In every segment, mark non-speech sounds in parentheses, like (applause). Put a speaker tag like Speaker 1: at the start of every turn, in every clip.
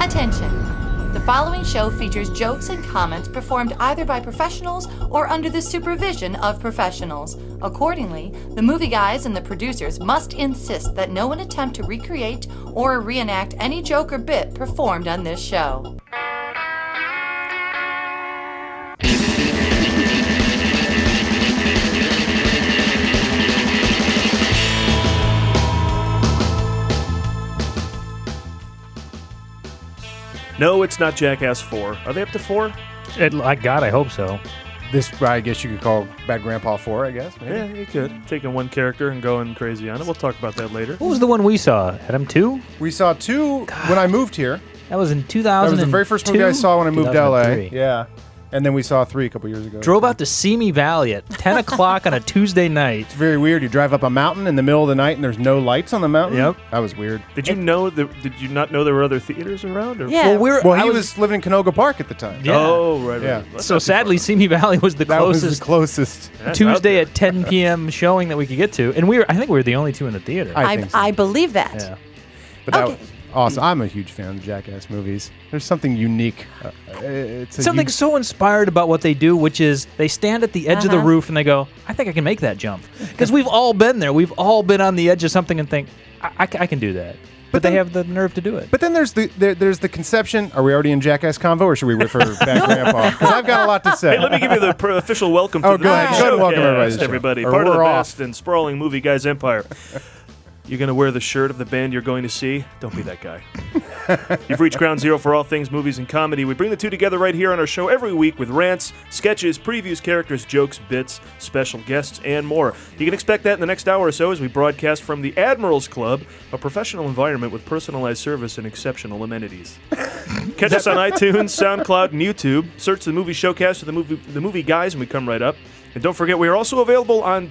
Speaker 1: Attention! The following show features jokes and comments performed either by professionals or under the supervision of professionals. Accordingly, the movie guys and the producers must insist that no one attempt to recreate or reenact any joke or bit performed on this show.
Speaker 2: No, it's not Jackass 4. Are they up to 4?
Speaker 3: It, like God, I hope so.
Speaker 4: This, I guess you could call Bad Grandpa 4, I guess. maybe.
Speaker 2: Yeah, you could. Taking one character and going crazy on it. We'll talk about that later.
Speaker 3: What was the one we saw? Adam two?
Speaker 4: We saw two when I moved here.
Speaker 3: That was in two
Speaker 4: That
Speaker 3: thousand.
Speaker 4: was the very first movie I saw when I moved to LA. Yeah. And then we saw three a couple years ago.
Speaker 3: Drove out to Simi Valley at
Speaker 4: (laughs)
Speaker 3: ten o'clock on a Tuesday night.
Speaker 4: It's very weird. You drive up a mountain in the middle of the night and there's no lights on the mountain.
Speaker 3: Yep.
Speaker 4: That was weird.
Speaker 2: Did you know that? Did you not know there were other theaters around? Or?
Speaker 1: Yeah.
Speaker 3: Well, we were.
Speaker 4: Well,
Speaker 3: I
Speaker 4: he was, living in Canoga Park at the time.
Speaker 3: Yeah.
Speaker 2: Oh, right, right.
Speaker 4: Yeah.
Speaker 2: right. That's
Speaker 3: so
Speaker 2: not too
Speaker 3: sadly,
Speaker 2: far.
Speaker 3: Simi Valley was the
Speaker 4: That was
Speaker 3: closest
Speaker 4: the closest.
Speaker 2: That's out
Speaker 3: Tuesday
Speaker 2: there.
Speaker 3: at
Speaker 4: (laughs)
Speaker 3: ten p.m. showing that we could get to, and we were. I think we were the only two in the theater.
Speaker 4: I,
Speaker 5: I,
Speaker 4: think so.
Speaker 5: I believe that.
Speaker 3: yeah.
Speaker 4: but that
Speaker 5: okay.
Speaker 4: was awesome. I'm a huge fan of Jackass movies. There's something unique. Uh, it's a
Speaker 3: Something
Speaker 4: u-
Speaker 3: so inspired about what they do, which is they stand at the edge of the
Speaker 1: Uh-huh.
Speaker 3: roof and they go, "I think I can make that
Speaker 4: (laughs)
Speaker 3: jump," because we've all been there. We've all been on the edge of something and think, "I, I ca- I can do that," but, they
Speaker 4: then-
Speaker 3: have the nerve to do it.
Speaker 4: But then there's the there, there's the conception. Are we already in Jackass convo, or should we wait for Bad Grandpa? Because I've got a lot to say.
Speaker 2: Hey, let me give you the pr- official welcome to
Speaker 4: Oh,
Speaker 2: the
Speaker 4: go ahead. Go ahead and welcome
Speaker 2: Showcast,
Speaker 4: everybody
Speaker 2: everybody.
Speaker 4: to the show. Or
Speaker 2: Part of the
Speaker 4: we're off.
Speaker 2: vast and sprawling movie guys empire. You're going to wear the shirt of the band you're going to see? Don't be that guy. You've reached ground zero for all things movies and comedy. We bring the two together right here on our show every week with rants, sketches, previews, characters, jokes, bits, special guests, and more. You can expect that in the next hour or so as we broadcast from the Admirals Club, a professional environment with personalized service and exceptional amenities. Catch us on iTunes, SoundCloud, and YouTube. Search the movie showcast or the movie the movie guys, and we come right up. And don't forget, we are also available on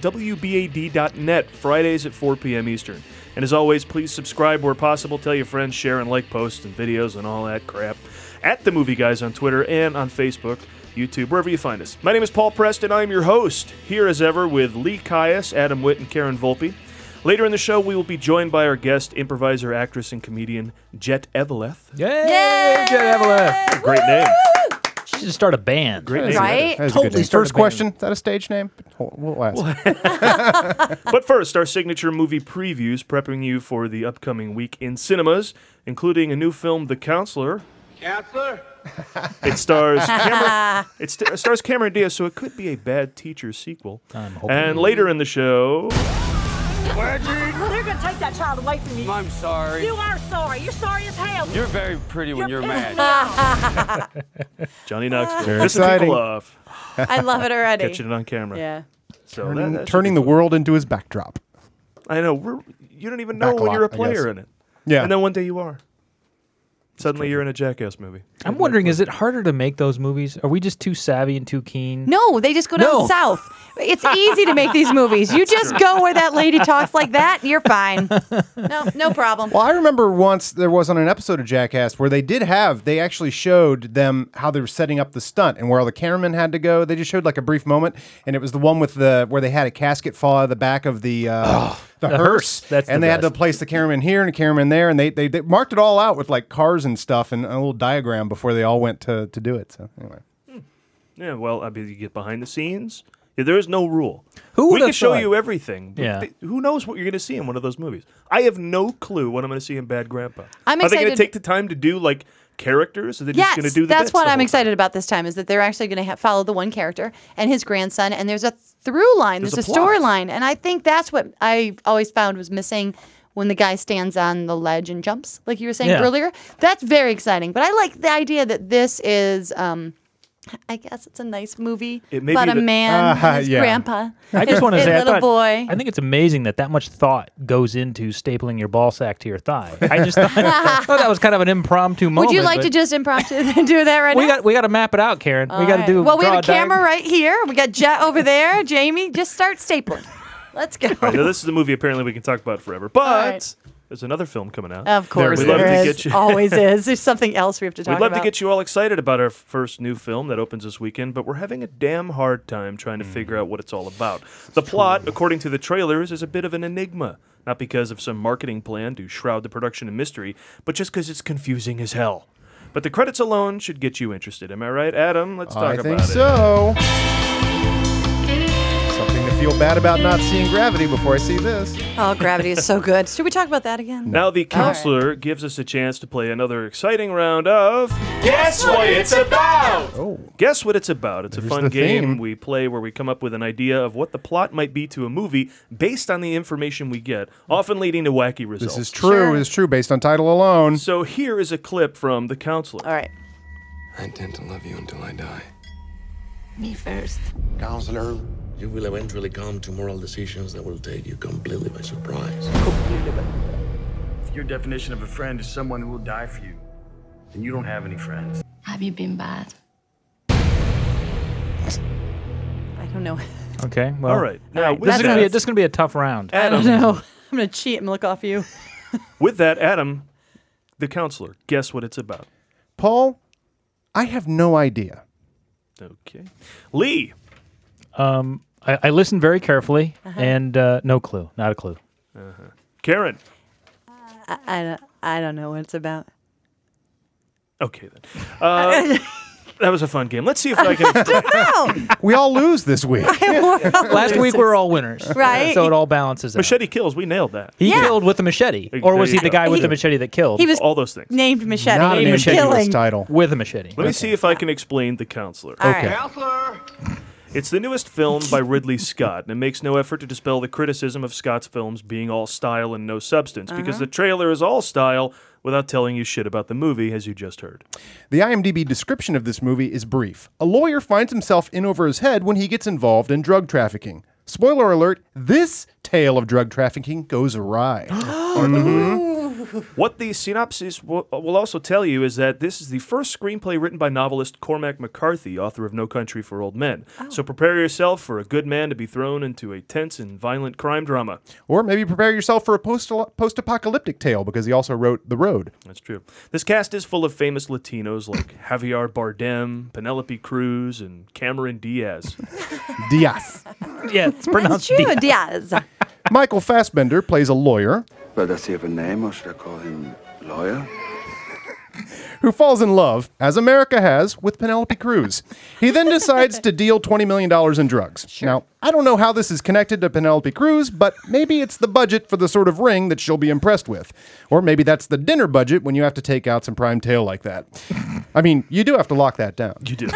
Speaker 2: WBAD.net Fridays at 4 p.m. Eastern. And as always, please subscribe where possible. Tell your friends, share and like posts and videos and all that crap. At the Movie Guys on Twitter and on Facebook, YouTube, wherever you find us. My name is Paul Preston. I am your host, here as ever, with Lee Caius, Adam Witt, and Karen Volpe. Later in the show, we will be joined by our guest, improviser, actress, and comedian Jet Eveleth.
Speaker 3: Yay! Jet Evelyn.
Speaker 2: Great name.
Speaker 3: She should start a band.
Speaker 2: Great name.
Speaker 5: Right?
Speaker 4: That is a
Speaker 3: Totally
Speaker 4: good name.
Speaker 3: started
Speaker 4: First
Speaker 3: banging.
Speaker 4: question: Is that a stage name? Hold- We'll ask.
Speaker 2: But first, our signature movie previews prepping you for the upcoming week in cinemas, including a new film, The Counselor.
Speaker 6: Counselor?
Speaker 2: It stars
Speaker 4: (laughs)
Speaker 2: Cameron, it st- it stars Cameron Diaz, so it could be a bad teacher sequel.
Speaker 3: hoping-
Speaker 2: and later in the show,
Speaker 7: They're gonna take that child away from you.
Speaker 6: I'm sorry.
Speaker 7: You are sorry. You're sorry as hell.
Speaker 6: You're very pretty when you're, mad.
Speaker 2: Johnny Knoxville.
Speaker 4: Very
Speaker 2: Pissing
Speaker 4: exciting.
Speaker 2: people
Speaker 4: (laughs)
Speaker 2: off.
Speaker 5: I love it already.
Speaker 2: Catching it on camera.
Speaker 5: Yeah.
Speaker 2: So that-
Speaker 4: turning
Speaker 2: that should
Speaker 4: turning
Speaker 2: be
Speaker 4: the
Speaker 2: fun.
Speaker 4: world into his backdrop.
Speaker 2: I know. We're, you don't even know when
Speaker 4: Backlot,
Speaker 2: you're a
Speaker 4: I guess.
Speaker 2: player in it.
Speaker 4: Yeah.
Speaker 2: And then one day you are. Suddenly you're in a Jackass movie.
Speaker 3: I'm wondering, is it harder to make those movies? Are we just too savvy and too keen?
Speaker 5: No, they just go down
Speaker 3: No.
Speaker 5: south. It's easy to make these movies.
Speaker 4: (laughs)
Speaker 5: You just go where that lady talks like that, you're fine. No, no problem.
Speaker 4: Well, I remember once there was on an episode of Jackass where they did have they actually showed them how they were setting up the stunt and where all the cameramen had to go. They just showed like a brief moment, and it was the one with the where they had a casket fall out of the back of the. Uh, the,
Speaker 3: Oh, the
Speaker 4: hearse,
Speaker 3: hearse. That's
Speaker 4: and
Speaker 3: the
Speaker 4: they had
Speaker 3: best.
Speaker 4: to place the cameraman here and the cameraman there, and they, they they marked it all out with like cars and stuff and a little diagram before they all went to to do it. So anyway,
Speaker 2: Yeah, well, I mean, you get behind the scenes. Yeah, there is no rule.
Speaker 3: Who
Speaker 2: we
Speaker 3: would've
Speaker 2: can show
Speaker 3: thought?
Speaker 2: you everything. but
Speaker 3: Yeah.
Speaker 2: th- who knows what you're going to see in one of those movies? I have no clue what I'm going to see in Bad Grandpa.
Speaker 5: I'm
Speaker 2: Are they going to
Speaker 5: excited-
Speaker 2: take the time to do like characters? Or they're
Speaker 5: Yes,
Speaker 2: just going to do the
Speaker 5: that's
Speaker 2: bits
Speaker 5: what
Speaker 2: the
Speaker 5: I'm
Speaker 2: whole
Speaker 5: excited about this time is that they're actually going to ha- follow the one character and his grandson, and there's a through line,
Speaker 2: There's
Speaker 5: there's,
Speaker 2: a
Speaker 5: a,
Speaker 2: plot.
Speaker 5: storyline, and I think that's what I always found was missing when the guy stands on the ledge and jumps, like you were saying
Speaker 3: Yeah.
Speaker 5: earlier. That's very exciting, but I like the idea that this is. Um, I guess it's a nice movie
Speaker 2: It may
Speaker 5: about
Speaker 2: be
Speaker 5: a
Speaker 2: the-
Speaker 5: man,
Speaker 4: Uh-huh,
Speaker 5: and his
Speaker 4: yeah.
Speaker 5: grandpa,
Speaker 3: I
Speaker 5: (laughs)
Speaker 3: just want to say, I
Speaker 5: little
Speaker 3: thought-
Speaker 5: boy.
Speaker 3: I think it's amazing that that much thought goes into stapling your ball sack to your thigh. I
Speaker 5: (laughs)
Speaker 3: just thought, I thought that was kind of an impromptu moment.
Speaker 5: Would you like
Speaker 3: but
Speaker 5: to just impromptu (laughs) do that right
Speaker 3: We
Speaker 5: now?
Speaker 3: got we got to map it out, Karen. we got to
Speaker 5: All
Speaker 3: do.
Speaker 5: right. Well, we
Speaker 3: draw
Speaker 5: have a camera
Speaker 3: diagram-
Speaker 5: right here. We got Jet over there. Jamie, just start stapling. Let's go.
Speaker 2: Now, this is the movie apparently we can talk about forever. But
Speaker 5: right.
Speaker 2: there's another film coming out.
Speaker 5: Of course,
Speaker 2: We'd love
Speaker 5: there
Speaker 2: to
Speaker 5: is.
Speaker 2: get you-
Speaker 5: Always is. There's something else we have to talk
Speaker 2: We'd love
Speaker 5: about.
Speaker 2: to get you all excited about our first new film that opens this weekend, but we're having a damn hard time trying to
Speaker 4: Mm-hmm.
Speaker 2: figure out what it's all about. The plot, according to the trailers, is a bit of an enigma. Not because of some marketing plan to shroud the production in mystery, but just because it's confusing as hell. But the credits alone should get you interested. Am I right, Adam? Let's talk
Speaker 4: I
Speaker 2: about
Speaker 4: think
Speaker 2: it.
Speaker 4: so. Something to feel bad about not seeing Gravity before I see this.
Speaker 5: Oh, Gravity is so good. Should we talk about that again?
Speaker 2: Now the
Speaker 5: All right.
Speaker 2: counselor gives us a chance to play another exciting round of
Speaker 6: Guess what it's about?
Speaker 4: Oh,
Speaker 2: Guess What It's About. It's a
Speaker 4: There's
Speaker 2: fun
Speaker 4: the
Speaker 2: game
Speaker 4: theme.
Speaker 2: we play where we come up with an idea of what the plot might be to a movie based on the information we get, often leading to wacky results.
Speaker 4: this is true. Is true based on title alone.
Speaker 2: so here is a clip from the counselor.
Speaker 5: All right.
Speaker 8: I intend to love you until I die.
Speaker 9: Me first.
Speaker 10: Counselor, you will eventually come to moral decisions that will take you completely by surprise.
Speaker 6: If your definition of a friend is someone who will die for you, then you don't have any friends.
Speaker 9: Have you been bad?
Speaker 5: I don't know.
Speaker 3: (laughs)
Speaker 5: (laughs)
Speaker 3: Okay. Well,
Speaker 2: All right. Now, with,
Speaker 3: This is, gonna be a,
Speaker 2: that,
Speaker 3: this is gonna be a tough round.
Speaker 2: Adam,
Speaker 5: (laughs) No, I'm gonna cheat and look off you.
Speaker 2: with that, Adam, the counselor, guess what it's about.
Speaker 4: Paul, I have no idea.
Speaker 2: Okay. Lee.
Speaker 3: Um, I, I listened very carefully,
Speaker 5: Uh-huh.
Speaker 3: and uh, no clue, not a clue.
Speaker 2: Karen.
Speaker 5: I, I, don't- I don't know what it's about.
Speaker 2: Okay, then.
Speaker 6: (laughs)
Speaker 2: Uh, that was a fun game. Let's see if I can.
Speaker 4: We all lose this (laughs) week.
Speaker 3: Last week we were all winners,
Speaker 5: Right.
Speaker 3: So it all balances out.
Speaker 2: Machete kills. We nailed that.
Speaker 3: He
Speaker 5: Yeah.
Speaker 3: killed with a machete,
Speaker 2: There
Speaker 3: or was
Speaker 2: you
Speaker 3: he the
Speaker 2: go.
Speaker 3: guy with
Speaker 5: He-
Speaker 3: the machete that killed?
Speaker 5: He was
Speaker 2: All those things.
Speaker 5: named Machete.
Speaker 4: Not an
Speaker 5: He was
Speaker 4: ambiguous
Speaker 5: killing.
Speaker 4: title.
Speaker 3: with a machete.
Speaker 2: Let me see if I can explain the counselor.
Speaker 5: All right.
Speaker 6: Counselor!
Speaker 2: It's the newest film by Ridley Scott, and it makes no effort to dispel the criticism of Scott's films being all style and no substance, because
Speaker 5: Uh-huh.
Speaker 2: the trailer is all style without telling you shit about the movie, as you just heard.
Speaker 4: The IMDb description of this movie is brief. A lawyer finds himself in over his head when he gets involved in drug trafficking. Spoiler alert, this tale of drug trafficking goes (gasps) awry.
Speaker 2: What the synopsis will, will also tell you is that this is the first screenplay written by novelist Cormac McCarthy, author of No Country for Old Men.
Speaker 5: Oh.
Speaker 2: So prepare yourself for a good man to be thrown into a tense and violent crime drama.
Speaker 4: or maybe prepare yourself for a post apocalyptic tale because he also wrote The (laughs) Road.
Speaker 2: That's true. This cast is full of famous Latinos like Javier Bardem, Penelope Cruz, and Cameron Diaz.
Speaker 4: Diaz.
Speaker 3: (laughs) yeah, it's pronounced
Speaker 5: True,
Speaker 3: D.
Speaker 5: Diaz.
Speaker 4: Michael Fassbender plays a lawyer
Speaker 10: But does he have a name, or should I call him lawyer?
Speaker 4: who falls in love, as America has, with Penelope Cruz. He then decides to deal $20 million in drugs. Now, I don't know how this is connected to Penelope Cruz, but maybe it's the budget for the sort of ring that she'll be impressed with. Or maybe that's the dinner budget when you have to take out some prime tail like that. I mean, you do have to lock that down.
Speaker 2: You did.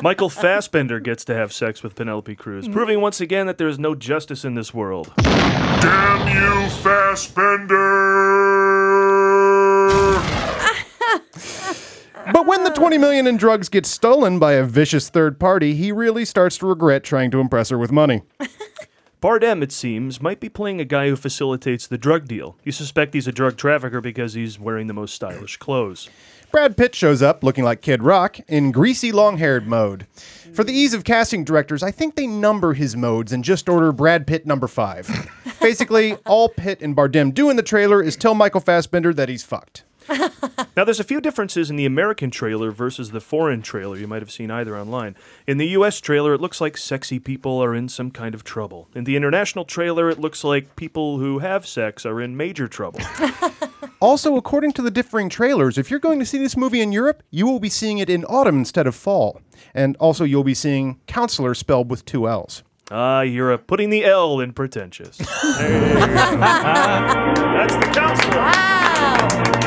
Speaker 2: Michael Fassbender gets to have sex with Penelope Cruz, proving once again that there is no justice in this world. Damn you, Fassbender!
Speaker 4: (laughs) But when the 20 million in drugs gets stolen by a vicious third party, he really starts to regret trying to impress her with money.
Speaker 2: Bardem, it seems, might be playing a guy who facilitates the drug deal. You suspect he's a drug trafficker because he's wearing the most stylish clothes.
Speaker 4: Brad Pitt shows up looking like Kid Rock in greasy long haired mode. For the ease of casting directors, I think they number his modes and just order Brad Pitt number five. Basically, all Pitt and Bardem do in the trailer is tell Michael Fassbender that he's fucked.
Speaker 2: Now, there's a few differences in the American trailer versus the foreign trailer. You might have seen either online. In the US trailer, it looks like sexy people are in some kind of trouble. In the international trailer, it looks like people who have sex are in major trouble.
Speaker 4: Also, according to the differing trailers, if you're going to see this movie in Europe, you will be seeing it in autumn instead of fall. And also, you'll be seeing counselor spelled with two L's.
Speaker 2: Ah, you're a putting the L in pretentious. There you go. That's the counselor.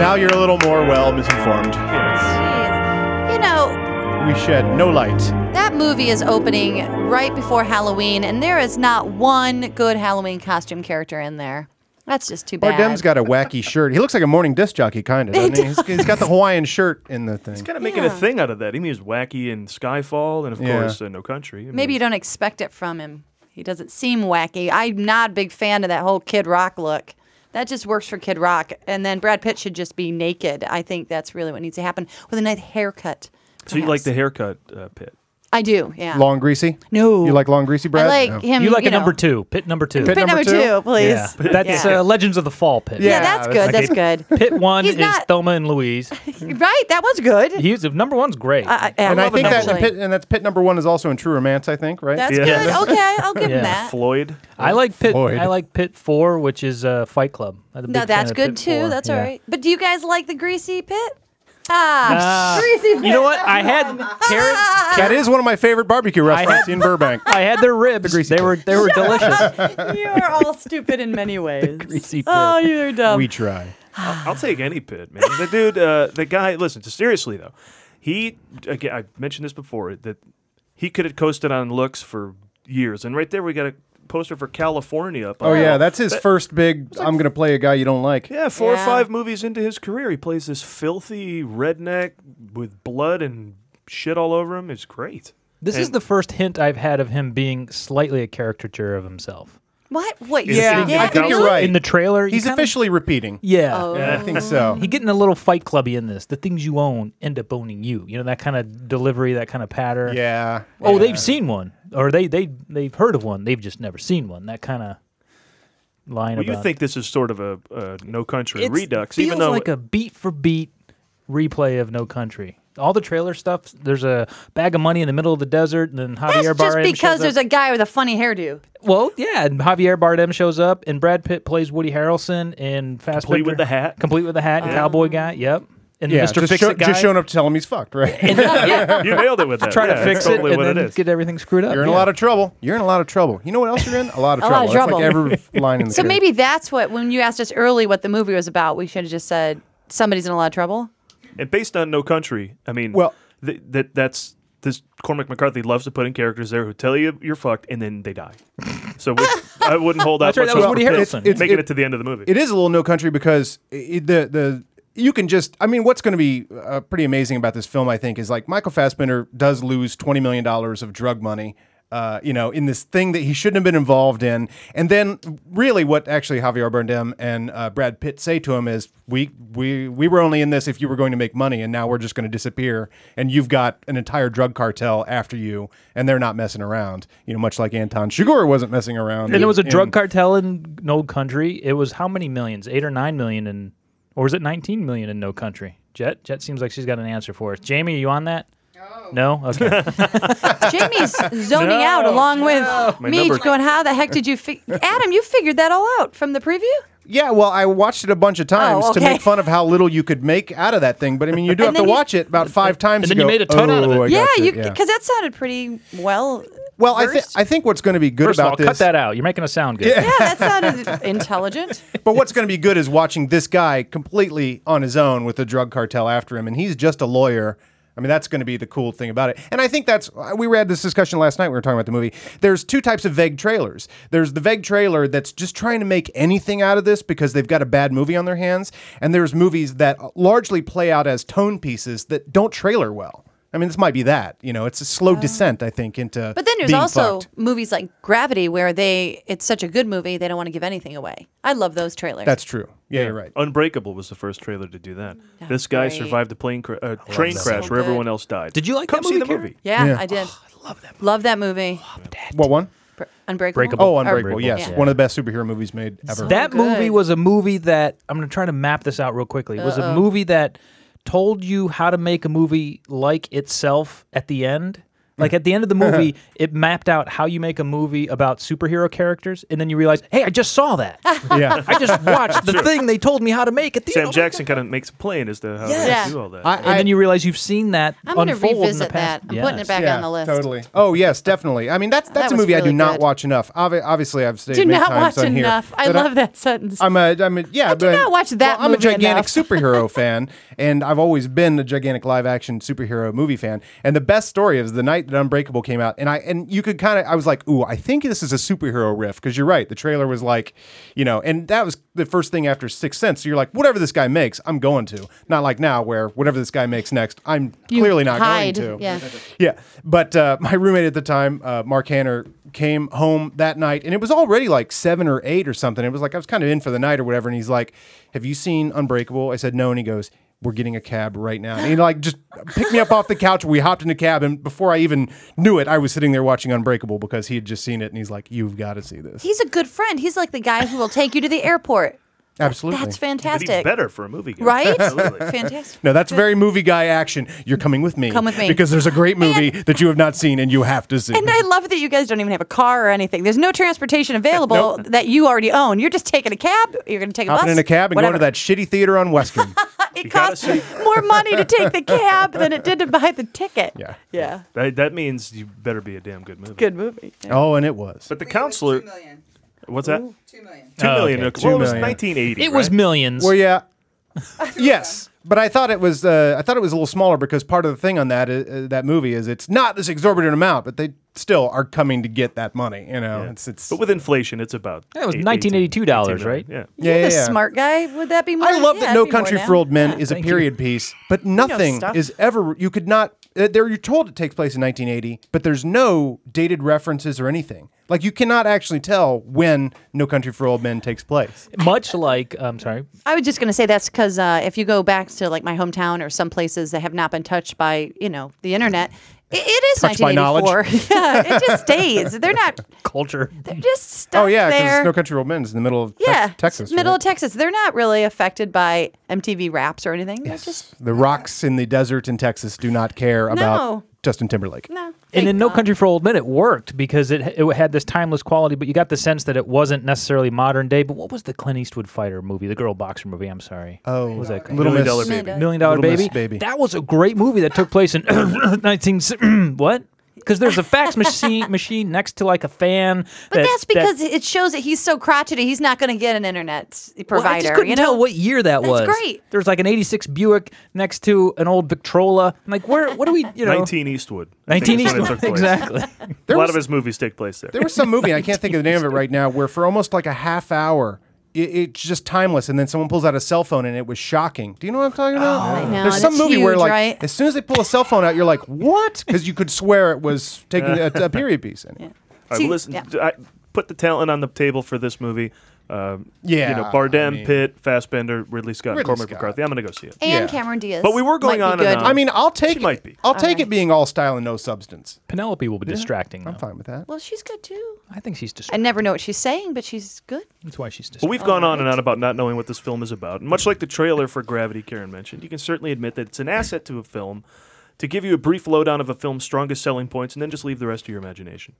Speaker 4: Now you're a little more well misinformed.
Speaker 5: Jeez. You know,
Speaker 4: We shed no light.
Speaker 5: that movie is opening right before Halloween, and there is not one good Halloween costume character in there. That's just too bad.
Speaker 4: Bardem's got a wacky shirt. He looks like a morning disc jockey, kind of. Doesn't he? He's- he's got the Hawaiian shirt in the thing.
Speaker 2: Kind of making a thing out of that. He means wacky and Skyfall, and of
Speaker 4: Yeah.
Speaker 2: course, uh, No Country. I
Speaker 5: Maybe you
Speaker 2: mean,
Speaker 5: don't expect it from him. He doesn't seem wacky. I'm not a big fan of that whole Kid Rock look. That just works for Kid Rock. And then Brad Pitt should just be naked. I think that's really what needs to happen with a nice haircut.
Speaker 2: so you like
Speaker 5: perhaps.
Speaker 2: the haircut uh, pit.
Speaker 5: I do. Yeah.
Speaker 4: Long greasy.
Speaker 5: No.
Speaker 4: You like long greasy bread?
Speaker 5: I like
Speaker 4: No.
Speaker 5: him.
Speaker 3: you like a
Speaker 5: know.
Speaker 3: number two, pit number two.
Speaker 5: Pit, number, two, please.
Speaker 3: Yeah, that's
Speaker 5: Yeah.
Speaker 3: Uh, Legends of the Fall pit.
Speaker 5: Yeah,
Speaker 4: Yeah,
Speaker 5: that's
Speaker 4: that's
Speaker 5: good.
Speaker 4: like
Speaker 5: That's
Speaker 3: a-
Speaker 5: good.
Speaker 3: Pit one
Speaker 5: He's
Speaker 3: is
Speaker 5: not-
Speaker 3: Thelma
Speaker 5: (laughs)
Speaker 3: and Louise.
Speaker 4: (laughs)
Speaker 5: Right, that was good.
Speaker 3: He's number one's great.
Speaker 5: I, I,
Speaker 4: And I,
Speaker 5: love
Speaker 4: think
Speaker 5: him,
Speaker 4: that and,
Speaker 5: actually.
Speaker 4: pit, and that's pit number one is also in True Romance. I think right.
Speaker 5: That's
Speaker 2: Yeah.
Speaker 5: good. Okay, I'll give
Speaker 3: Yeah.
Speaker 5: him that.
Speaker 2: Floyd.
Speaker 3: I like pit.
Speaker 4: Floyd.
Speaker 3: I like pit four, which is uh, Fight Club. I'm a big
Speaker 5: No,
Speaker 3: fan
Speaker 5: that's
Speaker 3: of
Speaker 5: good
Speaker 3: Pit
Speaker 5: too.
Speaker 3: four.
Speaker 5: That's
Speaker 3: Yeah.
Speaker 5: all right. But do you guys like the greasy pit? Ah,
Speaker 3: Ah.
Speaker 5: greasy pit.
Speaker 3: You know what?
Speaker 5: (laughs)
Speaker 3: I had carrots.
Speaker 4: that is one of my favorite barbecue restaurants
Speaker 5: (laughs)
Speaker 4: in Burbank.
Speaker 3: I had their ribs.
Speaker 4: greasy
Speaker 3: they
Speaker 4: pit.
Speaker 3: were they were delicious.
Speaker 5: you are all stupid in
Speaker 3: (laughs)
Speaker 5: many ways.
Speaker 3: greasy
Speaker 5: Oh, you're dumb.
Speaker 4: we try.
Speaker 2: I'll take any pit, man. The dude, uh, the guy. Listen, seriously though, he again. I mentioned this before that he could have coasted on looks for years, and right there we got a poster for California. Up
Speaker 4: Oh yeah, that's his first big. I'm gonna play a guy you don't like.
Speaker 2: yeah, four
Speaker 5: Yeah.
Speaker 2: or five movies into his career, he plays this filthy redneck with blood and shit all over him. It's great.
Speaker 3: This is
Speaker 2: And-
Speaker 3: the first hint I've had of him being slightly a caricature of himself.
Speaker 5: what? What?
Speaker 2: Is Yeah.
Speaker 4: I think you're
Speaker 2: really?
Speaker 4: right.
Speaker 3: In the trailer, you
Speaker 4: He's
Speaker 3: kinda-
Speaker 4: officially repeating.
Speaker 3: Yeah.
Speaker 5: Oh,
Speaker 4: Yeah, I think so.
Speaker 3: He getting a little fight clubby in this. The things you own end up owning you. You know that kind of delivery, that kind of pattern.
Speaker 4: Yeah.
Speaker 3: Oh,
Speaker 4: yeah.
Speaker 3: they've seen one, or they they they've heard of one. They've just never seen one. That kind of line
Speaker 2: Well,
Speaker 3: about.
Speaker 2: you think this is sort of a, a No Country
Speaker 3: It's-
Speaker 2: Redux,
Speaker 3: feels
Speaker 2: even though
Speaker 3: like a beat for beat replay of No Country. All the trailer stuff. There's a bag of money in the middle of the desert, and then
Speaker 5: That's
Speaker 3: Javier
Speaker 5: just
Speaker 3: Bardem
Speaker 5: because
Speaker 3: shows
Speaker 5: there's
Speaker 3: up.
Speaker 5: a guy with a funny hairdo.
Speaker 3: well, yeah, and Javier Bardem shows up, and Brad Pitt plays Woody Harrelson and Fast
Speaker 2: Complete with the hat.
Speaker 3: complete with the hat, and cowboy guy. Yep, and
Speaker 4: Yeah,
Speaker 3: Mr.
Speaker 4: just,
Speaker 3: Fix
Speaker 4: show-
Speaker 3: It guy
Speaker 4: just showing up to tell him he's
Speaker 3: (laughs)
Speaker 4: fucked, right?
Speaker 2: you nailed it with that.
Speaker 3: try
Speaker 2: yeah,
Speaker 3: to
Speaker 2: that's
Speaker 3: fix it
Speaker 2: totally
Speaker 3: and
Speaker 2: what
Speaker 3: then
Speaker 2: it is.
Speaker 3: get everything screwed up.
Speaker 4: You're in a lot of trouble. You're in a lot of trouble. You know what else you're in? A lot of
Speaker 5: A
Speaker 4: trouble.
Speaker 5: lot of
Speaker 4: That's like every line in the
Speaker 5: So
Speaker 4: code.
Speaker 5: maybe that's what. When you asked us early what the movie was about, we should have just said somebody's in a lot of trouble.
Speaker 2: And based on No Country, I mean,
Speaker 4: Well-
Speaker 2: th- that that's this Cormac McCarthy loves to put in characters there who tell you you're fucked and then they die. So we, I wouldn't hold out
Speaker 3: That's right,
Speaker 2: much
Speaker 3: that was
Speaker 2: hope
Speaker 3: Woody
Speaker 2: for Pitt
Speaker 3: Harrelson.
Speaker 4: It's-
Speaker 2: making
Speaker 4: it-
Speaker 2: it, to the end of the movie.
Speaker 4: it is a little no country because it, the the you can just I mean what's going to be uh, pretty amazing about this film I think is like Michael Fassbender does lose 20 million dollars of drug money uh, you know in this thing that he shouldn't have been involved in and then really what actually Javier Bardem and uh, Brad Pitt say to him is we we we were only in this if you were going to make money and now we're just going to disappear and you've got an entire drug cartel after you and they're not messing around you know much like Anton Chigurh wasn't messing around
Speaker 3: And it was a drug
Speaker 4: in-
Speaker 3: cartel in No Country. It was how many millions? Eight or nine million in, or was it nineteen million in No Country? Jet, Jet seems like she's got an answer for us. Jamie, are you on that? No.
Speaker 4: (laughs)
Speaker 3: Okay. (laughs)
Speaker 5: Jamie's zoning out along with me,
Speaker 2: number-
Speaker 5: going, "How the heck did you, fi- Adam? You figured that all out from the preview."
Speaker 4: Yeah, well, I watched it a bunch of times
Speaker 5: Oh,
Speaker 4: to
Speaker 5: okay.
Speaker 4: make fun of how little you could make out of that thing. But I mean, you do have
Speaker 5: And
Speaker 4: to
Speaker 5: then you-
Speaker 4: watch it about five times.
Speaker 3: And then
Speaker 4: to
Speaker 3: you
Speaker 4: go,
Speaker 3: made a ton out of
Speaker 4: "Oh,
Speaker 3: it."
Speaker 4: I
Speaker 5: yeah,
Speaker 4: gotcha,"
Speaker 5: you because that sounded pretty well.
Speaker 4: well, I think
Speaker 5: versed.
Speaker 4: I think what's going to be good
Speaker 3: First of
Speaker 4: about
Speaker 3: all,
Speaker 4: this,
Speaker 3: cut that out. You're making us sound good.
Speaker 5: yeah, that sounded (laughs) intelligent.
Speaker 4: but what's going to be good is watching this guy completely on his own with the drug cartel after him, and he's just a lawyer. I mean, that's going to be the cool thing about it. And I think that's, uh, we had this discussion last night. We were talking about the movie. There's two types of vague trailers. There's the vague trailer that's just trying to make anything out of this because they've got a bad movie on their hands. And there's movies that uh, largely play out as tone pieces that don't trailer well. I mean, this might be that. You know, it's a slow descent, I think, into.
Speaker 5: Uh. But then there's
Speaker 4: being
Speaker 5: also
Speaker 4: fucked.
Speaker 5: movies like Gravity where they it's such a good movie they don't want to give anything away. I love those trailers.
Speaker 4: That's true. Yeah, you're right.
Speaker 2: Unbreakable was the first trailer to do that. This guy
Speaker 5: great.
Speaker 2: survived a plane cra- uh, train
Speaker 5: that
Speaker 2: crash
Speaker 5: movie.
Speaker 2: where
Speaker 5: So
Speaker 2: everyone
Speaker 5: good.
Speaker 2: else died.
Speaker 3: Did you like
Speaker 2: Come
Speaker 3: that
Speaker 2: see
Speaker 3: movie,
Speaker 2: the
Speaker 3: Carrie?
Speaker 2: movie.
Speaker 5: yeah,
Speaker 4: Yeah.
Speaker 5: I did. love that movie.
Speaker 4: What one?
Speaker 5: Br- Unbreakable.
Speaker 3: Breakable.
Speaker 4: Oh,
Speaker 5: Or-
Speaker 4: Unbreakable. Yes.
Speaker 3: Yeah.
Speaker 4: One of the best superhero movies made ever.
Speaker 3: That
Speaker 5: good.
Speaker 3: movie was a movie that I'm going to try to map this out real quickly. It was a movie that told you how to make a movie like itself at the end. Like at the end of the movie, it mapped out how you make a movie about superhero characters, and then you realize, hey, I just saw that.
Speaker 4: (laughs) yeah.
Speaker 3: I just watched the thing they told me how to make at the end.
Speaker 2: Sam
Speaker 3: Oh my
Speaker 2: Jackson kind of makes a plan as to how
Speaker 5: Yes.
Speaker 2: to do all that.
Speaker 4: I,
Speaker 3: God. And then you realize you've seen that
Speaker 5: I'm going to
Speaker 3: unfold in the
Speaker 5: revisit that.
Speaker 3: past.
Speaker 5: I'm putting it back on the list.
Speaker 4: Totally. Oh yes, definitely. I mean, that's that's a
Speaker 5: was
Speaker 4: movie I
Speaker 5: really
Speaker 4: do not
Speaker 5: good.
Speaker 4: watch enough. Obvi- obviously, I've stated
Speaker 5: Do
Speaker 4: many
Speaker 5: not
Speaker 4: times
Speaker 5: watch
Speaker 4: on here uh,
Speaker 5: enough. I love that sentence.
Speaker 4: I'm a, I'm a, yeah. I
Speaker 5: do not watch that
Speaker 4: Well, I'm
Speaker 5: movie
Speaker 4: a
Speaker 5: enough. (laughs)
Speaker 4: gigantic superhero fan, and I've always been a gigantic live action superhero movie fan. And the best story is the night that Unbreakable came out, and I and you could kind of I was like, ooh, I think this is a superhero riff because you're right. The trailer was like, you know, and that was the first thing after Sixth Sense. So you're like, whatever this guy makes, I'm going to. Not like now where whatever this guy makes next, I'm
Speaker 5: You
Speaker 4: clearly not
Speaker 5: hide,
Speaker 4: going to.
Speaker 5: yeah.
Speaker 4: Yeah, but uh, my roommate at the time, uh, Mark Hanner, came home that night, and it was already like seven or eight or something. It was like I was kind of in for the night or whatever, and he's like, "Have you seen Unbreakable?" I said no, and he goes, we're getting a cab right now. And he like just picked me up off the couch. We hopped in the cab, and before I even knew it, I was sitting there watching Unbreakable because he had just seen it, and he's like, "You've got to see this."
Speaker 5: He's a good friend. He's like the guy who will take you to the airport.
Speaker 4: Absolutely.
Speaker 5: That's
Speaker 2: But
Speaker 5: fantastic.
Speaker 2: even better for a movie guy.
Speaker 5: Right?
Speaker 2: Absolutely.
Speaker 5: fantastic.
Speaker 4: no, that's very movie guy action. You're coming with me.
Speaker 5: Come with me.
Speaker 4: Because there's a great movie that you have not seen and you have to see.
Speaker 5: And I love that you guys don't even have a car or anything. There's no transportation available that you already own. You're just taking a cab. You're going to take a
Speaker 4: Hopping
Speaker 5: bus.
Speaker 4: in a cab and
Speaker 5: whatever.
Speaker 4: going to that shitty theater on Western.
Speaker 5: It
Speaker 2: gotta
Speaker 5: costs
Speaker 2: see-
Speaker 5: more money to take
Speaker 4: (laughs)
Speaker 5: the cab than it did to buy the ticket.
Speaker 4: Yeah.
Speaker 5: Yeah.
Speaker 2: That, that means you better be a damn good movie.
Speaker 5: Good movie.
Speaker 4: oh, and it was.
Speaker 2: But the counselor,
Speaker 11: million.
Speaker 2: what's that?
Speaker 3: Oh,
Speaker 2: Two
Speaker 11: Two million.
Speaker 2: million.
Speaker 4: okay.
Speaker 2: Well,
Speaker 4: Two
Speaker 2: it was
Speaker 4: million.
Speaker 2: 1980.
Speaker 3: It was
Speaker 2: right?
Speaker 3: millions.
Speaker 4: Well, Oh, yeah. yes, but I thought it was uh, I thought it was a little smaller because part of the thing on that uh, uh, that movie is it's not this exorbitant amount, but they still are coming to get that money. You know, Oh, it's it's
Speaker 2: But with inflation, it's about.
Speaker 3: That was
Speaker 2: eight-
Speaker 3: 1982 dollars,
Speaker 2: 18 million.
Speaker 3: right?
Speaker 2: Yeah.
Speaker 4: yeah,
Speaker 5: You're
Speaker 4: yeah,
Speaker 5: the
Speaker 4: yeah.
Speaker 5: smart guy. Would that be more?
Speaker 4: I love
Speaker 5: yeah, it'd
Speaker 4: that No
Speaker 5: be more
Speaker 4: Country
Speaker 5: now.
Speaker 4: for Old Men is a
Speaker 3: thank
Speaker 4: period piece, but nothing
Speaker 5: stuff.
Speaker 4: is ever you could not uh, there you're told it takes place in 1980, but there's no dated references or anything. Like you cannot actually tell when No Country for Old Men takes place.
Speaker 3: (laughs) Much like, I'm sorry,
Speaker 5: I was just going to say that's because uh, if you go back to like my hometown or some places that have not been touched by you know the internet, it, it is
Speaker 4: Touched by knowledge.
Speaker 5: 1984. (laughs) yeah, it just stays. They're not.
Speaker 3: culture.
Speaker 5: They're just stuck
Speaker 4: Oh yeah,
Speaker 5: there.
Speaker 4: because No Country for Old Men is in the middle of Tex-
Speaker 5: yeah,
Speaker 4: Texas,
Speaker 5: middle
Speaker 4: right?
Speaker 5: of Texas. They're not really affected by MTV Raps or anything. They're just
Speaker 4: The rocks in the desert in Texas do not care about
Speaker 5: No.
Speaker 4: Justin Timberlake.
Speaker 5: no.
Speaker 3: And
Speaker 5: Thank
Speaker 3: in No
Speaker 5: God.
Speaker 3: Country for Old Men, it worked because it it had this timeless quality, but you got the sense that it wasn't necessarily modern day. But what was the Clint Eastwood fighter movie, the girl boxer movie? I'm sorry.
Speaker 4: Oh,
Speaker 3: was that
Speaker 4: Little
Speaker 2: Million
Speaker 4: Miss
Speaker 2: Dollar
Speaker 5: Million
Speaker 2: Baby.
Speaker 3: Million Dollar
Speaker 4: Little
Speaker 3: Baby.
Speaker 4: Miss Baby.
Speaker 3: That was a great movie that took place in (coughs) 19 (coughs) what? Because there's a
Speaker 5: (laughs)
Speaker 3: fax machine machine next to like a fan.
Speaker 5: But that's because it shows that he's so crotchety. He's not going to get an internet s- provider.
Speaker 3: I just couldn't
Speaker 5: you know?
Speaker 3: tell what year that
Speaker 5: That's
Speaker 3: was.
Speaker 5: great.
Speaker 3: There was like an '86 Buick next to an old Victrola. I'm like, where? What do we? You know,
Speaker 2: 19 Eastwood. I think
Speaker 3: 19
Speaker 2: is when it
Speaker 3: Eastwood.
Speaker 2: took place.
Speaker 3: exactly.
Speaker 2: A
Speaker 3: (laughs)
Speaker 2: lot
Speaker 4: was-
Speaker 2: of his movies take place there.
Speaker 4: There was some movie, and I can't think of the name of it right now, where for almost like a half hour, it, it's just timeless. And then someone pulls out a cell phone, and it was shocking. Do you know what I'm talking about?
Speaker 5: Oh, I know,
Speaker 4: There's
Speaker 5: and
Speaker 4: some
Speaker 5: it's
Speaker 4: movie where,
Speaker 5: huge,
Speaker 4: like,
Speaker 5: right?
Speaker 4: as soon as they pull a cell phone out, you're like, what? Because you could swear it was taking a, a period piece. Anyway.
Speaker 2: All right,
Speaker 5: See,
Speaker 2: well, listen,
Speaker 5: yeah.
Speaker 2: I put the talent on the table for this movie. Um,
Speaker 4: Yeah,
Speaker 2: You know,
Speaker 4: I
Speaker 2: Bardem,
Speaker 4: mean-
Speaker 2: Pitt, Fassbender, Ridley Scott,
Speaker 4: Ridley
Speaker 2: Cormac
Speaker 4: Scott.
Speaker 2: McCarthy. I'm going to go see it.
Speaker 5: and
Speaker 4: Yeah.
Speaker 5: Cameron Diaz.
Speaker 2: But we were going
Speaker 5: might be
Speaker 2: on and
Speaker 5: good.
Speaker 2: on.
Speaker 4: I mean, I'll take it.
Speaker 2: might be.
Speaker 4: I'll take
Speaker 5: right.
Speaker 4: it being all style and no substance.
Speaker 3: Penelope will be distracting.
Speaker 4: I'm
Speaker 3: though.
Speaker 4: fine with that.
Speaker 5: Well, she's good too.
Speaker 3: I think she's
Speaker 5: I
Speaker 3: distracting.
Speaker 5: never know what she's saying, but she's good.
Speaker 3: That's why she's
Speaker 2: Well,
Speaker 3: distracting.
Speaker 2: we've gone on and on about not knowing what this film is about. And much like the trailer for Gravity Karen mentioned, you can certainly admit that it's an asset to a film to give you a brief lowdown of a film's strongest selling points and then just leave the rest to your imagination.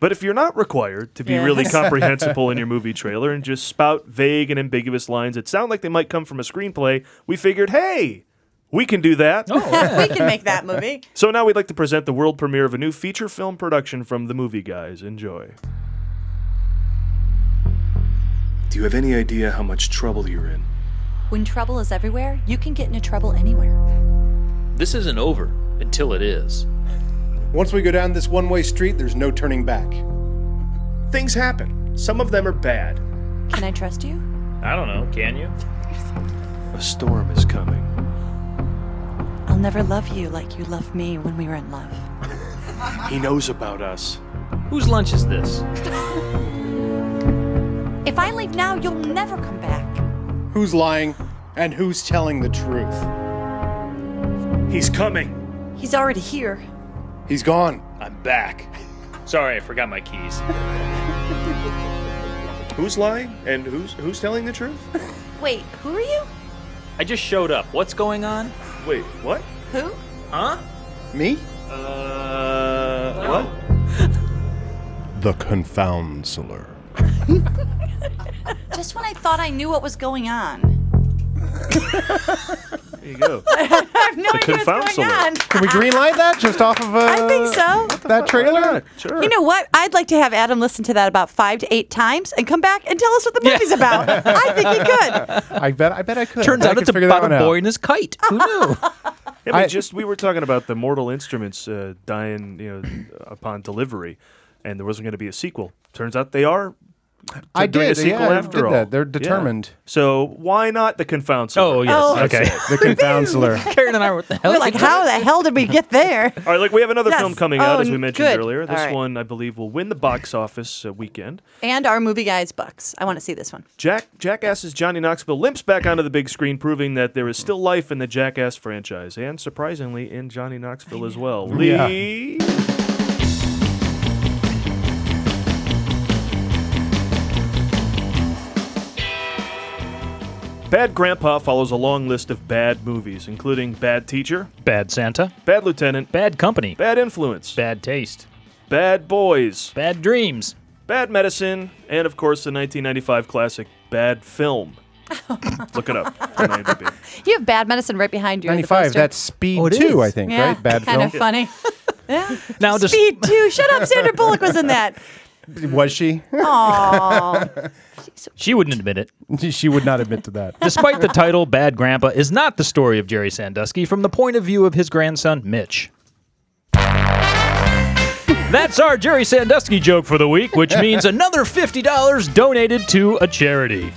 Speaker 2: But if you're not required to be really comprehensible in your movie trailer and just spout vague and ambiguous lines that sound like they might come from a screenplay, we figured, hey, we can do that.
Speaker 5: we can make that movie.
Speaker 2: So now we'd like to present the world premiere of a new feature film production from the movie guys. Enjoy.
Speaker 8: Do you have any idea how much trouble you're in?
Speaker 1: When trouble is everywhere, you can get into trouble anywhere.
Speaker 12: This isn't over until it is.
Speaker 4: Once we go down this one way street, there's no turning back.
Speaker 2: Things happen. Some of them are bad.
Speaker 1: Can I trust you?
Speaker 12: I don't know, can you?
Speaker 2: A storm is coming.
Speaker 1: I'll never love you like you loved me when we were in love.
Speaker 2: He knows about us.
Speaker 12: Whose lunch is this?
Speaker 1: If I leave now, you'll never come back.
Speaker 4: Who's lying and who's telling the truth?
Speaker 2: He's coming.
Speaker 1: He's already here.
Speaker 4: He's gone.
Speaker 12: I'm back. Sorry, I forgot my keys.
Speaker 2: Who's lying and who's who's telling the truth?
Speaker 1: Wait, who are you?
Speaker 12: I just showed up. What's going on?
Speaker 2: Wait, what?
Speaker 1: Who?
Speaker 12: Huh?
Speaker 4: Me?
Speaker 12: Uh, what?
Speaker 4: The Confoundseller.
Speaker 5: Just when I thought I knew what was going on.
Speaker 2: There you go.
Speaker 5: I have no
Speaker 2: The
Speaker 5: idea what's going on.
Speaker 2: Confoundseller.
Speaker 4: Can we greenlight that just off of uh,
Speaker 5: I think so.
Speaker 4: that trailer?
Speaker 2: sure.
Speaker 5: You know what? I'd like to have Adam listen to that about five to eight times and come back and tell us what the movie's about. I think he
Speaker 4: (laughs)
Speaker 5: could.
Speaker 4: I bet. I bet I could.
Speaker 3: Turns
Speaker 4: I bet I
Speaker 3: out
Speaker 4: could
Speaker 3: it's
Speaker 4: figure that
Speaker 3: about
Speaker 4: one
Speaker 3: a
Speaker 4: out.
Speaker 3: boy and his kite. Who knew?
Speaker 2: I mean,
Speaker 4: I-
Speaker 2: just we were talking about the Mortal Instruments uh, dying, you know, upon delivery, and there wasn't going to be a sequel. Turns out they are
Speaker 4: I
Speaker 2: doing a
Speaker 4: did.
Speaker 2: sequel
Speaker 4: yeah, I
Speaker 2: after
Speaker 4: did
Speaker 2: all.
Speaker 4: that. They're
Speaker 2: Yeah.
Speaker 4: determined.
Speaker 2: So why not the confound?
Speaker 3: Oh, yes. Oh. Okay. (laughs)
Speaker 4: The confoundsler.
Speaker 3: Karen and I were the hell.
Speaker 5: We're like, how the hell did we get there?
Speaker 2: All right, look, we have another
Speaker 5: Yes.
Speaker 2: film coming
Speaker 5: Oh,
Speaker 2: out, as we mentioned
Speaker 5: good.
Speaker 2: earlier.
Speaker 5: All
Speaker 2: This
Speaker 5: right.
Speaker 2: one, I believe, will win the box office uh, weekend.
Speaker 5: And our movie guys bucks. I want to see this one.
Speaker 2: Jack Jackass's Johnny Knoxville limps back onto the big screen, proving that there is still life in the Jackass franchise, and surprisingly, in Johnny Knoxville as well.
Speaker 4: Yeah.
Speaker 2: Lee, Bad Grandpa follows a long list of bad movies, including Bad Teacher,
Speaker 3: Bad Santa,
Speaker 2: Bad Lieutenant,
Speaker 3: bad company,
Speaker 2: Bad Influence,
Speaker 3: bad taste,
Speaker 2: Bad Boys,
Speaker 3: bad dreams.
Speaker 2: Bad Medicine, and of course the 1995 classic Bad Film. Look it up. on IMDb.
Speaker 5: You have bad medicine right behind you. in the
Speaker 4: 95.
Speaker 5: poster.
Speaker 4: That's Speed
Speaker 3: Oh, it
Speaker 4: 2,
Speaker 3: is.
Speaker 4: I think,
Speaker 5: yeah,
Speaker 4: right? Bad
Speaker 5: kind
Speaker 4: film.
Speaker 5: of funny. yeah.
Speaker 3: Now just
Speaker 5: Speed two. Shut up, Sandra Bullock was in that.
Speaker 4: Was she? (laughs)
Speaker 5: Aww.
Speaker 3: she wouldn't admit it.
Speaker 4: she would not admit to that.
Speaker 3: Despite the title, Bad Grandpa is not the story of Jerry Sandusky from the point of view of his grandson, Mitch. That's our Jerry Sandusky joke for the week, which means another $50 donated to a charity.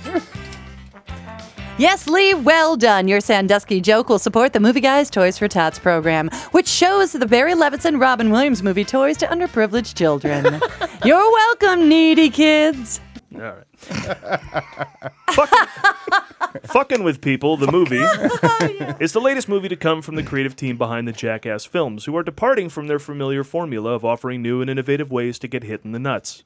Speaker 5: Yes, Lee, well done. Your Sandusky joke will support the Movie Guys Toys for Tots program, which shows the Barry Levinson Robin Williams movie toys to underprivileged children. You're welcome, needy kids.
Speaker 2: All right. Fucking, Fuckin' with People, the movie, is the latest movie to come from the creative team behind the Jackass films, who are departing from their familiar formula of offering new and innovative ways to get hit in the nuts.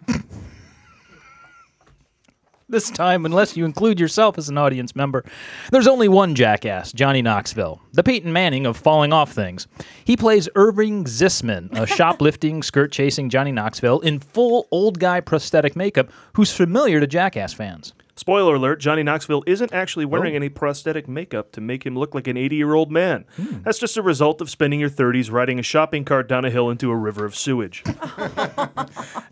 Speaker 3: This time, unless you include yourself as an audience member, there's only one jackass, Johnny Knoxville, the Peyton Manning of falling off things. He plays Irving Zisman, a shoplifting, skirt chasing Johnny Knoxville in full old guy prosthetic makeup who's familiar to jackass fans.
Speaker 2: Spoiler alert Johnny Knoxville isn't actually wearing any prosthetic makeup to make him look like an 80 year old man. That's just a result of spending your 30s riding a shopping cart down a hill into a river of sewage.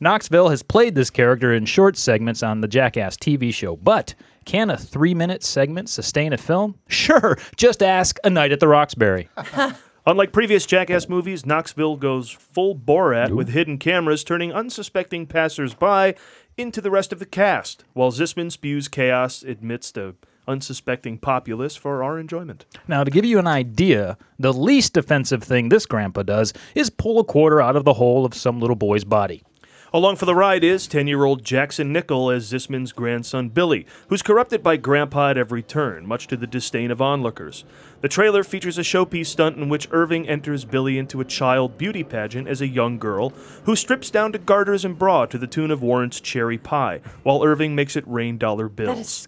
Speaker 3: Knoxville has played this character in short segments on the Jackass TV show, but can a three minute segment sustain a film? Sure, just ask A Night at the Roxbury.
Speaker 2: Unlike previous Jackass movies, Knoxville goes full Borat with hidden cameras, turning unsuspecting passersby into the rest of the cast, while Zisman spews chaos amidst a unsuspecting populace for our enjoyment.
Speaker 3: Now, to give you an idea, the least offensive thing this grandpa does is pull a quarter out of the hole of some little boy's body.
Speaker 2: Along for the ride is 10 year old Jackson Nickel as Zisman's grandson Billy, who's corrupted by Grandpa at every turn, much to the disdain of onlookers. The trailer features a showpiece stunt in which Irving enters Billy into a child beauty pageant as a young girl who strips down to garters and bra to the tune of Warren's Cherry Pie, while Irving makes it rain dollar bills.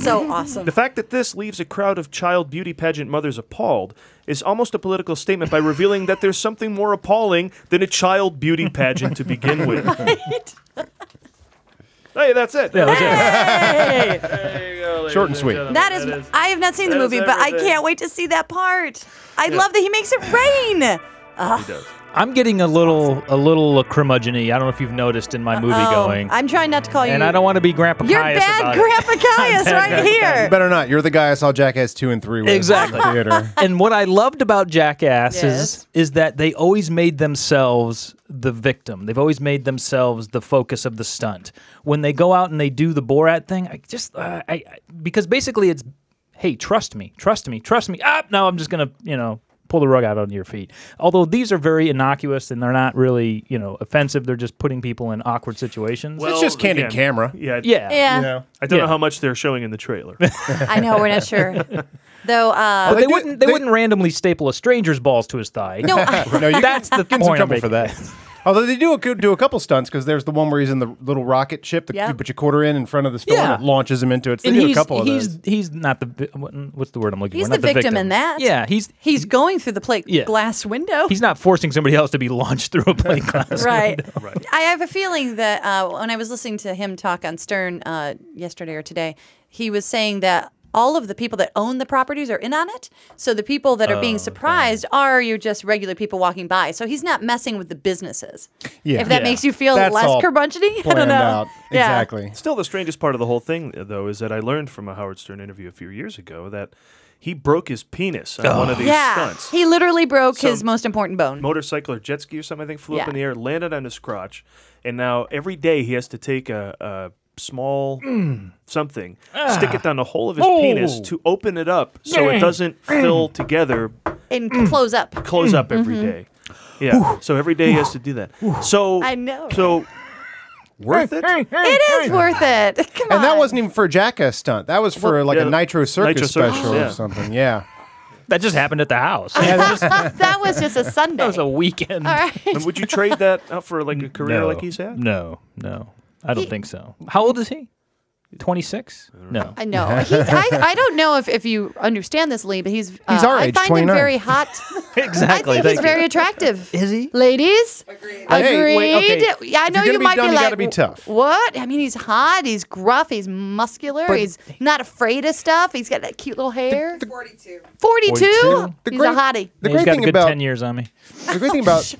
Speaker 5: So awesome.
Speaker 2: The fact that this leaves a crowd of child beauty pageant mothers appalled is almost a political statement by revealing that there's something more appalling than a child beauty pageant to begin
Speaker 3: (laughs)
Speaker 2: with. (laughs) Hey, that's it.
Speaker 3: Yeah,
Speaker 5: (laughs)
Speaker 3: that's it.
Speaker 5: Hey!
Speaker 4: Short and sweet.
Speaker 5: That is, I have not seen the
Speaker 2: that is
Speaker 5: movie, but I
Speaker 2: everything.
Speaker 5: can't wait to see that part. I love that he makes it rain.
Speaker 3: I'm getting a little, a little curmudgeon I don't know if you've noticed in my movie going.
Speaker 5: Oh, I'm trying not to call you.
Speaker 3: and I don't want to be Grandpa
Speaker 5: You're
Speaker 3: Caius
Speaker 5: bad,
Speaker 3: about it. (laughs)
Speaker 5: Grandpa Caius, right here.
Speaker 4: Better not. You're the guy I saw Jackass 2 and 3 with.
Speaker 3: Exactly.
Speaker 4: In
Speaker 3: (laughs)
Speaker 4: the theater.
Speaker 5: (laughs)
Speaker 3: and what I loved about Jackass
Speaker 5: Yes.
Speaker 3: is is that they always made themselves the victim. They've always made themselves the focus of the stunt. When they go out and they do the Borat thing, I just uh, I, I because basically it's hey, trust me, trust me, trust me. Up now, I'm just gonna you know pull the rug out on your feet. Although these are very innocuous and they're not really you know offensive. They're just putting people in awkward situations.
Speaker 4: it's just candid
Speaker 2: again,
Speaker 4: camera.
Speaker 2: Yeah.
Speaker 3: yeah.
Speaker 5: Yeah,
Speaker 2: I don't know
Speaker 3: Yeah.
Speaker 2: how much they're showing in the
Speaker 3: (laughs)
Speaker 2: trailer.
Speaker 5: I know we're not sure. Though, uh,
Speaker 3: But they,
Speaker 4: do-
Speaker 3: wouldn't they,
Speaker 4: they-
Speaker 3: wouldn't randomly staple a stranger's balls to his thigh.
Speaker 5: no,
Speaker 4: (laughs)
Speaker 5: I-
Speaker 4: No, you
Speaker 3: that's the
Speaker 4: get in
Speaker 3: point
Speaker 4: some
Speaker 3: I'm
Speaker 4: trouble for
Speaker 3: making.
Speaker 4: that. Although they do a, do a couple stunts because there's the one where he's in the little rocket ship that
Speaker 5: Yeah.
Speaker 4: you put your quarter in in front of the store
Speaker 3: Yeah.
Speaker 4: and it launches him into it. So
Speaker 3: And
Speaker 4: they do a
Speaker 3: he's-
Speaker 4: couple of
Speaker 3: he's, (laughs)
Speaker 4: those.
Speaker 3: He's not the vi- what- what's the word I'm looking
Speaker 5: He's
Speaker 3: for?
Speaker 5: the
Speaker 3: Not
Speaker 5: victim in that.
Speaker 3: Yeah, he's
Speaker 5: he's going through the plate
Speaker 3: Yeah.
Speaker 5: glass window.
Speaker 3: he's not forcing somebody else to be launched through a
Speaker 4: (laughs)
Speaker 3: plate (laughs) glass.
Speaker 5: right. I have a feeling that uh, when I was listening to him talk on Stern uh, yesterday or today, he was saying that all of the people that own the properties are in on it. So the people that are
Speaker 4: Oh,
Speaker 5: being surprised are you just regular people walking by. So he's not messing with the businesses.
Speaker 4: Yeah.
Speaker 5: If that
Speaker 4: Yeah.
Speaker 5: makes you feel
Speaker 4: That's
Speaker 5: less
Speaker 4: all
Speaker 5: curmudgeon-y, (laughs) I don't
Speaker 4: Planned
Speaker 5: know.
Speaker 4: out.
Speaker 5: Yeah.
Speaker 4: Exactly.
Speaker 2: Still, the strangest part of the whole thing, though, is that I learned from a Howard Stern interview a few years ago that he broke his penis on one of these
Speaker 5: Yeah.
Speaker 2: stunts.
Speaker 5: He literally broke
Speaker 2: So-
Speaker 5: his most important bone.
Speaker 2: motorcycle or jet ski or something, I think, flew up
Speaker 5: Yeah.
Speaker 2: in the air, landed on his crotch, and now every day he has to take a, a small something,
Speaker 5: Ah.
Speaker 2: stick it down the hole of his penis
Speaker 5: Oh.
Speaker 2: to open it up so it
Speaker 5: Yeah.
Speaker 2: doesn't fill together,
Speaker 5: and
Speaker 4: Mm.
Speaker 5: close up.
Speaker 2: close up every day.
Speaker 5: Mhm.
Speaker 2: Yeah. So every day he has to do that. So
Speaker 5: I know.
Speaker 2: So worth it?
Speaker 5: It is worth it. (laughs) Come
Speaker 4: and that wasn't even for a jackass stunt. That was for
Speaker 3: Well,
Speaker 4: like
Speaker 3: yeah,
Speaker 4: a Nitro Circus
Speaker 3: Nitro Circus,
Speaker 4: special
Speaker 3: yeah.
Speaker 4: or something. Yeah.
Speaker 3: That just happened at the house.
Speaker 5: on. that was just a Sunday. That was a
Speaker 3: weekend.
Speaker 5: All right.
Speaker 2: And would you trade that out for like a career like he's had?
Speaker 3: No, no, I don't think so. How old is he? Twenty six? No,
Speaker 5: I know. He's, I, I don't know if, if you understand this, Lee, but he's uh,
Speaker 3: He's our
Speaker 5: I
Speaker 3: age,
Speaker 5: find
Speaker 3: 29.
Speaker 5: him very
Speaker 3: (laughs)
Speaker 5: hot.
Speaker 3: (laughs) exactly.
Speaker 5: I think
Speaker 3: thank
Speaker 5: he's
Speaker 3: you.
Speaker 5: very attractive.
Speaker 3: Is he?
Speaker 5: Ladies? Agreed.
Speaker 3: Hey, wait, okay.
Speaker 5: Yeah, I
Speaker 3: If
Speaker 5: know
Speaker 3: you're gonna
Speaker 5: you
Speaker 3: be
Speaker 5: might
Speaker 3: dumb,
Speaker 5: be
Speaker 3: you
Speaker 5: like,
Speaker 3: gotta be tough.
Speaker 5: what? I mean, he's hot. He's gruff. He's muscular.
Speaker 3: But-
Speaker 5: he's not afraid of stuff. He's got that cute little hair. 42. 42?
Speaker 3: 42?
Speaker 4: The
Speaker 5: He's
Speaker 4: great-
Speaker 5: a hottie.
Speaker 4: the
Speaker 3: He's
Speaker 4: great
Speaker 3: got
Speaker 4: thing
Speaker 3: a good
Speaker 4: about-
Speaker 3: ten years on me.
Speaker 4: The great thing about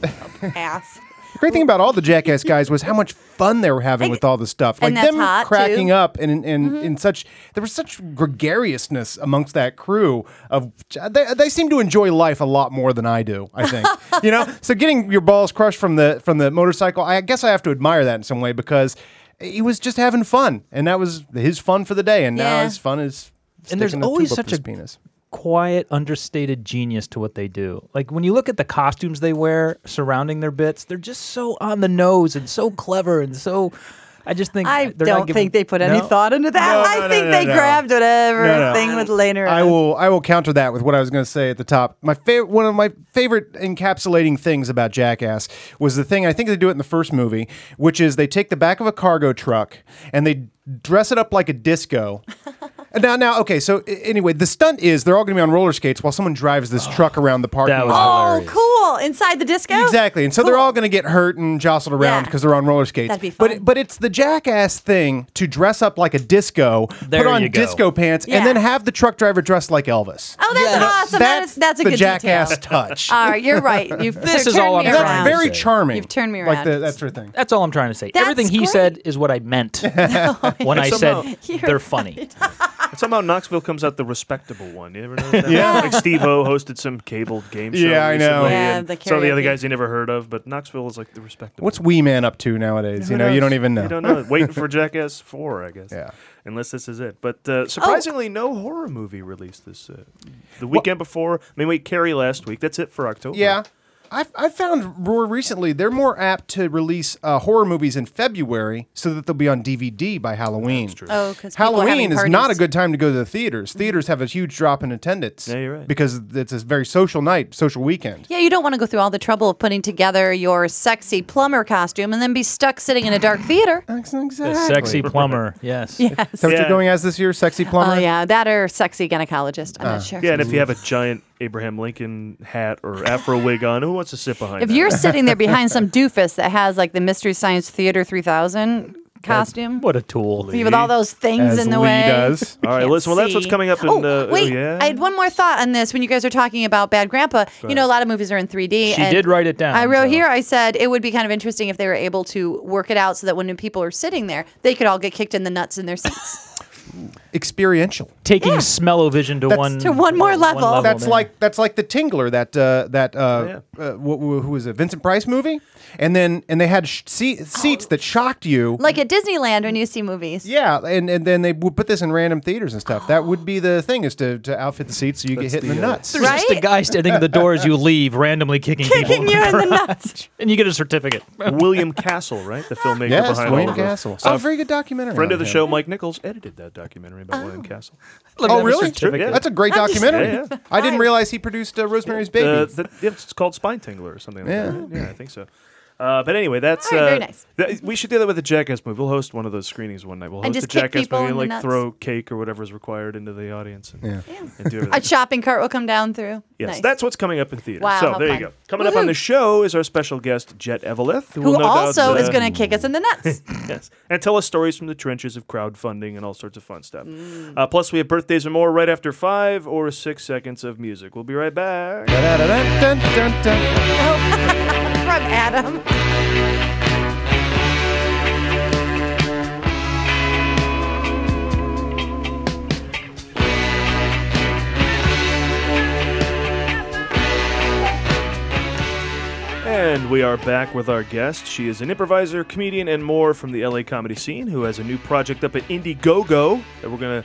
Speaker 4: (laughs)
Speaker 5: Ass.
Speaker 4: the great thing about all the jackass guys was how much fun they were having with all the stuff. Like
Speaker 5: And that's
Speaker 4: them
Speaker 5: hot,
Speaker 4: cracking
Speaker 5: too. Mm-hmm.
Speaker 4: up and and, and in such there was such gregariousness amongst that crew of they, they seem to enjoy life a lot more than I do, I
Speaker 5: (laughs)
Speaker 4: think. you know? So getting your balls crushed from the from the motorcycle, I guess I have to admire that in some way because he was just having fun and that was his fun for the day and now
Speaker 3: Yeah.
Speaker 4: his fun is
Speaker 3: And there's
Speaker 4: sticking a
Speaker 3: always
Speaker 4: tube up
Speaker 3: such
Speaker 4: his
Speaker 3: a-
Speaker 4: penis.
Speaker 3: Quiet, understated genius to what they do. Like when you look at the costumes they wear surrounding their bits, they're just so on the nose and so clever and so. I just think
Speaker 11: I
Speaker 3: they're
Speaker 11: don't
Speaker 3: not giving-
Speaker 11: think they put any
Speaker 3: No?
Speaker 11: thought into that.
Speaker 3: No,
Speaker 11: I
Speaker 3: no, no,
Speaker 11: think
Speaker 3: no,
Speaker 11: they
Speaker 3: no.
Speaker 11: grabbed whatever
Speaker 4: No, no.
Speaker 11: thing was laying around.
Speaker 4: I will I will counter that with what I was going to say at the top. My favorite one of my favorite encapsulating things about Jackass was the thing I think they do it in the first movie, which is they take the back of a cargo truck and they dress it up like
Speaker 11: (laughs)
Speaker 4: a disco. And now now okay, so a- anyway, the stunt is they're all going to be on roller skates while someone drives this truck around the parking
Speaker 11: Oh,
Speaker 4: lot.
Speaker 11: cool! Inside the disco.
Speaker 4: Exactly. And so they're all going to get hurt and jostled around
Speaker 11: Yeah.
Speaker 4: because they're on roller skates.
Speaker 11: That'd be
Speaker 4: But but it's the jackass thing to dress up like a disco, put
Speaker 3: There
Speaker 4: on
Speaker 3: you go.
Speaker 4: disco pants, and then have the truck driver dressed like Elvis.
Speaker 5: Oh, that's awesome. That
Speaker 4: That's
Speaker 5: is, that's a
Speaker 4: the
Speaker 5: good
Speaker 4: jackass
Speaker 5: detail. (laughs) Uh,
Speaker 4: touch.
Speaker 5: All right, you're right. You've
Speaker 3: This
Speaker 5: you've
Speaker 3: is all
Speaker 5: turned
Speaker 3: I'm
Speaker 5: me
Speaker 3: trying
Speaker 5: around.
Speaker 3: to
Speaker 4: Very
Speaker 3: say.
Speaker 4: charming.
Speaker 5: You've turned me
Speaker 4: Like
Speaker 5: around.
Speaker 4: the, that sort of thing.
Speaker 3: That's all I'm trying to say.
Speaker 5: That's
Speaker 3: Everything he said is what I meant (laughs) when I said they're funny.
Speaker 2: And somehow Knoxville comes out the respectable one. You ever know that?
Speaker 4: (laughs) Yeah.
Speaker 2: Like Steve O hosted some cabled game show.
Speaker 4: Yeah, I know.
Speaker 2: recently,
Speaker 4: Yeah,
Speaker 2: and
Speaker 4: the
Speaker 2: some of the other
Speaker 4: karaoke.
Speaker 2: guys you never heard of, but Knoxville is like the respectable.
Speaker 4: (laughs) What's Wee Man up to nowadays?
Speaker 2: Who
Speaker 4: you know, you
Speaker 2: knows?
Speaker 4: don't even know.
Speaker 2: You don't know. Waiting for Jackass Four, I guess.
Speaker 4: Yeah.
Speaker 2: Unless this is it, but uh, surprisingly, no horror movie released this uh, the weekend before. I mean, wait, Carrie last week. That's it for October.
Speaker 4: (laughs) Yeah. I've, I've found more recently they're more apt to release uh, horror movies in February so that they'll be on DVD by Halloween.
Speaker 5: Oh, 'cause people are
Speaker 4: Halloween
Speaker 5: having
Speaker 4: is not a
Speaker 5: parties. Mm.
Speaker 4: good time to go to the theaters. Theaters have a huge drop in attendance. Yeah, you're right. Because it's a very social night, social weekend.
Speaker 5: Yeah, you don't want to go through all the trouble of putting together your sexy plumber costume and then be stuck sitting in a dark theater.
Speaker 4: Exactly.
Speaker 3: Sexy plumber. Yes.
Speaker 5: Yes.
Speaker 4: Is that what you're going as this year? Sexy plumber?
Speaker 5: Oh yeah, that or sexy gynecologist. I'm
Speaker 2: Uh,
Speaker 5: not sure.
Speaker 2: Yeah, and if you have a giant Abraham Lincoln hat or Afro wig on, who wants to sit behind?
Speaker 5: if
Speaker 2: that?
Speaker 5: you're sitting there behind some doofus that has like the Mystery Science Theater 3000 costume,
Speaker 3: What a tool.
Speaker 5: with all those things in the way. (laughs)
Speaker 2: All right, listen. Well, that's what's coming up in.
Speaker 5: Oh,
Speaker 2: uh,
Speaker 5: wait,
Speaker 2: yeah.
Speaker 5: I had one more thought on this when you guys were talking about Bad Grandpa.
Speaker 2: Go
Speaker 5: you know, a lot of movies are in 3D.
Speaker 3: She
Speaker 5: and
Speaker 3: did write it down,
Speaker 5: I wrote
Speaker 3: so-
Speaker 5: here, I said it would be kind of interesting if they were able to work it out so that when people are sitting there, they could all get kicked in the nuts in their
Speaker 2: (laughs)
Speaker 5: seats.
Speaker 4: Experiential.
Speaker 3: Taking smell-o-vision to
Speaker 4: That's-
Speaker 3: one
Speaker 5: to one more level.
Speaker 4: that's
Speaker 3: there.
Speaker 4: like that's like the Tingler that uh, that uh, uh, wh- wh- who was it Vincent Price movie, and then and they had sh- se- seats that shocked you.
Speaker 5: like at Disneyland when you see movies.
Speaker 4: Yeah, and, and then they would put this in random theaters and stuff. That would be the thing is to, to outfit the seats so you get hit in the, nuts.
Speaker 3: There's just a guy standing at the door as you leave, randomly kicking, people.
Speaker 5: you in
Speaker 6: (laughs)
Speaker 5: the
Speaker 3: garage. (laughs) and you get a certificate. (laughs)
Speaker 2: William Castle, right? The
Speaker 4: (laughs)
Speaker 2: filmmaker
Speaker 4: Yes,
Speaker 2: behind
Speaker 4: William
Speaker 2: all of those.
Speaker 4: Castle. Oh,
Speaker 2: Uh,
Speaker 4: very good documentary
Speaker 2: Friend
Speaker 4: on
Speaker 2: of the
Speaker 4: him.
Speaker 2: show, Mike Nichols, edited that documentary about William Castle.
Speaker 3: Look at
Speaker 4: oh,
Speaker 3: that
Speaker 4: really?
Speaker 3: certificate.
Speaker 4: That's a great
Speaker 2: I'm just-
Speaker 4: documentary.
Speaker 2: Yeah, yeah.
Speaker 4: I didn't realize he produced uh, Rosemary's Baby.
Speaker 2: Uh, th- yeah, it's called Spine Tingler or something like
Speaker 4: Yeah.
Speaker 2: that. right? Yeah, I think so. Uh, but anyway, that's
Speaker 5: All right, very
Speaker 2: uh,
Speaker 5: nice.
Speaker 2: that- we should do that with a Jackass movie. We'll host one of those screenings one night. We'll
Speaker 5: And
Speaker 2: host a
Speaker 5: just kick
Speaker 2: Jackass
Speaker 5: people in
Speaker 2: movie and
Speaker 5: the
Speaker 2: like
Speaker 5: nuts.
Speaker 2: throw cake or whatever's required into the audience and, and
Speaker 5: (laughs)
Speaker 2: do
Speaker 5: (laughs) A
Speaker 2: everything.
Speaker 5: shopping cart will come down through.
Speaker 2: Yes,
Speaker 5: Nice.
Speaker 2: that's what's coming up in theaters.
Speaker 5: Wow,
Speaker 2: so
Speaker 5: how
Speaker 2: there
Speaker 5: fun.
Speaker 2: you go. Coming up on
Speaker 5: Woohoo.
Speaker 2: the show is our special guest Jet Eveleth,
Speaker 5: Who
Speaker 2: will no doubt,
Speaker 5: also is
Speaker 2: uh,
Speaker 5: going to kick us in the
Speaker 2: (laughs)
Speaker 5: nuts.
Speaker 2: yes. And tell us stories from the trenches of crowdfunding and all sorts of fun stuff.
Speaker 5: Mm.
Speaker 2: Uh, plus, we have birthdays and more right after five or six seconds of music. We'll be right back.
Speaker 5: From
Speaker 2: (laughs)
Speaker 5: Adam.
Speaker 2: And And we are back with our guest. She is an improviser, comedian, and more from the LA comedy scene who has a new project up at Indiegogo that we're going to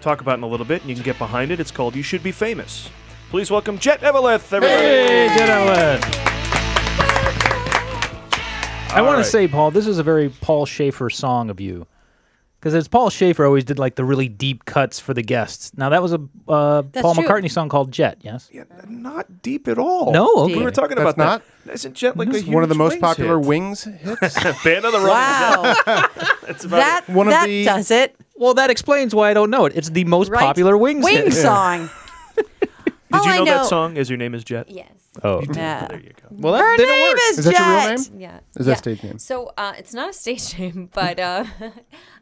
Speaker 2: talk about in a little bit, and you can get behind it. It's called You Should Be Famous. Please welcome Jet Eveleth, everybody.
Speaker 3: Hey, Jet Eveleth. I want to say, Paul, this is a very Paul Schaefer song of you. Because as Paul Schaefer always did, like the really deep cuts for the guests. Now that was a uh,
Speaker 2: That's
Speaker 3: Paul
Speaker 2: true.
Speaker 3: McCartney song called Jet. Yes.
Speaker 2: Not deep at
Speaker 4: Oh,
Speaker 2: all.
Speaker 3: No, okay.
Speaker 2: We were talking
Speaker 3: That's
Speaker 2: about that. Isn't Jet like a
Speaker 4: It's one of the
Speaker 2: huge
Speaker 4: most
Speaker 2: Wings
Speaker 4: popular
Speaker 2: hit?
Speaker 4: Wings hits.
Speaker 2: Band of the Running.
Speaker 5: Wow.
Speaker 2: (laughs) That's
Speaker 5: that
Speaker 2: about
Speaker 5: that
Speaker 2: it.
Speaker 5: does it.
Speaker 3: Well, that explains why I don't know it. It's the most
Speaker 5: Right?
Speaker 3: popular Wings
Speaker 5: Wing
Speaker 3: hit.
Speaker 5: song.
Speaker 2: (laughs) Did you
Speaker 5: Oh, I
Speaker 2: know,
Speaker 5: know-
Speaker 2: that song? Is your name is Jet?
Speaker 13: Yes.
Speaker 3: (laughs) Oh.
Speaker 5: Yeah.
Speaker 3: Well,
Speaker 13: that
Speaker 5: Her
Speaker 13: didn't
Speaker 5: name
Speaker 13: work.
Speaker 5: is
Speaker 4: Is that your real
Speaker 5: Jet.
Speaker 4: name?
Speaker 13: Yeah.
Speaker 4: Is that
Speaker 13: yeah.
Speaker 4: stage name?
Speaker 13: So uh, it's not a stage (laughs) name, but uh,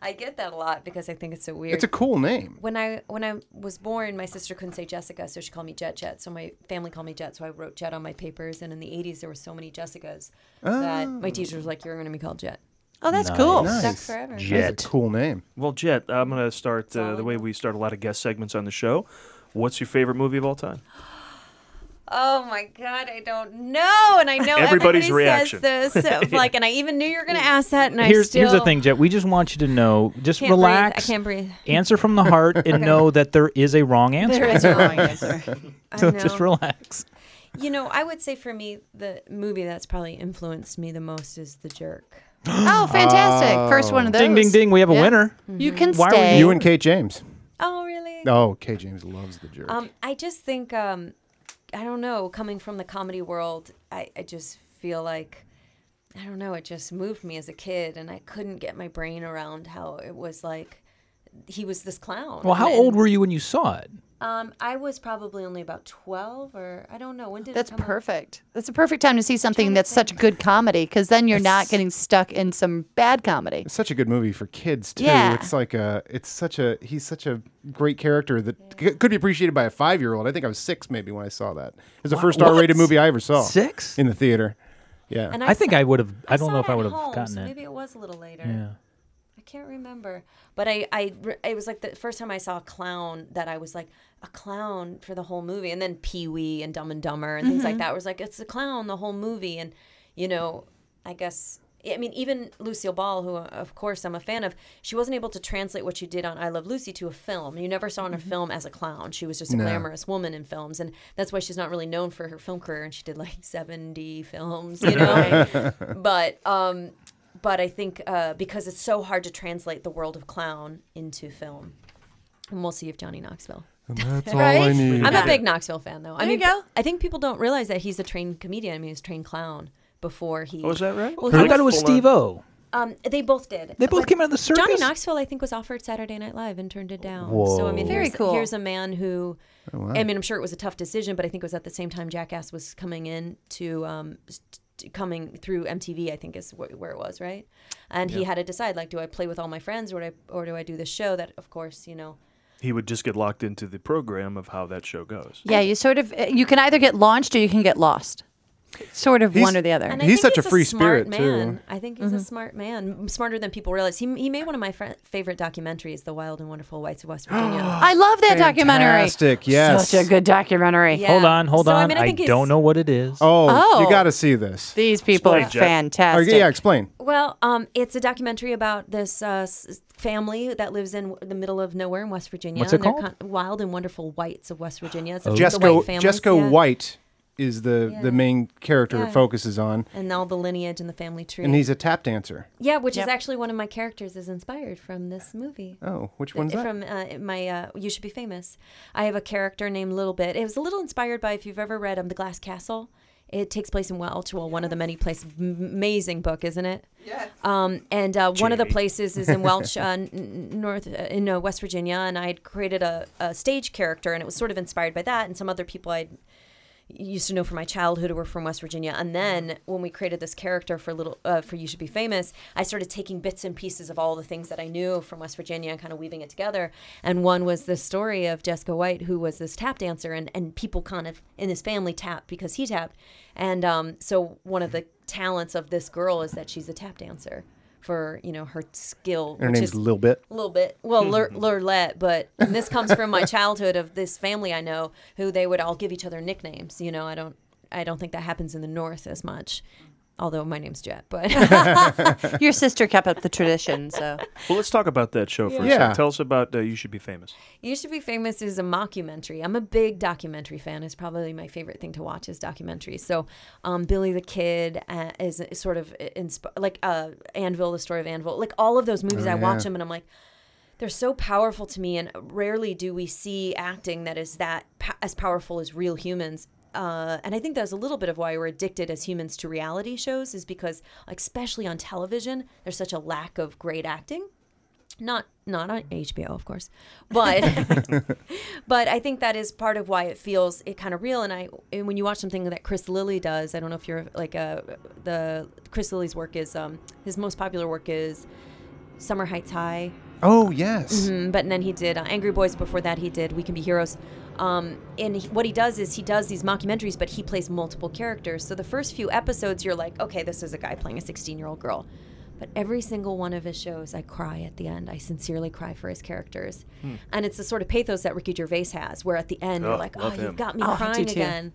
Speaker 13: I get that a lot because I think it's so weird.
Speaker 4: It's a cool name.
Speaker 13: When I when I was born, my sister couldn't say Jessica, so she called me Jet Jet. So my family called me Jet, so I wrote Jet on my papers. And in the '80s, there were so many Jessicas that my
Speaker 4: Oh.
Speaker 13: teacher was like, "You're going to be called Jet."
Speaker 5: Oh, that's
Speaker 13: Stuck forever.
Speaker 4: That's a cool name.
Speaker 2: Well, Jet, I'm going to start uh, the way we start a lot of guest segments on the show. What's your favorite movie of all time?
Speaker 13: Oh my God, I don't know, and I know
Speaker 2: Everybody's
Speaker 13: everybody
Speaker 2: reaction.
Speaker 13: says
Speaker 3: (laughs)
Speaker 13: this. so, like, and I even knew you were going to ask that, and
Speaker 3: here's
Speaker 13: I still
Speaker 3: here's the thing, Jet. We just want you to know. Just
Speaker 13: Can't breathe. I
Speaker 3: relax.
Speaker 13: can't breathe.
Speaker 3: Answer from the heart and
Speaker 13: Okay.
Speaker 3: know that there is a wrong answer.
Speaker 13: There is a wrong answer. I
Speaker 3: so (laughs) just
Speaker 13: know.
Speaker 3: relax.
Speaker 13: You know, I would say for me, the movie that's probably influenced me the most is The Jerk.
Speaker 5: Oh, fantastic. First one of those.
Speaker 3: Ding ding ding! We have a
Speaker 5: Yeah. Mm-hmm.
Speaker 3: winner.
Speaker 5: You can
Speaker 3: Why were
Speaker 5: stay.
Speaker 4: You and Kate James.
Speaker 13: Oh, really?
Speaker 4: Oh, Kate James loves the jerk.
Speaker 13: Um, I just think, um, I don't know, coming from the comedy world, I, I just feel like, I don't know, it just moved me as a kid, and I couldn't get my brain around how it was like he was this clown.
Speaker 3: Well, how
Speaker 13: And-
Speaker 3: old were you when you saw it?
Speaker 13: Um, I was probably only about 12 or I don't know. When did
Speaker 5: That's
Speaker 13: it come out?
Speaker 5: perfect. That's a perfect time to see something that's such good comedy because then you're not getting stuck in some bad comedy.
Speaker 4: It's such a good movie for kids too.
Speaker 5: Yeah.
Speaker 4: It's like a, it's such a, he's such a great character that c- could be appreciated by a five year old. I think I was six maybe when I saw that. It's the
Speaker 3: Wha-
Speaker 4: first
Speaker 3: what?
Speaker 4: R rated movie I ever saw.
Speaker 3: Six?
Speaker 4: in the theater. Yeah.
Speaker 13: And
Speaker 3: I, think
Speaker 13: saw-
Speaker 3: I would have. I, don't
Speaker 13: saw
Speaker 3: know
Speaker 13: it
Speaker 3: if I
Speaker 13: at
Speaker 3: would have
Speaker 13: home,
Speaker 3: gotten
Speaker 13: so
Speaker 3: it.
Speaker 13: Maybe it was a little later.
Speaker 3: Yeah.
Speaker 13: I can't remember. But I, I, re- it was like the first time I saw a clown that I was like, a clown for the whole movie. And then Pee Wee and Dumb and Dumber and things like
Speaker 5: Mhm.
Speaker 13: that. It was like, it's a clown the whole movie. And, you know, I guess. I mean, even Lucille Ball, who, uh, of course, I'm a fan of, she wasn't able to translate what she did on I Love Lucy to a film. You never saw her in a film as a clown. She was just a
Speaker 5: No.
Speaker 13: glamorous woman in films. And that's why she's not really known for her film career. And she did like
Speaker 3: (laughs)
Speaker 13: 70 films, you
Speaker 4: (laughs)
Speaker 13: know? but um but i think uh because it's so hard to translate the world of clown into film and we'll see if johnny knoxville
Speaker 4: And that's all I
Speaker 13: right
Speaker 4: need.
Speaker 13: i'm a big knoxville fan though i
Speaker 5: There you
Speaker 13: mean i think people don't realize that he's a trained comedian i mean he's a trained clown before he
Speaker 2: Oh, is that right?
Speaker 13: well,
Speaker 3: I
Speaker 13: he
Speaker 3: thought it was Steve O.
Speaker 13: um, they both did.
Speaker 3: They both
Speaker 13: But
Speaker 3: came out of the circus?
Speaker 13: Johnny Knoxville, I think, was offered Saturday Night Live and turned it down. So I mean,
Speaker 5: Whoa. Very
Speaker 13: here's,
Speaker 5: cool.
Speaker 13: Here's a man who,
Speaker 5: Oh, wow.
Speaker 13: I mean, I'm sure it was a tough decision, but I think it was at the same time Jackass was coming in to um, s- t- coming through MTV. I think is wh- where it was, right? And he
Speaker 2: Yeah.
Speaker 13: had to decide, like, do I play with all my friends, or do I, or do I do this show that, of course, you know,
Speaker 2: He would just get locked into the program of how that show goes.
Speaker 5: Yeah, you sort of eh, you can either get launched or you can get lost. Sort of one or the other.
Speaker 13: And I think smart man. I think he's a
Speaker 5: Mm-hmm.
Speaker 13: smart man, m- smarter than people realize. He, he made one of my fr- favorite documentaries, "The Wild and Wonderful Whites of
Speaker 5: (gasps)
Speaker 13: West Virginia." (gasps)
Speaker 5: I love that documentary.
Speaker 4: Fantastic, yes.
Speaker 5: Such a good documentary.
Speaker 13: Yeah.
Speaker 3: Hold on, hold
Speaker 13: So, I
Speaker 3: on. I,
Speaker 13: mean, I think he's-
Speaker 3: don't know what it is.
Speaker 4: Oh,
Speaker 13: Oh.
Speaker 4: you got to see this.
Speaker 5: These people
Speaker 13: are
Speaker 5: fantastic.
Speaker 4: yeah, explain.
Speaker 13: Well, um, it's a documentary about this uh, s- family that lives in w- the middle of nowhere in West Virginia.
Speaker 4: What's it
Speaker 13: and they're
Speaker 4: called?
Speaker 13: Con- Wild and Wonderful Whites of West Virginia. It's
Speaker 4: Oh.
Speaker 13: about
Speaker 4: Jessica,
Speaker 13: the white families,
Speaker 4: Jessica
Speaker 13: yeah.
Speaker 4: White is the, the main character
Speaker 13: Yeah.
Speaker 4: it focuses on.
Speaker 13: and all the lineage and the family tree.
Speaker 4: And he's a tap dancer.
Speaker 13: yeah, which
Speaker 5: Yep.
Speaker 13: is actually one of my characters is inspired from this movie.
Speaker 4: Oh, which
Speaker 13: Uh,
Speaker 4: one's that?
Speaker 13: From uh, my uh, You Should Be Famous. I have a character named Little Bit. It was a little inspired by, if you've ever read um, The Glass Castle, it takes place in Welch, well, one of the many places. Amazing book, isn't it? Yes. Um, and uh, one of the
Speaker 5: Jamie.
Speaker 13: places is
Speaker 4: (laughs)
Speaker 13: in Welch, uh, n- n- north uh, in uh, West Virginia, and I had created a, a stage character, and it was sort of inspired by that and some other people I'd used to know from my childhood who were from West Virginia. And then when we created this character for little uh, for You Should Be Famous, I started taking bits and pieces of all the things that I knew from West Virginia and kind of weaving it together. And one was this story of Jessica White, who was this tap dancer, and and people kind of in his family tapped because he tapped. And um, so one of the talents of this girl is that she's a tap dancer. For you know her skill,
Speaker 4: Her
Speaker 13: which
Speaker 4: name's
Speaker 13: is
Speaker 4: Lil Bit.
Speaker 13: a little bit.
Speaker 4: (laughs)
Speaker 13: Well, lur- lurlette, but and this comes from my childhood of this family I know who they would all give each other nicknames. You know, I don't. I don't think that happens in the North as much. Although my name's Jet, but (laughs)
Speaker 5: Your sister kept up the tradition, so.
Speaker 2: Well, let's talk about that show for a
Speaker 5: Yeah.
Speaker 2: second. Tell us about uh, You Should Be Famous.
Speaker 13: You Should Be Famous is a mockumentary. I'm a big documentary fan. It's probably my favorite thing to watch is documentaries. So, um, Billy the Kid uh, is is sort of insp- like uh, Anvil, the story of Anvil. Like all of those movies,
Speaker 14: Oh,
Speaker 13: I watch
Speaker 14: yeah.
Speaker 13: them and I'm like, they're so powerful to me. And rarely do we see acting that is that po- as powerful as real humans. Uh, and I think that's a little bit of why we're addicted as humans to reality shows, is because, like, especially on television, there's such a lack of great acting not not on HBO, of course, but but I think that is part of why it feels it kind of real. And I and when you watch something that Chris Lilly does, I don't know if you're like uh the Chris Lilly's work is um, his most popular work is Summer Heights High.
Speaker 4: Oh yes.
Speaker 13: Mhm, but then he did uh, Angry Boys. Before that, he did We Can Be Heroes. Um, and he- what he does is he does these mockumentaries, but he plays multiple characters. So the first few episodes, you're like, okay, this is a guy playing a 16 year old girl. But every single one of his shows, I cry at the end. I sincerely cry for his characters.
Speaker 14: Hmm.
Speaker 13: And it's the sort of pathos that Ricky Gervais has, where at the end,
Speaker 14: Oh,
Speaker 13: you're like, oh,
Speaker 14: love him.
Speaker 13: you've got me
Speaker 5: Oh, I do
Speaker 13: crying
Speaker 5: too.
Speaker 13: again.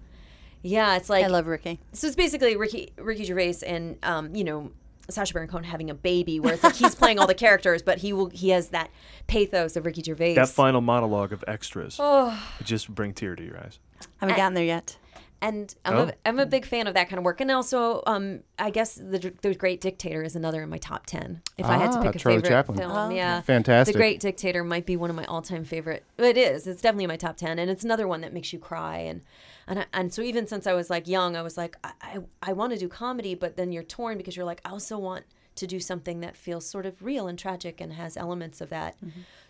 Speaker 13: Yeah, it's like
Speaker 5: I love Ricky.
Speaker 13: so it's basically Ricky Ricky Gervais and um, you know Sacha Baron Cohen having a baby, where it's like he's playing all the (laughs) characters, but he will he has that pathos of Ricky Gervais.
Speaker 2: That final monologue of extras
Speaker 13: Oh.
Speaker 2: It just bring tear to your eyes.
Speaker 13: haven't gotten there yet. And I'm,
Speaker 2: Oh.
Speaker 13: a, I'm a big fan of that kind of work. And also, um, I guess the, the Great Dictator is another in my top ten. If I had to
Speaker 4: Ah,
Speaker 13: pick a
Speaker 4: Charlie
Speaker 13: favorite
Speaker 4: Chaplin.
Speaker 13: film,
Speaker 4: Oh.
Speaker 13: yeah,
Speaker 4: Fantastic.
Speaker 13: The Great Dictator might be one of my all-time favorite. It is. It's definitely in my top ten, and it's another one that makes you cry. And and I, and so even since I was like young, I was like I I, I want to do comedy, but then you're torn because you're like I also want to do something that feels sort of real and tragic and has elements of that.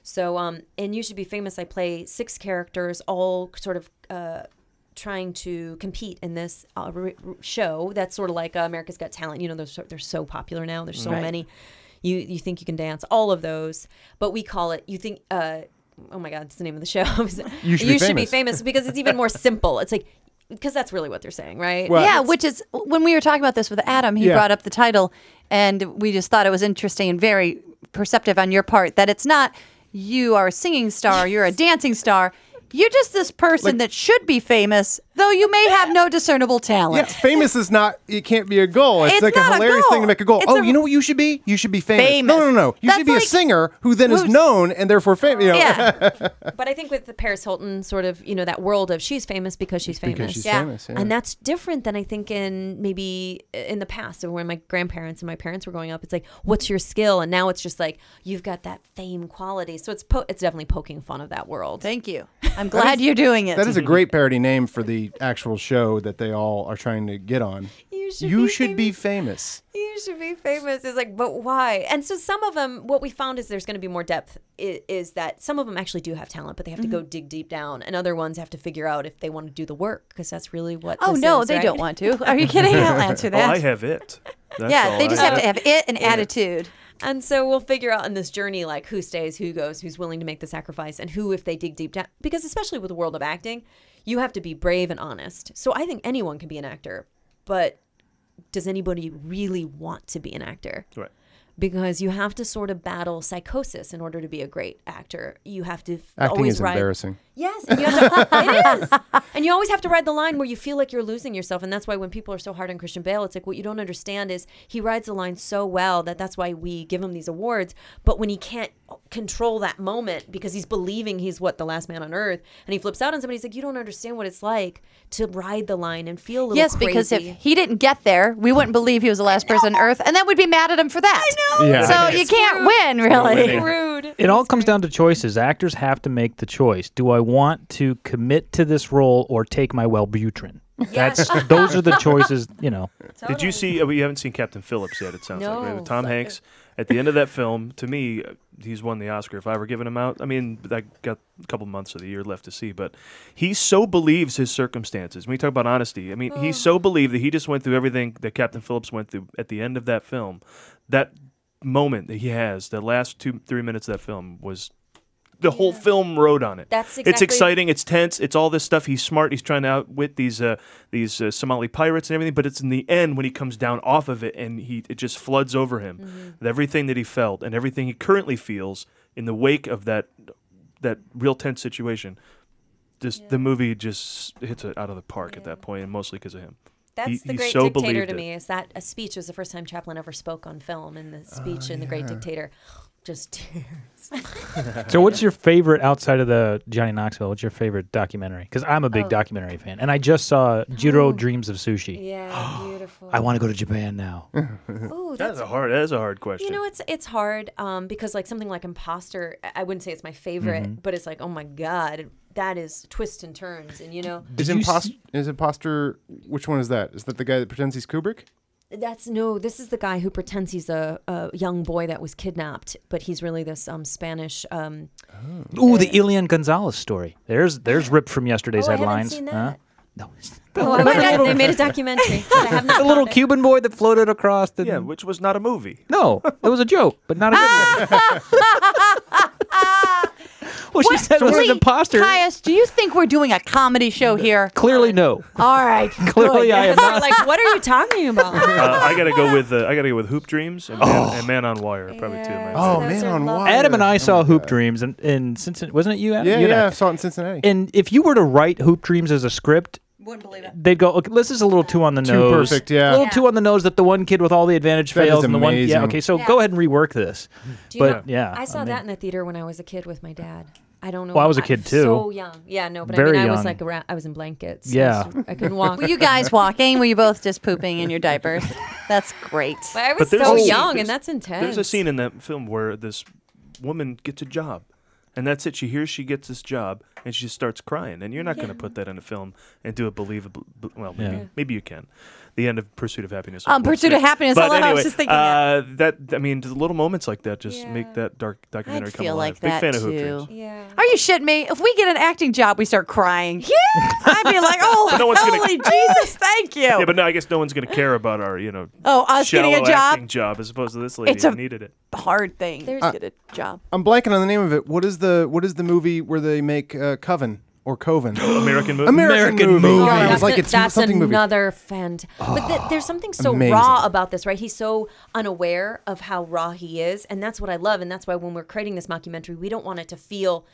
Speaker 13: So, um, in You Should Be Famous, I play six characters, all sort of uh, trying to compete in this uh, r- r- show that's sort of like uh, America's Got Talent. You know, they're so, they're so popular now. There's so
Speaker 14: Right.
Speaker 13: many. You you think you can dance all of those, but we call it. You think. Uh, Oh my God! It's the name of the show. (laughs)
Speaker 5: You Should Be Famous.
Speaker 13: famous because it's even more simple. It's like because that's really what they're saying, right?
Speaker 5: yeah, which is when we were talking about this with Adam, he
Speaker 13: Yeah.
Speaker 5: brought up the title, and we just thought it was interesting and very perceptive on your part that it's not you are a singing star, you're a dancing star. You're just this person that should be famous, though you may have no discernible
Speaker 4: Yeah,
Speaker 5: talent.
Speaker 4: famous is not. It can't be a goal. It's,
Speaker 5: It's
Speaker 4: like
Speaker 5: not a
Speaker 4: a hilarious
Speaker 5: goal.
Speaker 4: thing to make a goal.
Speaker 5: It's
Speaker 4: oh,
Speaker 5: a-
Speaker 4: you know what you should be? You should be famous.
Speaker 5: Famous.
Speaker 4: No, no, no. You should be a singer who then is known and therefore famous. You know?
Speaker 13: Yeah. but I think with the Paris Hilton sort of, you know, that world of she's famous because she's famous.
Speaker 4: Because she's Yeah. famous, yeah.
Speaker 13: And that's different than I think in maybe uh, in the past of when my grandparents and my parents were growing up. It's like, what's your skill? And now it's just like, you've got that fame quality. So it's po- it's definitely poking fun of that world.
Speaker 5: Thank you. I'm glad you're doing it.
Speaker 4: That is a great parody name for the actual show that they all are trying to get on.
Speaker 13: You should
Speaker 4: You
Speaker 13: be
Speaker 4: should be famous.
Speaker 13: you should be famous. It's like, but why? And so some of them, what we found is there's going to be more depth. Is, is that some of them actually do have talent, but they have to go
Speaker 5: Mhm.
Speaker 13: dig deep down, and other ones have to figure out if they want to do the work because that's really what.
Speaker 5: Oh,
Speaker 13: this
Speaker 5: no,
Speaker 13: is,
Speaker 5: they
Speaker 13: right?
Speaker 5: don't want to. Are you kidding? I'll answer that.
Speaker 2: Oh, I have it. That's
Speaker 5: yeah,
Speaker 2: all
Speaker 5: they
Speaker 2: I
Speaker 5: just have to have it and attitude.
Speaker 13: And so we'll figure out in this journey, like who stays, who goes, who's willing to make the sacrifice, and who, if they dig deep down, because especially with the world of acting, you have to be brave and honest. So I think anyone can be an actor, but does anybody really want to be an actor?
Speaker 2: Right.
Speaker 13: Because you have to sort of battle psychosis in order to be a great actor. You have to f-
Speaker 4: Acting
Speaker 13: always
Speaker 4: is
Speaker 13: ride-
Speaker 4: embarrassing.
Speaker 13: Yes, and you
Speaker 5: (laughs)
Speaker 13: have to, it is, and you always have to ride the line where you feel like you're losing yourself, and that's why when people are so hard on Christian Bale, it's like what you don't understand is he rides the line so well that that's why we give him these awards. But when he can't control that moment because he's believing he's what the last man on earth, and he flips out on somebody, he's like, you don't understand what it's like to ride the line and feel a little
Speaker 5: Yes, because if
Speaker 13: crazy."
Speaker 5: he didn't get there, we wouldn't believe he was the last person on Earth, and then we'd be mad at him for that.
Speaker 4: know. Yeah.
Speaker 5: So you
Speaker 4: It's
Speaker 5: can't
Speaker 13: rude.
Speaker 5: win, really.
Speaker 13: rude.
Speaker 3: It all comes down to choices. Actors have to make the choice. Do I want to commit to this role or take my Wellbutrin? That's those (laughs) are the choices, you know.
Speaker 2: Did you see? Oh, you haven't seen Captain Phillips yet. It sounds like
Speaker 3: No.
Speaker 2: right? Tom Hanks at the end of that film. To me, uh, he's won the Oscar. If I were giving him out, I mean, I got a couple months of the year left to see, but he so believes his circumstances. When you talk about honesty, I mean, he so believed that he just went through everything that Captain Phillips went through at the end of that film. That moment that he has, the last two three minutes of that film was. The whole film rode on it.
Speaker 13: That's
Speaker 2: It's
Speaker 13: exactly-
Speaker 2: exciting. It's tense. It's all this stuff. He's smart. He's trying to outwit these uh, these uh, Somali pirates and everything. But it's in the end when he comes down off of it and he it just floods over him
Speaker 13: Mm-hmm.
Speaker 2: with everything that he felt and everything he currently feels in the wake of that that real tense situation. just the movie just hits it out of the park at that point, and mostly because of him.
Speaker 13: That's
Speaker 2: He-
Speaker 13: the
Speaker 2: he
Speaker 13: Great
Speaker 2: so
Speaker 13: Dictator
Speaker 2: believed
Speaker 13: to
Speaker 2: it.
Speaker 13: me. Is that a speech was the first time Chaplin ever spoke on film, and
Speaker 5: Ah,
Speaker 13: the speech in the Great
Speaker 14: yeah.
Speaker 13: Dictator, just (laughs)
Speaker 5: (gasps)
Speaker 13: tears.
Speaker 3: So, what's your favorite outside of the Johnny Knoxville? What's your favorite documentary? Because I'm a big
Speaker 13: Oh.
Speaker 3: documentary fan, and I just saw Jiro Dreams of Sushi.
Speaker 13: yeah, beautiful.
Speaker 3: I want to go to Japan now.
Speaker 13: Ooh,
Speaker 2: that's,
Speaker 13: that's-
Speaker 2: a hard. That's a hard question.
Speaker 13: You know, it's it's hard um, because like something like Imposter, I- I wouldn't say it's my favorite,
Speaker 3: Mm-hmm.
Speaker 4: Mhm.
Speaker 13: but it's like, oh my god, that is twists and turns, and you know,
Speaker 4: Is imposter? Is imposter? Which one is that? Is that the guy that pretends he's Kubrick?
Speaker 13: That's no. This is the guy who pretends he's a, a young boy that was kidnapped, but he's really this um, Spanish. Um,
Speaker 3: Ooh, the Elian Gonzalez story. There's there's ripped from yesterday's
Speaker 13: Oh, I haven't
Speaker 3: headlines.
Speaker 13: seen
Speaker 3: Huh? (laughs)
Speaker 13: oh, I read that. They made a (laughs) documentary. But I have not
Speaker 3: the little Cuban boy that floated across the. Yeah,
Speaker 2: which was not a movie.
Speaker 3: (laughs) No, it was a joke, but not a good one.
Speaker 13: (laughs)
Speaker 3: well, she said it was an imposter.
Speaker 5: Caius, do you think we're doing a comedy
Speaker 2: (laughs)
Speaker 5: show here?
Speaker 3: Clearly, no.
Speaker 13: Oh,
Speaker 5: All right.
Speaker 3: Clearly,
Speaker 5: good.
Speaker 3: I am
Speaker 13: (laughs)
Speaker 3: not.
Speaker 13: like, what are you talking about?
Speaker 3: (laughs)
Speaker 2: uh, I gotta go with uh, I gotta go with Hoop Dreams and, Man,
Speaker 5: Oh.
Speaker 2: and Man on Wire. Probably two. Of my
Speaker 4: Oh,
Speaker 2: favorites.
Speaker 4: man on wire.
Speaker 3: Adam and I saw Hoop Dreams in, in Cincinnati. Wasn't it you, Adam?
Speaker 4: Oh, Yeah,
Speaker 3: You and
Speaker 4: yeah,
Speaker 3: I.
Speaker 4: I saw it in Cincinnati.
Speaker 3: And if you were to write Hoop Dreams as a script,
Speaker 5: wouldn't believe it.
Speaker 3: They'd go, okay, this is a little too on the
Speaker 4: Too
Speaker 3: nose.
Speaker 4: perfect, yeah.
Speaker 3: A little too on the nose that the one kid with all the advantage
Speaker 4: That is
Speaker 3: fails and the one.
Speaker 4: amazing.
Speaker 3: Yeah, okay, so go ahead and rework this.
Speaker 13: Do you
Speaker 3: But
Speaker 13: know-
Speaker 3: yeah.
Speaker 13: I saw
Speaker 3: mean-
Speaker 13: that in the theater when I was a kid with my dad. I don't know.
Speaker 3: Well, I was a
Speaker 13: why.
Speaker 3: kid, too.
Speaker 13: So young. Yeah, no, but
Speaker 3: Very
Speaker 13: I mean, I was
Speaker 3: young.
Speaker 13: like around. I was in blankets.
Speaker 3: Yeah.
Speaker 13: I, was- I couldn't walk.
Speaker 3: (laughs)
Speaker 5: Were you guys walking? Were you both just pooping in your
Speaker 2: (laughs)
Speaker 5: diapers? That's great.
Speaker 13: But I was
Speaker 2: But there's
Speaker 13: so
Speaker 2: a scene-
Speaker 13: young, and
Speaker 2: there's-
Speaker 13: that's intense.
Speaker 2: There's a scene in that film where this woman gets a job, and that's it. She hears she gets this job, and she just starts crying. And you're not going to put that in a film and do it believable. b- Well, maybe
Speaker 5: Yeah.
Speaker 2: maybe you can. The end of Pursuit of Happiness.
Speaker 5: Um,
Speaker 2: was
Speaker 5: Pursuit of
Speaker 2: great.
Speaker 5: Happiness,
Speaker 2: But
Speaker 5: hello, I was
Speaker 2: anyway,
Speaker 5: just thinking
Speaker 2: uh, that. I mean, the little moments like that just make that dark documentary
Speaker 5: I'd
Speaker 2: come
Speaker 5: feel
Speaker 2: alive.
Speaker 5: like
Speaker 2: Big
Speaker 5: that
Speaker 2: fan
Speaker 5: too.
Speaker 2: of Hoop Dreams.
Speaker 13: Yeah.
Speaker 5: Are you shitting me? If we get an acting job, we start crying. Yeah. I'd (laughs) be like, oh,
Speaker 2: But no one's gonna- (laughs)
Speaker 5: holy Jesus, thank you.
Speaker 2: Yeah, but no, I guess no one's going to care about our, you know,
Speaker 5: Oh, us getting a
Speaker 2: shallow
Speaker 5: job?
Speaker 2: acting job as opposed to this lady
Speaker 5: It's a-
Speaker 2: who needed it.
Speaker 5: Hard thing. There's
Speaker 4: Uh,
Speaker 5: get a job.
Speaker 4: I'm blanking on the name of it. What is the What is the movie where they make uh, Coven or Coven?
Speaker 2: (gasps) American movie.
Speaker 4: American,
Speaker 2: American
Speaker 4: movie.
Speaker 2: movie.
Speaker 4: God, it
Speaker 13: that's
Speaker 4: was like
Speaker 13: a-
Speaker 4: it's
Speaker 13: that's
Speaker 4: something movie. Ah,
Speaker 13: another fant. but th- there's something so
Speaker 4: Amazing.
Speaker 13: raw about this, right? He's so unaware of how raw he is, and that's what I love, and that's why when we're creating this mockumentary, we don't want it to feel.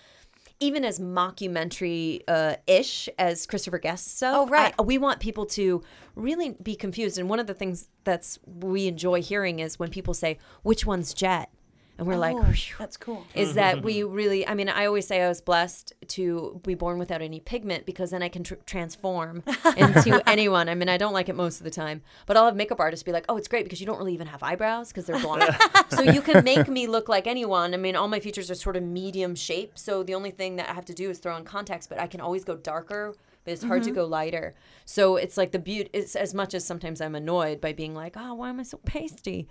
Speaker 13: Even as mockumentary uh, ish as Christopher Guest stuff, oh right, we want people to really be confused. And one of the things that's we enjoy hearing is when people say, "Which one's Jet?" and we're like,
Speaker 5: Oh,
Speaker 13: "Whew."
Speaker 5: that's cool.
Speaker 13: is that we really i mean i always say i was blessed to be born without any pigment because then i can tr- transform into anyone i mean i don't like it most of the time but i'll have makeup artists be like oh it's great because you don't really even have eyebrows because they're blonde so you can make me look like anyone i mean all my features are sort of medium shape so the only thing that i have to do is throw on contacts but i can always go darker but it's hard to
Speaker 5: Mhm.
Speaker 13: go lighter. So it's like the beauty. It's as much as sometimes I'm annoyed by being like, "Oh, why am I so (laughs) pasty?"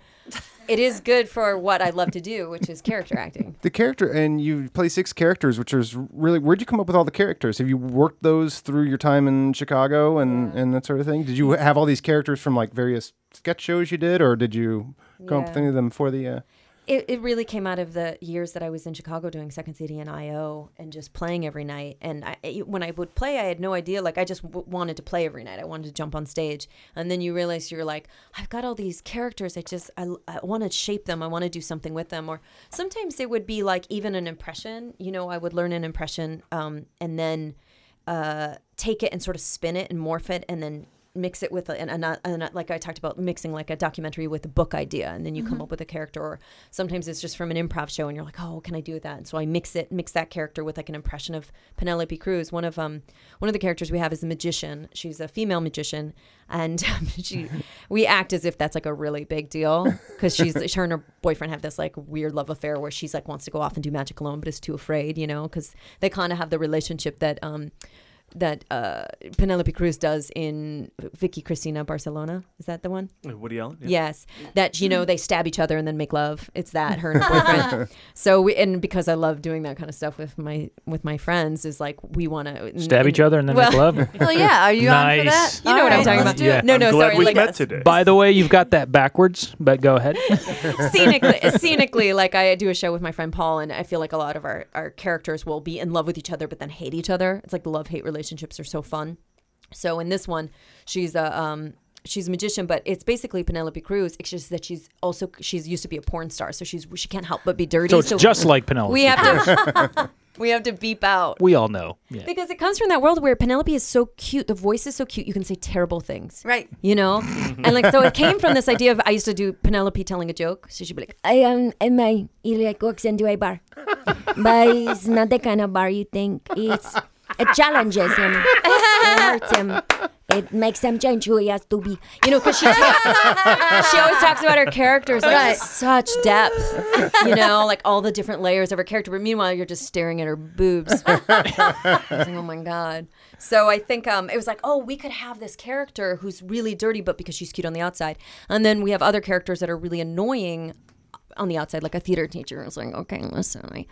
Speaker 13: it is good for what I love to do, which is character acting.
Speaker 4: The character, and you play six characters, which is really. Where'd you come up with all the characters? Have you worked those through your time in Chicago and and that sort of thing? Did you have all these characters from like various sketch shows you did, or did you come up with
Speaker 13: Yeah.
Speaker 4: any of them for the? Uh,
Speaker 13: It, it really came out of the years that I was in Chicago doing Second City and IO and just playing every night. And I, it- when I would play, I had no idea. Like, I just w- wanted to play every night. I wanted to jump on stage. And then you realize you're like, I've got all these characters. I just, I, I want to shape them. I want to do something with them. Or sometimes it would be like even an impression. You know, I would learn an impression um, and then uh, take it and sort of spin it and morph it and then mix it with an, an, an like I talked about mixing like a documentary with a book idea and then you come
Speaker 5: Mhm.
Speaker 13: up with a character or sometimes it's just from an improv show and you're like oh what can I do with that and so I mix it mix that character with like an impression of Penelope Cruz one of um one of the characters we have is a magician she's a female magician and (laughs) um, she we act as if that's like a really big deal because she's her and her boyfriend have this like weird love affair where she's like wants to go off and do magic alone but is too afraid you know because they kind of have the relationship that um that uh, Penelope Cruz does in Vicky Cristina Barcelona. Is that the one?
Speaker 2: Uh, Woody Allen? Yeah.
Speaker 13: Yes. That, you know, they stab each other and then make love. It's that, her and her boyfriend. so, we, and because I love doing that kind of stuff with my with my friends, is like, we want to
Speaker 3: Stab each other and then
Speaker 13: well,
Speaker 3: make
Speaker 13: (laughs)
Speaker 3: love?
Speaker 5: Well, yeah, are you on for that?
Speaker 3: Nice.
Speaker 13: You know what I'm talking about.
Speaker 3: Yeah.
Speaker 13: No, no, sorry. like, uh,
Speaker 3: By the way, you've got that backwards, but go ahead.
Speaker 13: scenically, uh, scenically, like I do a show with my friend Paul, and I feel like a lot of our, our characters will be in love with each other, but then hate each other. It's like the love hate relationships are so fun. So in this one, she's a um, she's a magician, but it's basically Penelope Cruz. It's just that she's also she's used to be a porn star, so she's she can't help but be dirty.
Speaker 3: So it's just like Penelope
Speaker 13: We have to we have to beep out.
Speaker 3: We all
Speaker 13: (laughs)
Speaker 3: know. Yeah.
Speaker 13: Because it comes from that world where Penelope is so cute, the voice is so cute, you can say terrible things.
Speaker 5: Right.
Speaker 13: You know? and like, so it came from this idea of I used to do Penelope telling a joke. So she'd be like,
Speaker 14: I am in my Ilya works into a bar, but it's not the kind of bar you think. It's it challenges him, it hurts him, it makes him change who he has to be.
Speaker 13: you know, because she, talks- she always talks about her characters like
Speaker 14: Right.
Speaker 13: such depth, you know, like all the different layers of her character. But meanwhile, you're just staring at her boobs. (laughs) I was like, oh my god! So I think um, it was like, oh, we could have this character who's really dirty, but because she's cute on the outside, and then we have other characters that are really annoying on the outside, like a theater teacher. It's like, okay, listen, I.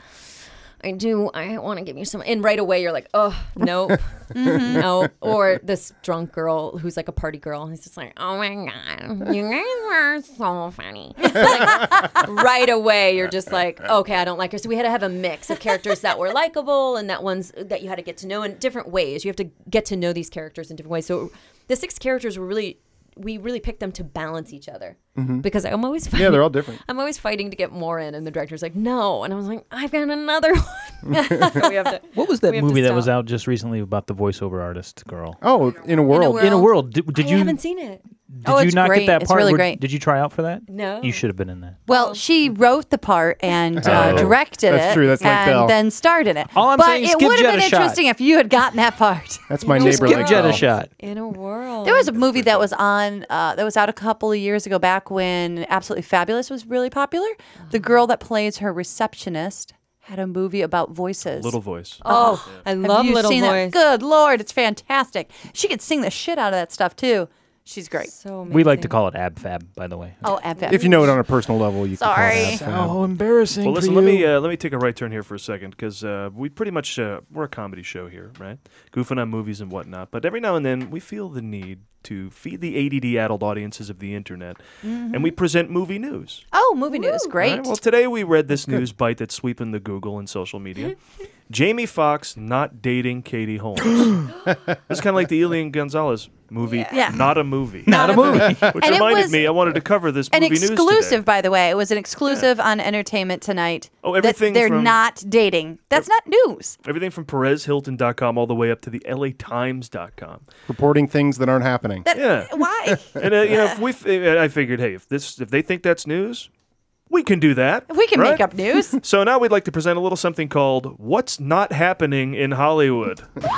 Speaker 13: I do. I want to give you some. And right away, you're like, oh, nope,
Speaker 14: Mhm.
Speaker 4: (laughs)
Speaker 13: no. Or this drunk girl who's like a party girl. He's just like, oh my God, you guys are so funny.
Speaker 4: (laughs)
Speaker 13: Like, right away, you're just like, okay, I don't like her. So we had to have a mix of characters that were likable and that ones that you had to get to know in different ways. You have to get to know these characters in different ways. So the six characters were really, we really picked them to balance each other. Because I'm always fighting.
Speaker 4: Mm-hmm. Yeah, they're all different.
Speaker 13: I'm always fighting to get more in, and the director's like, "No," and I was like, "I've got another (laughs)
Speaker 4: (laughs)
Speaker 13: one." So we have to-
Speaker 3: What was that
Speaker 13: we have to
Speaker 3: movie that was
Speaker 13: stop.
Speaker 3: out just recently about the voiceover artist girl?
Speaker 4: Oh, in a world.
Speaker 3: In a world. Did, did
Speaker 13: I
Speaker 3: you?
Speaker 13: haven't seen oh, it.
Speaker 3: Did you not get that part? where- Did you try out for that?
Speaker 13: No.
Speaker 3: You should have been in that.
Speaker 5: Well, mm-hmm. she wrote the part and uh,
Speaker 3: Oh.
Speaker 5: directed it,
Speaker 3: That's true. That's like
Speaker 5: and
Speaker 3: Belle.
Speaker 5: then starred in it.
Speaker 3: All I'm
Speaker 5: but
Speaker 3: saying is
Speaker 5: it
Speaker 3: give
Speaker 5: would have
Speaker 3: Jed
Speaker 5: been
Speaker 3: a shot.
Speaker 5: interesting if you had gotten that part.
Speaker 4: That's my
Speaker 3: Just
Speaker 4: neighbor.
Speaker 3: give
Speaker 4: like oh,
Speaker 3: Jed a
Speaker 4: Belle.
Speaker 3: shot.
Speaker 13: In a world.
Speaker 5: There was a movie that was on uh, that was out a couple of years ago, back when Absolutely Fabulous was really popular. The girl that plays her receptionist had a movie about voices.
Speaker 2: Little Voice.
Speaker 5: Oh,
Speaker 2: Yeah.
Speaker 13: I
Speaker 5: have
Speaker 13: love
Speaker 5: you
Speaker 13: Little
Speaker 5: seen
Speaker 13: Voice.
Speaker 5: That? Good lord, it's fantastic. She could sing the shit out of that stuff too. She's great.
Speaker 13: So
Speaker 3: We like to call it ab fab, by the way.
Speaker 5: Oh, epic.
Speaker 4: If you know it on a personal level, you
Speaker 5: Sorry.
Speaker 4: can call it ab fab.
Speaker 3: Oh, embarrassing.
Speaker 2: Well,
Speaker 3: for
Speaker 2: listen. Let me
Speaker 3: you.
Speaker 2: uh, let me take a right turn here for a second because uh, we pretty much uh, we're a comedy show here, right? Goofing on movies and whatnot. But every now and then we feel the need to feed the ADD adult audiences of the internet, and we present movie news.
Speaker 5: Oh, movie news, great.
Speaker 2: All right, Well, today we read this news bite that's sweeping the Google and
Speaker 5: (laughs)
Speaker 2: social media. Jamie Foxx not dating Katie
Speaker 5: (gasps)
Speaker 2: Holmes. it's kind of like the Elian Gonzalez movie,
Speaker 5: Yeah.
Speaker 2: not
Speaker 5: (laughs)
Speaker 2: a movie,
Speaker 5: Not a
Speaker 3: (laughs)
Speaker 5: movie.
Speaker 2: which
Speaker 5: And it
Speaker 2: reminded
Speaker 5: was
Speaker 2: me I wanted to cover this
Speaker 5: an
Speaker 2: movie news today.
Speaker 5: exclusive, by the way. It was an exclusive on Entertainment Tonight.
Speaker 2: Oh,
Speaker 5: that
Speaker 2: everything
Speaker 5: they're
Speaker 2: from-
Speaker 5: not dating. That's not news.
Speaker 2: Everything from PerezHilton.com all the way up to the
Speaker 5: (laughs)
Speaker 2: LATimes.com.
Speaker 4: Reporting things that aren't happening.
Speaker 2: yeah. (laughs)
Speaker 5: Why?
Speaker 2: And uh, you know, if we, f- uh, I figured, hey, if this, if they think that's news, we can do that.
Speaker 5: We can
Speaker 2: right?
Speaker 5: make up
Speaker 2: (laughs)
Speaker 5: news.
Speaker 2: So now we'd like to present a little something called "What's Not Happening in Hollywood."
Speaker 7: Can't believe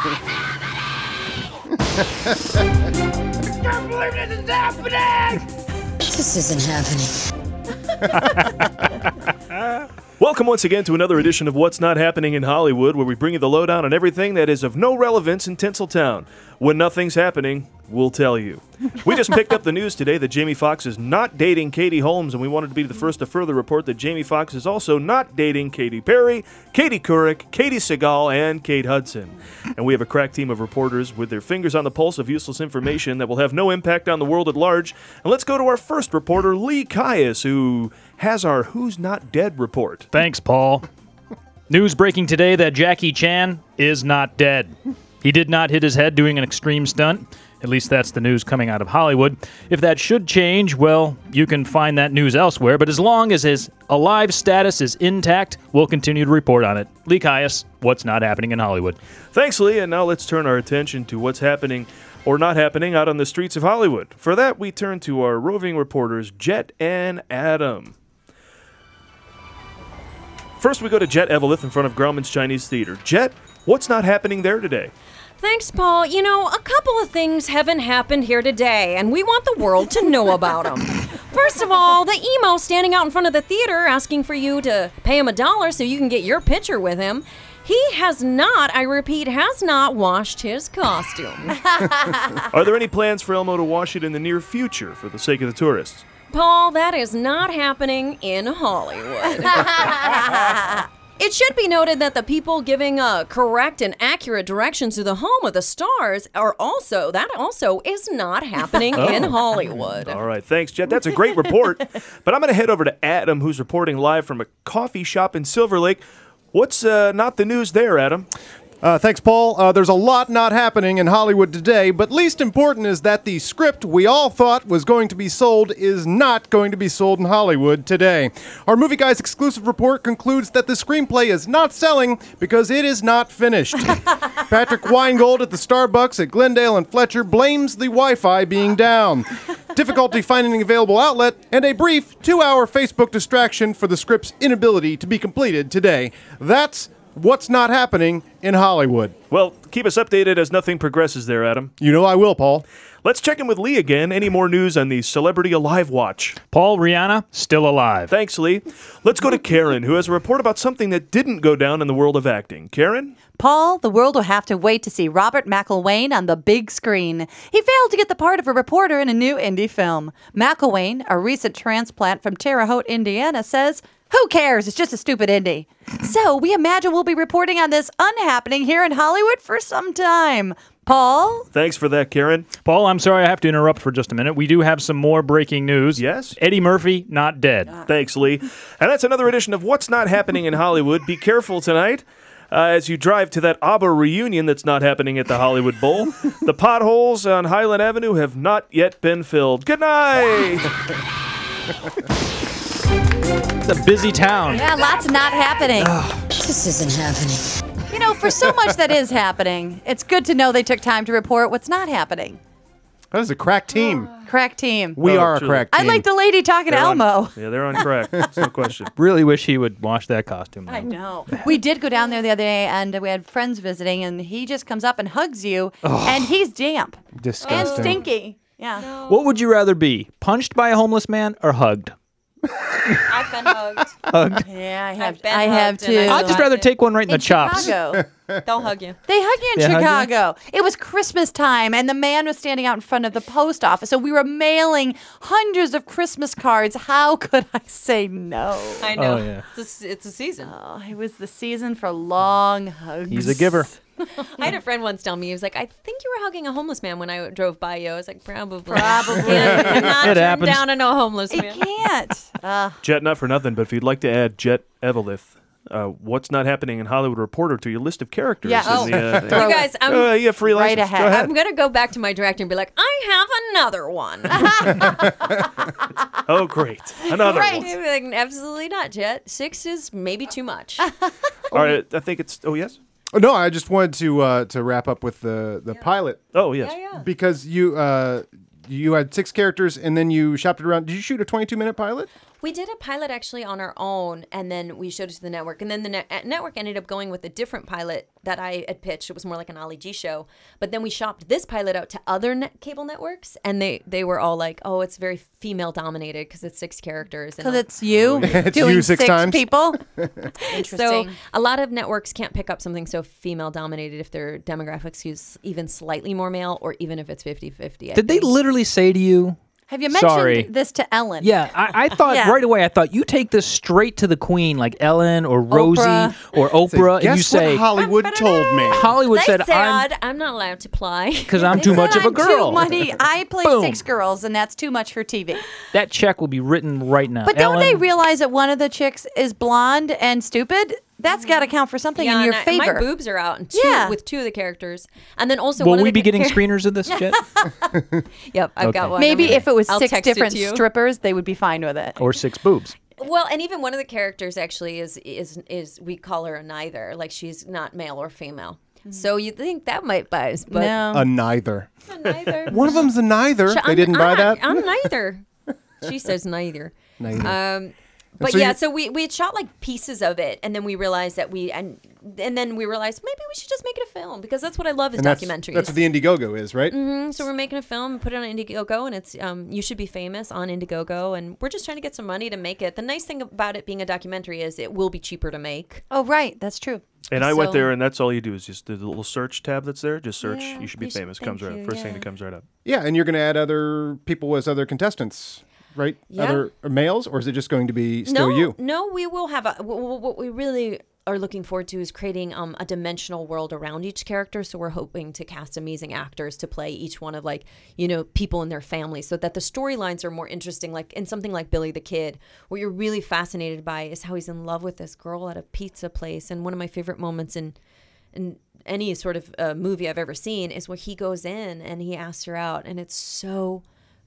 Speaker 7: this is happening!
Speaker 15: This isn't happening.
Speaker 2: Welcome once again to another edition of What's Not Happening in Hollywood, where we bring you the lowdown on everything that is of no relevance in Tinseltown. When nothing's happening, we'll tell you. We just picked up the news today that Jamie Foxx is not dating Katie Holmes, and we wanted to be the first to further report that Jamie Foxx is also not dating Katy Perry, Katie Couric, Katie Segal, and Kate Hudson. And we have a crack team of reporters with their fingers on the pulse of useless information that will have no impact on the world at large. And let's go to our first reporter, Lee Caius, who has our Who's Not Dead report.
Speaker 3: Thanks, Paul. News breaking today that Jackie Chan is not dead. He did not hit his head doing an extreme stunt. At least that's the news coming out of Hollywood. If that should change, well, you can find that news elsewhere. But as long as his alive status is intact, we'll continue to report on it. Lee Caius, what's not happening in Hollywood?
Speaker 2: Thanks, Lee, and now let's turn our attention to what's happening or not happening out on the streets of Hollywood. For that, we turn to our roving reporters, Jet and Adam. First, we go to Jet Evelith in front of Grauman's Chinese Theater. Jet, what's not happening there today?
Speaker 13: Thanks, Paul. You know, a couple of things haven't happened here today, and we want the world to know
Speaker 5: (laughs)
Speaker 13: about them. First of all, the emo standing out in front of the theater asking for you to pay him a dollar so you can get your picture with him. He has not, I repeat, has not washed his costume.
Speaker 2: Are there any plans for Elmo to wash it in the near future for the sake of the tourists?
Speaker 13: Paul, that is not happening in (laughs) Hollywood. it should be noted that the people giving uh, correct and accurate directions to the home of the stars are also, that also is not happening
Speaker 2: (laughs)
Speaker 13: in
Speaker 2: Oh.
Speaker 13: Hollywood.
Speaker 2: All right, thanks, Jet. That's a great report. but I'm going to head over to Adam, who's reporting live from a coffee shop in Silver Lake. What's uh, not the news there, Adam?
Speaker 4: Uh, thanks, Paul. Uh, there's a lot not happening in Hollywood today, but least important is that the script we all thought was going to be sold is not going to be sold in Hollywood today. Our Movie Guys exclusive report concludes that the screenplay is not selling because it is not finished. Patrick Weingold at the Starbucks at Glendale and Fletcher blames the Wi Fi being down, difficulty finding an available outlet, and a brief two hour Facebook distraction for the script's inability to be completed today. That's what's not happening in Hollywood.
Speaker 2: Well, keep us updated as nothing progresses there, Adam.
Speaker 4: You know I will, Paul.
Speaker 2: Let's check in with Lee again. Any more news on the Celebrity Alive Watch?
Speaker 3: Paul, Rihanna, still alive.
Speaker 2: Thanks, Lee. Let's go to Karen, who has a report about something that didn't go down in the world of acting. Karen?
Speaker 5: Paul, the world will have to wait to see Robert McElwain on the big screen. He failed to get the part of a reporter in a new indie film. McElwain, a recent transplant from Terre Haute, Indiana, says, Who cares? It's just a stupid
Speaker 2: (laughs)
Speaker 5: indie. so we imagine we'll be reporting on this unhappening here in Hollywood for some time. Paul?
Speaker 2: Thanks for that, Karen.
Speaker 3: Paul, I'm sorry I have to interrupt for just a minute. We do have some more breaking news.
Speaker 2: Yes.
Speaker 3: Eddie Murphy, not dead.
Speaker 2: Thanks, Lee. And that's another edition of What's Not Happening in Hollywood. Be careful tonight. Uh, as you drive to that ABBA reunion that's not happening at the Hollywood Bowl, the potholes on Highland Avenue have not yet been filled. Good night.
Speaker 3: It's a busy town.
Speaker 5: Yeah, lots not happening.
Speaker 15: This isn't happening.
Speaker 5: You know, for so much that is happening, it's good to know they took time to report what's not happening.
Speaker 4: That is a crack team.
Speaker 5: Crack team.
Speaker 4: We are a crack
Speaker 5: I
Speaker 4: team.
Speaker 5: like the lady talking to
Speaker 2: They're on-
Speaker 5: Elmo.
Speaker 2: yeah, they're on crack. That's no question.
Speaker 3: Really wish he would wash that costume.
Speaker 5: I know. We did go down there the other day, and we had friends visiting, and he just comes up and hugs you,
Speaker 3: Ugh.
Speaker 5: and he's damp and
Speaker 3: Disgusting.
Speaker 5: stinky. Yeah.
Speaker 3: What would you rather be, punched by a homeless man or hugged?
Speaker 13: I've been hugged.
Speaker 3: Hugged.
Speaker 5: Yeah, I have.
Speaker 13: been
Speaker 5: I have
Speaker 13: hugged and
Speaker 5: too.
Speaker 13: I
Speaker 3: I'd just rather take one right in, the chops.
Speaker 5: Chicago.
Speaker 13: They'll hug you.
Speaker 5: They hug you in
Speaker 3: They hug you?
Speaker 5: Chicago. It was Christmas time, and the man was standing out in front of the post office. So we were mailing hundreds of Christmas cards. How could I say no?
Speaker 13: I
Speaker 2: Oh,
Speaker 13: know. It's, a, it's a season.
Speaker 5: Oh, it was the season for long hugs.
Speaker 3: He's a giver.
Speaker 13: I had a friend once tell me, he was like, I think you were hugging a homeless man when I drove by you. I was like, probably.
Speaker 5: Probably.
Speaker 13: (laughs) Can't- cannot
Speaker 2: It
Speaker 13: turn
Speaker 2: happens.
Speaker 13: down a no homeless man.
Speaker 5: (laughs) can't.
Speaker 2: Jet, not for nothing, but if you'd like to add Jet Evelith, uh, what's not happening in Hollywood Reporter to your list of characters?
Speaker 13: Yeah.
Speaker 2: in the,
Speaker 13: (laughs)
Speaker 2: uh,
Speaker 13: you guys, I'm
Speaker 2: Uh, yeah, free license. Go ahead.
Speaker 13: I'm gonna go back to my director and be like, I have another one. (laughs)
Speaker 2: Oh, great. Another
Speaker 13: Right.
Speaker 2: one.
Speaker 13: He'd be like, Absolutely not, Jet. Six is maybe too much. (laughs)
Speaker 2: All right, I think it's. Oh, yes?
Speaker 4: Oh, no, I just wanted to uh, to wrap up with the the pilot.
Speaker 2: Oh yes,
Speaker 4: because you uh, you had six characters and then you shopped it around. Did you shoot a twenty two minute pilot?
Speaker 13: We did a pilot actually on our own, and then we showed it to the network. And then the ne- uh, network ended up going with a different pilot that I had pitched. It was more like an Ollie G show. But then we shopped this pilot out to other net- cable networks, and they they were all like, "Oh, it's very female dominated because it's six characters." and
Speaker 5: Because
Speaker 13: all-
Speaker 5: it's
Speaker 3: Oh,
Speaker 5: you
Speaker 4: It's
Speaker 5: doing
Speaker 4: you six times.
Speaker 5: people.
Speaker 13: So a lot of networks can't pick up something so female dominated if their demographics use even slightly more male, or even if it's 50-50. I
Speaker 3: Did they
Speaker 13: think.
Speaker 3: literally say to you?
Speaker 5: Have you mentioned
Speaker 3: Sorry.
Speaker 5: this to Ellen?
Speaker 3: Yeah,
Speaker 13: (laughs)
Speaker 3: I, I thought
Speaker 5: Yeah.
Speaker 3: right away. I thought you take this straight to the queen, like Ellen or Rosie
Speaker 13: Oprah.
Speaker 3: or Oprah, and you
Speaker 4: Guess what
Speaker 3: say
Speaker 4: Hollywood told me.
Speaker 3: Hollywood
Speaker 13: They
Speaker 3: said,
Speaker 13: said
Speaker 3: "I'm
Speaker 13: I'm, not allowed to apply
Speaker 3: because I'm too much of a
Speaker 5: I'm
Speaker 3: girl."
Speaker 5: Too money. I play
Speaker 3: Boom.
Speaker 5: six girls, and that's too much for TV.
Speaker 3: That check will be written right now.
Speaker 5: But don't
Speaker 3: Ellen,
Speaker 5: they realize that one of the chicks is blonde and stupid? That's got to count for something
Speaker 13: Mm-hmm.
Speaker 5: in
Speaker 13: Yeah,
Speaker 5: your
Speaker 13: and I-
Speaker 5: favor.
Speaker 13: My boobs are out in two,
Speaker 5: Yeah.
Speaker 13: with two of the characters, and then also one
Speaker 3: Will
Speaker 13: of
Speaker 3: we
Speaker 13: the
Speaker 3: be
Speaker 13: (laughs)
Speaker 3: getting
Speaker 13: char-
Speaker 3: screeners of this, Jet?
Speaker 13: Yep, I've
Speaker 3: Okay.
Speaker 13: got one.
Speaker 5: Maybe
Speaker 13: I'm gonna-
Speaker 5: if it was
Speaker 13: I'll
Speaker 5: six
Speaker 13: text it to
Speaker 5: different
Speaker 13: you.
Speaker 5: strippers, they would be fine with it.
Speaker 3: or six boobs?
Speaker 13: Well, and even one of the characters actually is is is we call her a neither, like she's not male or female. So you think that might buy us, but
Speaker 5: Mm-hmm. No.
Speaker 4: A neither. (laughs)
Speaker 13: I'm neither.
Speaker 4: One of them's a neither.
Speaker 13: Sh-
Speaker 4: they
Speaker 13: I'm-
Speaker 4: didn't buy
Speaker 13: I'm-
Speaker 4: that. (laughs)
Speaker 13: I'm neither. she says neither.
Speaker 4: Neither.
Speaker 13: Um, but
Speaker 4: so
Speaker 13: yeah,
Speaker 4: you-
Speaker 13: so we we had shot like pieces of it, and then we realized that we and and then we realized maybe we should just make it a film because that's what I love is
Speaker 4: And that's,
Speaker 13: documentaries.
Speaker 4: that's what the Indiegogo is, right?
Speaker 13: hmm So we're making a film, put it on Indiegogo, and it's um, you should be famous on Indiegogo, and we're just trying to get some money to make it. The nice thing about it being a documentary is it will be cheaper to make.
Speaker 5: Oh, right. That's true.
Speaker 2: And I went
Speaker 13: So-
Speaker 2: there, and that's all you do is just the little search tab that's there. Just search.
Speaker 13: Yeah,
Speaker 2: you should be
Speaker 13: you should-
Speaker 2: famous. comes
Speaker 13: thank
Speaker 2: right up.
Speaker 13: you,
Speaker 2: First thing
Speaker 13: yeah.
Speaker 2: that comes right up.
Speaker 4: Yeah, and you're going to add other people as other contestants, right?
Speaker 13: Yeah.
Speaker 4: Other males, or is it just going to be still
Speaker 13: no,
Speaker 4: you?
Speaker 13: no, we will have a. w- w- What we really are looking forward to is creating um, a dimensional world around each character. So we're hoping to cast amazing actors to play each one of like you know people in their families, so that the storylines are more interesting. Like in something like Billy the Kid, what you're really fascinated by is how he's in love with this girl at a pizza place. And one of my favorite moments in in any sort of uh, movie I've ever seen is where he goes in and he asks her out, and it's so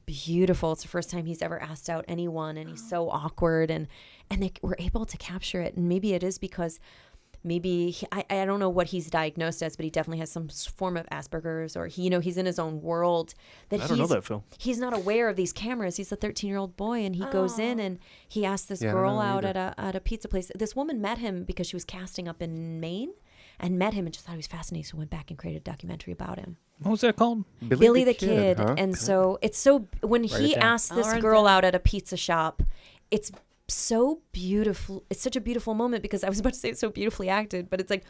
Speaker 13: beautiful. It's the first time he's ever asked out anyone, and he's so awkward, and and they were able to capture it. And maybe it is because maybe he, I, I don't know what he's diagnosed as, but he definitely has some s- form of Asperger's, or he you know he's in his own world that
Speaker 2: I don't know
Speaker 13: he's-
Speaker 2: that, Phil.
Speaker 13: He's not aware of these cameras. He's a 13 year old boy, and he goes in and he asks this
Speaker 2: Yeah, I don't
Speaker 13: girl
Speaker 2: know
Speaker 13: out
Speaker 2: either.
Speaker 13: at a at a pizza place. This woman met him because she was casting up in Maine. And met him and just thought he was fascinating, so went back and created a documentary about him.
Speaker 3: What was that called?
Speaker 13: Billy, the, Kid. And so it's so when
Speaker 3: Write
Speaker 13: he
Speaker 3: it down.
Speaker 13: asked this
Speaker 3: I'll write it
Speaker 13: girl out at a pizza shop, it's so beautiful. It's such a beautiful moment because I was about to say it's so beautifully acted, but it's like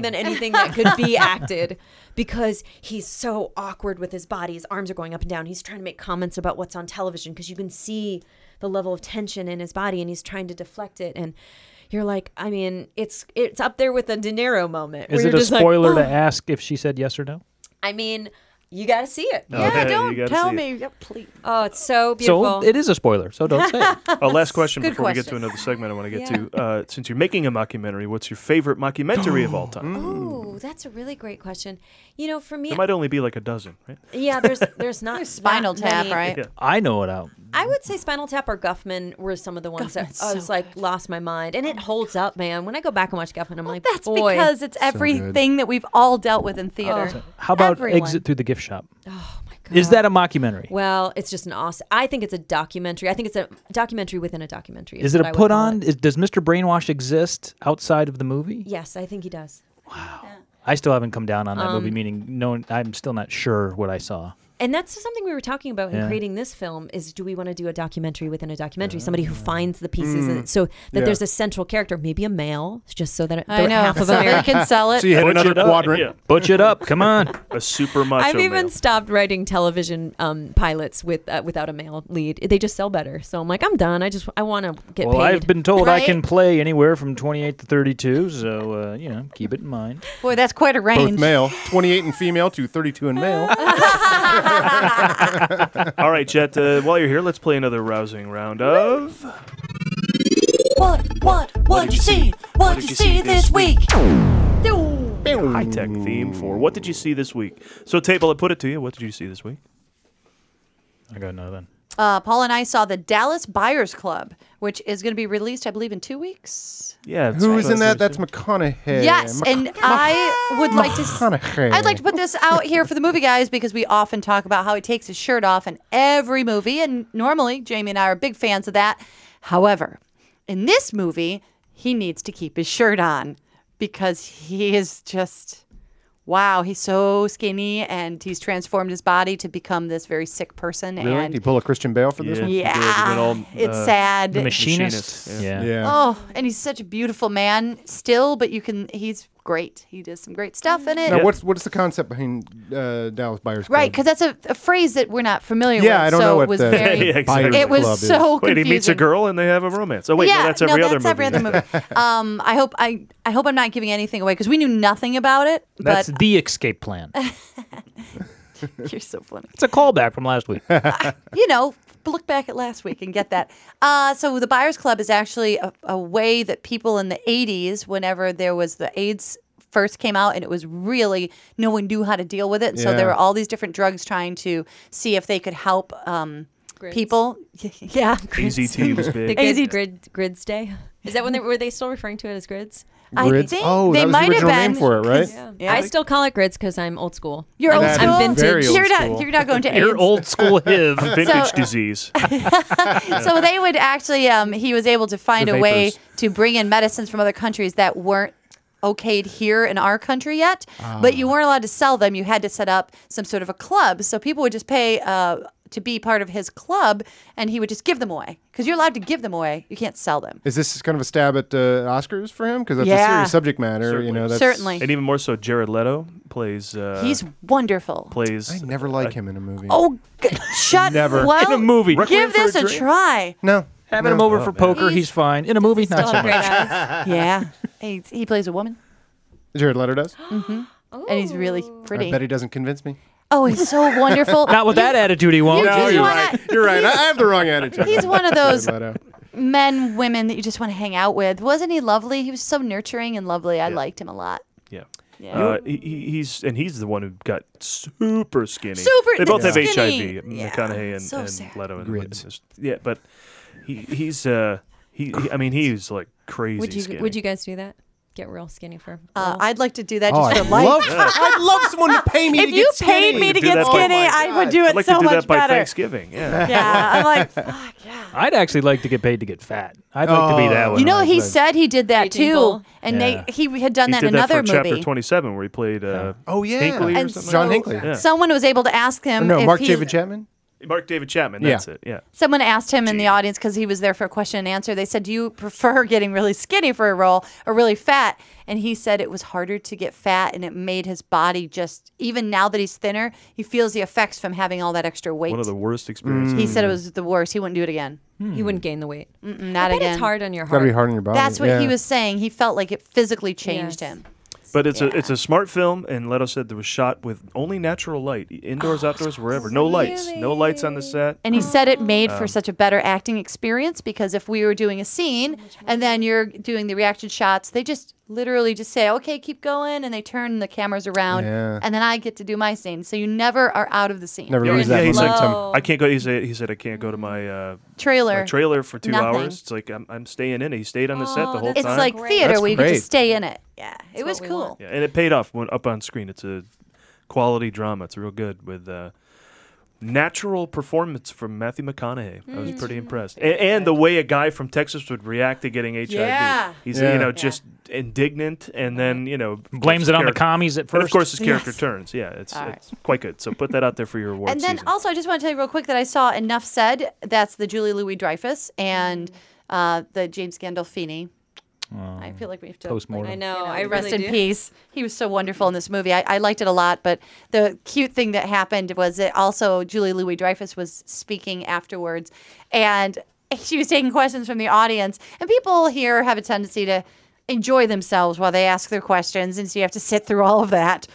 Speaker 3: (laughs)
Speaker 13: than anything that could be acted because he's so awkward with his body. His arms are going up and down. He's trying to make comments about what's on television because you can see the level of tension in his body and he's trying to deflect it and you're like, I mean, it's it's up there with the De Niro moment. where
Speaker 3: Is it
Speaker 13: you're
Speaker 3: a
Speaker 13: just like,
Speaker 3: spoiler
Speaker 13: "Oh."
Speaker 3: to ask if she said yes or no?
Speaker 13: I mean, you got to see it.
Speaker 2: Oh, (laughs)
Speaker 3: Yeah, Okay, you don't gotta tell see it. me.
Speaker 13: please. Oh, it's so beautiful.
Speaker 3: So it is a spoiler. So don't say. it.
Speaker 13: (laughs)
Speaker 2: Uh, last question
Speaker 13: Good
Speaker 2: before we get to
Speaker 13: question.
Speaker 2: another segment I want to get
Speaker 13: Yeah.
Speaker 2: to. Uh, since you're making a mockumentary, what's your favorite mockumentary of all
Speaker 3: (gasps)
Speaker 2: time?
Speaker 3: Mm-hmm.
Speaker 13: Oh, that's a really great question. You know, for me,
Speaker 2: There might only be like a dozen, right?
Speaker 13: (laughs) yeah, there's there's not
Speaker 5: Spinal
Speaker 13: that
Speaker 5: Tap,
Speaker 13: many.
Speaker 5: right?
Speaker 3: I know it out.
Speaker 13: I would say Spinal Tap or Guffman were some of the ones
Speaker 5: Guffman's
Speaker 13: that I was like lost my mind, and it holds up, man. When I go back and watch Guffman, I'm like, that's boy,
Speaker 5: because it's everything that we've all dealt with in theater.
Speaker 13: Oh.
Speaker 3: How about
Speaker 13: Everyone.
Speaker 3: exit through the gift shop? Oh my god. Is that a mockumentary?
Speaker 13: Well, it's just an awesome. I think it's a documentary. I think it's a documentary within a documentary.
Speaker 3: Is it
Speaker 13: what
Speaker 3: a
Speaker 13: I would
Speaker 3: put
Speaker 13: call
Speaker 3: on? Is, does Mr. Brainwash exist outside of the movie?
Speaker 13: Yes, I think he does.
Speaker 3: I still haven't come down on that movie.
Speaker 13: Um,
Speaker 3: Meaning, no, I'm still not sure what I saw.
Speaker 13: And that's something we were talking about in
Speaker 3: Yeah.
Speaker 13: creating this film is do we want to do a documentary within a documentary? Somebody who finds the pieces and so that
Speaker 3: Ah. Hmm. Yeah.
Speaker 13: there's a central character, maybe a male, just so that
Speaker 5: I
Speaker 13: the
Speaker 5: know,
Speaker 13: half of
Speaker 5: so they
Speaker 3: (laughs)
Speaker 13: America
Speaker 5: can sell it. So
Speaker 3: you hit
Speaker 2: Butch
Speaker 3: another
Speaker 2: it up.
Speaker 3: quadrant.
Speaker 2: Yeah.
Speaker 3: Butch it up. Come on.
Speaker 2: A super macho
Speaker 13: I've even
Speaker 2: male.
Speaker 13: stopped writing television um, pilots with uh, without a male lead. They just sell better. So I'm like, I'm done. I just I want to get
Speaker 3: well,
Speaker 13: paid.
Speaker 3: I've been told I can play anywhere from 28 to 32, so uh, you know, keep it in mind.
Speaker 5: Boy, that's quite a range. (laughs)
Speaker 4: Both male, 28 and female to 32 and male.
Speaker 2: All right, Jet. Uh, while you're here, let's play another rousing round of.
Speaker 7: What, what, what
Speaker 2: did you see?
Speaker 7: What did you see this week?
Speaker 2: High tech theme for what did you see this week? So, Table, I put it to you. What did you see this week?
Speaker 3: I got nothing.
Speaker 5: Uh, Paul and I saw the Dallas Buyers Club, which is going to be released, I believe, in two weeks.
Speaker 2: Yeah.
Speaker 4: Who was in that? That's McConaughey.
Speaker 5: yes,
Speaker 4: Mc-
Speaker 5: and I would like to. s-
Speaker 4: McConaughey.
Speaker 5: I'd like to put this out here for the movie guys because we often talk about how he takes his shirt off in every movie, and normally Jamie and I are big fans of that. However, in this movie, he needs to keep his shirt on because he is just wow. He's so skinny, and he's transformed his body to become this very sick person.
Speaker 4: Really?
Speaker 5: And
Speaker 4: Did you pull a Christian Bale for this
Speaker 5: Yeah,
Speaker 4: one?
Speaker 5: he did. He went all, Yeah, it's uh, sad. The
Speaker 3: Machinist. Yeah.
Speaker 5: Oh, and he's such a beautiful man still, but you can he's great. He does some great stuff in it.
Speaker 4: Now, what's what's the concept behind uh, Dallas Buyers Club?
Speaker 5: Right, because that's a, a phrase that we're not familiar with.
Speaker 4: Yeah, I don't
Speaker 5: so
Speaker 4: know
Speaker 5: it
Speaker 4: what
Speaker 5: was
Speaker 2: (laughs)
Speaker 4: the
Speaker 5: very.
Speaker 4: (laughs) Yeah, exactly.
Speaker 5: It was
Speaker 4: Club is.
Speaker 5: so
Speaker 2: Wait,
Speaker 5: confusing.
Speaker 2: he meets a girl and they have a romance. Oh, wait,
Speaker 5: yeah,
Speaker 2: no, that's every
Speaker 5: no,
Speaker 2: other
Speaker 5: that's
Speaker 2: movie.
Speaker 5: every other movie.
Speaker 2: (laughs)
Speaker 5: um, I hope I I hope I'm not giving anything away because we knew nothing about it.
Speaker 3: That's
Speaker 5: but
Speaker 3: the escape plan.
Speaker 4: (laughs)
Speaker 5: you're so funny.
Speaker 3: It's a callback from last (laughs) week.
Speaker 5: you know, look back at last week and get that. Uh, so the Buyers Club is actually a, a way that people in the 80s, whenever there was the AIDS first came out and it was really no one knew how to deal with it. And So
Speaker 11: Yeah.
Speaker 5: there were all these different drugs trying to see if they could help um,
Speaker 13: Grids.
Speaker 5: people. (laughs) yeah. (laughs)
Speaker 2: AZT was big.
Speaker 13: the grid,
Speaker 5: AZT.
Speaker 13: grid grids day. (laughs) Is that when they were they still referring to it as grids?
Speaker 5: I
Speaker 4: Grids?
Speaker 5: think
Speaker 4: Oh,
Speaker 5: they
Speaker 4: that was the
Speaker 5: might have
Speaker 4: original name
Speaker 5: been.
Speaker 4: for it, right?
Speaker 5: Yeah.
Speaker 13: I still call it grids because I'm old school.
Speaker 5: You're
Speaker 13: I'm,
Speaker 5: old
Speaker 13: I'm
Speaker 5: school?
Speaker 13: vintage.
Speaker 5: Very old You're not- school. you're not going to
Speaker 3: You're
Speaker 5: AIDS. (laughs)
Speaker 3: old school HIV.
Speaker 5: So- Vintage (laughs)
Speaker 2: disease.
Speaker 5: so they would actually um, he was able to find
Speaker 3: The
Speaker 5: a way
Speaker 3: vapors.
Speaker 5: to bring in medicines from other countries that weren't okayed here in our country yet but you weren't allowed to sell them you had to set up some sort of a club so people would just pay uh, to be part of his club and he would just give them away because you're allowed to give them away you can't sell them
Speaker 4: Is this kind of a stab at uh, Oscars for him? Because that's a
Speaker 5: Yeah.
Speaker 4: serious subject matter. You know, that's,
Speaker 5: Certainly.
Speaker 2: And even more so, Jared Leto plays. Uh,
Speaker 5: he's wonderful
Speaker 2: plays. I
Speaker 4: never like him in a movie.
Speaker 5: oh g- shut
Speaker 2: Never.
Speaker 5: well,
Speaker 2: In a movie. Requiem
Speaker 5: give
Speaker 2: for a
Speaker 5: this a,
Speaker 2: Dream.
Speaker 5: try
Speaker 4: No.
Speaker 3: Having
Speaker 2: No.
Speaker 3: him over
Speaker 2: Oh,
Speaker 3: for
Speaker 2: man.
Speaker 3: poker, he's fine. In a movie, not so much.
Speaker 5: yeah he, he plays a woman
Speaker 4: Jared Leto does.
Speaker 5: hmm and he's really pretty
Speaker 4: I bet he doesn't convince me.
Speaker 5: oh he's so wonderful
Speaker 3: (laughs) Not with that attitude, he won't.
Speaker 5: you just
Speaker 4: you're
Speaker 5: wanna-
Speaker 4: right. You're right. I I have the wrong attitude.
Speaker 5: He's one of those-
Speaker 4: Jared Leto.
Speaker 5: men, women that you just want to hang out with. Wasn't he lovely? He was so nurturing and lovely. I liked him a lot.
Speaker 2: Yeah. Yeah. Uh, he, he- he's and he's the one who got super skinny.
Speaker 5: Super-
Speaker 2: They both
Speaker 5: the
Speaker 2: have
Speaker 5: skinny-
Speaker 2: HIV.
Speaker 5: yeah,
Speaker 2: McConaughey and,
Speaker 5: so
Speaker 2: and
Speaker 5: sad.
Speaker 2: Leto. And
Speaker 4: Grids.
Speaker 2: Yeah, but he he's uh he, he- I mean he's like crazy
Speaker 13: Would you
Speaker 2: skinny.
Speaker 13: Would you guys do that? Get real skinny for?
Speaker 5: Uh, I'd like to do that
Speaker 2: Oh,
Speaker 5: just
Speaker 2: I'd
Speaker 5: for life.
Speaker 2: love- Yeah.
Speaker 4: I'd love someone to pay me
Speaker 5: If
Speaker 4: to
Speaker 5: you
Speaker 4: get skinny.
Speaker 5: paid me
Speaker 2: You
Speaker 5: to
Speaker 2: could do
Speaker 5: get
Speaker 2: that by-
Speaker 5: skinny, I would do
Speaker 2: I'd
Speaker 5: it
Speaker 2: like
Speaker 5: so
Speaker 2: to do
Speaker 5: much
Speaker 2: that by
Speaker 5: better.
Speaker 2: Thanksgiving.
Speaker 5: (laughs)
Speaker 2: Yeah.
Speaker 5: Yeah, I'm (laughs) like,
Speaker 3: I'd actually like to get paid to get fat. I'd like to be that
Speaker 2: Oh.
Speaker 3: one.
Speaker 5: you know,
Speaker 3: Like,
Speaker 5: he
Speaker 3: like-
Speaker 5: said he did that
Speaker 13: Raging
Speaker 5: too,
Speaker 13: Bull.
Speaker 5: and
Speaker 3: Yeah.
Speaker 5: they, he had done
Speaker 2: he
Speaker 5: that
Speaker 2: did
Speaker 5: in
Speaker 2: that
Speaker 5: another
Speaker 2: for Chapter
Speaker 5: movie.
Speaker 2: 27 where he played uh,
Speaker 4: Oh, yeah.
Speaker 2: Hinckley or
Speaker 5: And
Speaker 2: something.
Speaker 4: John
Speaker 5: so
Speaker 4: Hinckley.
Speaker 2: Yeah.
Speaker 5: Someone was able to ask him.
Speaker 4: no,
Speaker 5: if
Speaker 4: Mark
Speaker 5: he-
Speaker 4: David Chapman.
Speaker 2: Mark David Chapman,
Speaker 4: Yeah.
Speaker 2: that's it. Yeah.
Speaker 5: Someone asked him in the audience because he was there for a question and answer. They said, "Do you prefer (laughs) getting really skinny for a role or really fat?" And he said it was harder to get fat, and it made his body just even now that he's thinner, he feels the effects from having all that extra weight.
Speaker 2: One of the Hmm. worst experiences.
Speaker 4: Mm.
Speaker 5: He said it was the worst. He wouldn't do it again.
Speaker 3: Hmm.
Speaker 13: You wouldn't gain the weight.
Speaker 5: Mm-mm, not
Speaker 13: I bet
Speaker 5: again.
Speaker 13: It's hard on your
Speaker 4: It's
Speaker 13: heart.
Speaker 4: gotta be hard on your body.
Speaker 5: That's what
Speaker 4: yeah.
Speaker 5: he was saying. He felt like it physically changed him.
Speaker 2: But it's a it's a smart film, and Leto said it was shot with only natural light, indoors,
Speaker 5: Oh,
Speaker 2: outdoors, wherever. No lights, no lights on the set.
Speaker 5: And he said it made for
Speaker 2: Um,
Speaker 5: such a better acting experience because if we were doing a scene and then you're doing the reaction shots, they just literally just say, okay, keep going. And they turn the cameras around.
Speaker 2: Yeah.
Speaker 5: And then I get to do my scene. So you never are out of the scene.
Speaker 4: Never lose
Speaker 2: yeah,
Speaker 4: that
Speaker 2: he said,
Speaker 4: momentum.
Speaker 2: I can't go. He said, he said I can't go to my uh,
Speaker 5: Trailer.
Speaker 2: my trailer for two
Speaker 5: Nothing. Oh,
Speaker 2: hours. It's like I'm, I'm staying in. it. He stayed on the set the whole
Speaker 5: It's
Speaker 2: time.
Speaker 5: like theater
Speaker 2: That's
Speaker 5: where you get
Speaker 2: great.
Speaker 5: to stay in it. Yeah. it was cool.
Speaker 2: Yeah, and it paid off when up on screen. It's a quality drama. It's real good with uh, natural performance from Matthew McConaughey. I was
Speaker 12: Mm.
Speaker 2: pretty impressed, and, and the way a guy from Texas would react to getting HIV.
Speaker 12: Yeah.
Speaker 2: he's
Speaker 3: Yeah.
Speaker 2: you know just indignant, and then you know
Speaker 3: Blames
Speaker 2: his
Speaker 3: it on the
Speaker 2: character-
Speaker 3: commies at
Speaker 2: And of
Speaker 3: first.
Speaker 2: course, his character
Speaker 3: Yes.
Speaker 2: turns. Yeah, it's,
Speaker 5: All right.
Speaker 2: it's quite good. So put that out there for your award
Speaker 5: And then
Speaker 2: season.
Speaker 5: also, I just want to tell you real quick that I saw Enough Said. That's the Julie Louis Dreyfus and uh, the James Gandolfini. I
Speaker 2: Oh.
Speaker 5: feel like we have to.
Speaker 3: Postmortem.
Speaker 5: like,
Speaker 3: I
Speaker 13: know,
Speaker 5: you
Speaker 13: I
Speaker 5: rest
Speaker 13: really
Speaker 5: in
Speaker 13: do.
Speaker 5: peace. He was so wonderful in this movie. I, I liked it a lot. But the cute thing that happened was that also Julie Louis Dreyfus was speaking afterwards, and she was taking questions from the audience. And people here have a tendency to enjoy themselves while they ask their questions, and so you have to sit through all of that.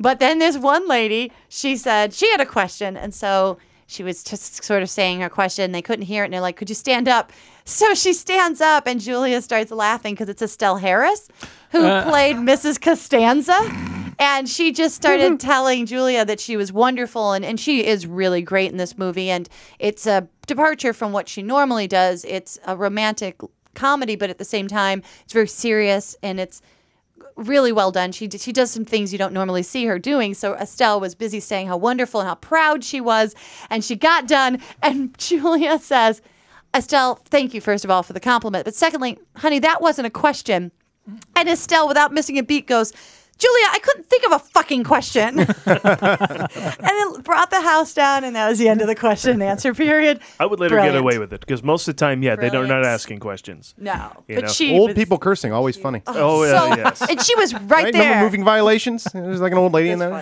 Speaker 5: But then this one lady, she said she had a question, and so she was just sort of saying her question. They couldn't hear it, and they're like, "Could you stand up?" So she stands up, and Julia starts laughing because it's Estelle Harris, who
Speaker 11: Uh.
Speaker 5: played Mrs. Costanza. And she just started telling Julia that she was wonderful, and, and she is really great in this movie. And it's a departure from what she normally does. It's a romantic comedy, but at the same time, it's very serious and it's really well done. She d- she does some things you don't normally see her doing. So Estelle was busy saying how wonderful and how proud she was, and she got done. And (laughs) Julia says, "Estelle, thank you first of all for the compliment, but secondly, honey, that wasn't a question." And Estelle, without missing a beat, goes. Julia, I couldn't think of a fucking question. (laughs) and it brought the house down, and that was the end of the question and answer period.
Speaker 2: I would let her get
Speaker 5: Brilliant.
Speaker 2: away with it because most of the time, yeah, they don't, are
Speaker 5: Brilliant.
Speaker 2: not asking questions.
Speaker 5: No,
Speaker 2: You
Speaker 5: but
Speaker 2: know?
Speaker 5: she
Speaker 4: Old
Speaker 5: was-
Speaker 4: people cursing, always funny.
Speaker 2: Oh, yeah,
Speaker 5: so- (laughs)
Speaker 2: yes.
Speaker 5: and she was right,
Speaker 4: Right,
Speaker 5: there.
Speaker 4: number moving violations. There's like an old lady in there.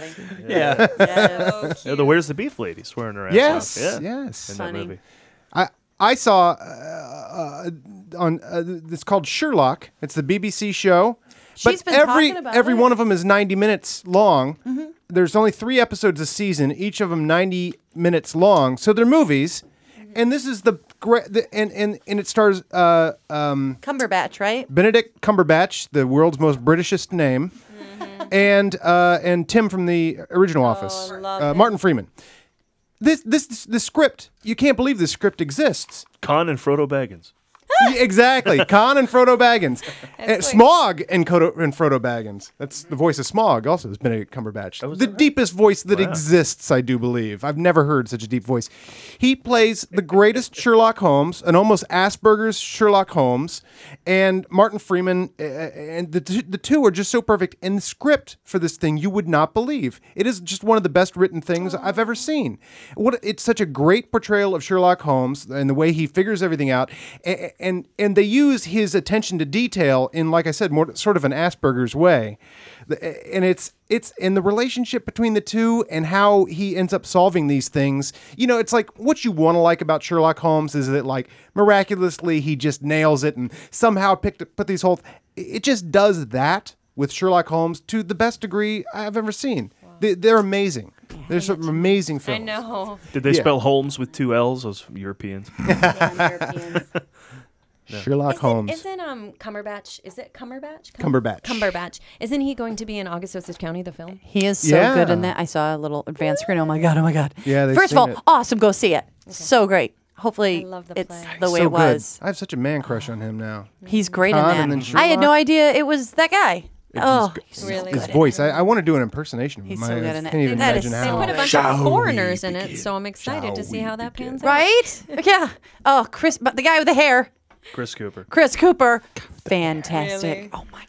Speaker 2: Yeah.
Speaker 4: Yeah.
Speaker 2: Yeah, the Where's the Beef lady swearing her ass
Speaker 4: Yes,
Speaker 2: off. Yeah.
Speaker 4: yes.
Speaker 2: In
Speaker 4: Funny.
Speaker 2: that movie.
Speaker 4: I I saw uh, uh, on uh, it's called Sherlock. It's the BBC show.
Speaker 5: She's
Speaker 4: but
Speaker 5: been
Speaker 4: every
Speaker 5: talking about
Speaker 4: every
Speaker 5: it. Mm-hmm.
Speaker 4: one of them is 90 minutes long. There's only 3 episodes a season, each of them 90 minutes long. So they're movies. And this is the, gra- the and and and it stars uh um
Speaker 5: Cumberbatch, right?
Speaker 4: Benedict Cumberbatch, the world's most Britishest name,
Speaker 5: Mm-hmm.
Speaker 4: and uh, and Tim from the
Speaker 5: Oh,
Speaker 4: original Office, uh, Martin Freeman. This this this, this script you can't believe this script exists.
Speaker 2: Con and Frodo Baggins.
Speaker 4: (laughs) exactly, Con and Frodo Baggins, and Smog and, Codo- and Frodo Baggins. That's the voice of Smog. Also, is Benedict Cumberbatch, the deepest voice that
Speaker 2: Wow.
Speaker 4: exists. I do believe I've never heard such a deep voice. He plays the greatest Sherlock Holmes, an almost Asperger's Sherlock Holmes, and Martin Freeman, uh, and the two, the two are just so perfect. And the script for this thing you would not believe. It is just one of the best written things I've ever seen. What it's such a great portrayal of Sherlock Holmes and the way he figures everything out, and and, and they use his attention to detail in, like I said, more sort of an Asperger's way, The- and it's it's in the relationship between the two and how he ends up solving these things. You know, it's like what you want to like about Sherlock Holmes is that like miraculously he just nails it and somehow picked put these whole. It just does that with Sherlock Holmes to the best degree I've ever seen. They, they're amazing. There's some amazing
Speaker 13: I
Speaker 4: films.
Speaker 13: know.
Speaker 2: Did they
Speaker 4: Yeah.
Speaker 2: spell Holmes with two L's? Those Europeans.
Speaker 4: Sherlock Holmes.
Speaker 13: Isn't um Cumberbatch? Is it Cumberbatch?
Speaker 4: Cumberbatch.
Speaker 13: Cumberbatch. Isn't he going to be in August Osage County? The film.
Speaker 5: He is so
Speaker 4: Yeah.
Speaker 5: good in that. I saw a little advanced screen. Oh my god! Oh my god!
Speaker 4: Yeah, they've
Speaker 5: First of all,
Speaker 4: seen it.
Speaker 5: awesome. Go see it. So great. Hopefully, it's the
Speaker 4: He's
Speaker 5: way
Speaker 4: so
Speaker 5: it was.
Speaker 4: Good. I have such a man crush on him now.
Speaker 5: He's great
Speaker 4: Khan
Speaker 5: in
Speaker 4: and then
Speaker 5: that. I had no
Speaker 4: Sherlock.
Speaker 5: idea it was that guy. oh, he's
Speaker 13: really?
Speaker 4: His voice. I, I want to do an impersonation of him.
Speaker 5: He's
Speaker 4: I
Speaker 5: so good in
Speaker 4: can't
Speaker 5: it.
Speaker 4: even
Speaker 5: That is
Speaker 4: imagine
Speaker 5: so
Speaker 4: how.
Speaker 13: Put a bunch
Speaker 4: Shall
Speaker 13: of
Speaker 4: we
Speaker 13: foreigners in it, so I'm excited to see how that pans out.
Speaker 5: Right? Yeah. Oh, Chris, but the guy with the hair,
Speaker 2: Chris Cooper.
Speaker 5: Chris Cooper, fantastic.
Speaker 13: Really?
Speaker 5: Oh my.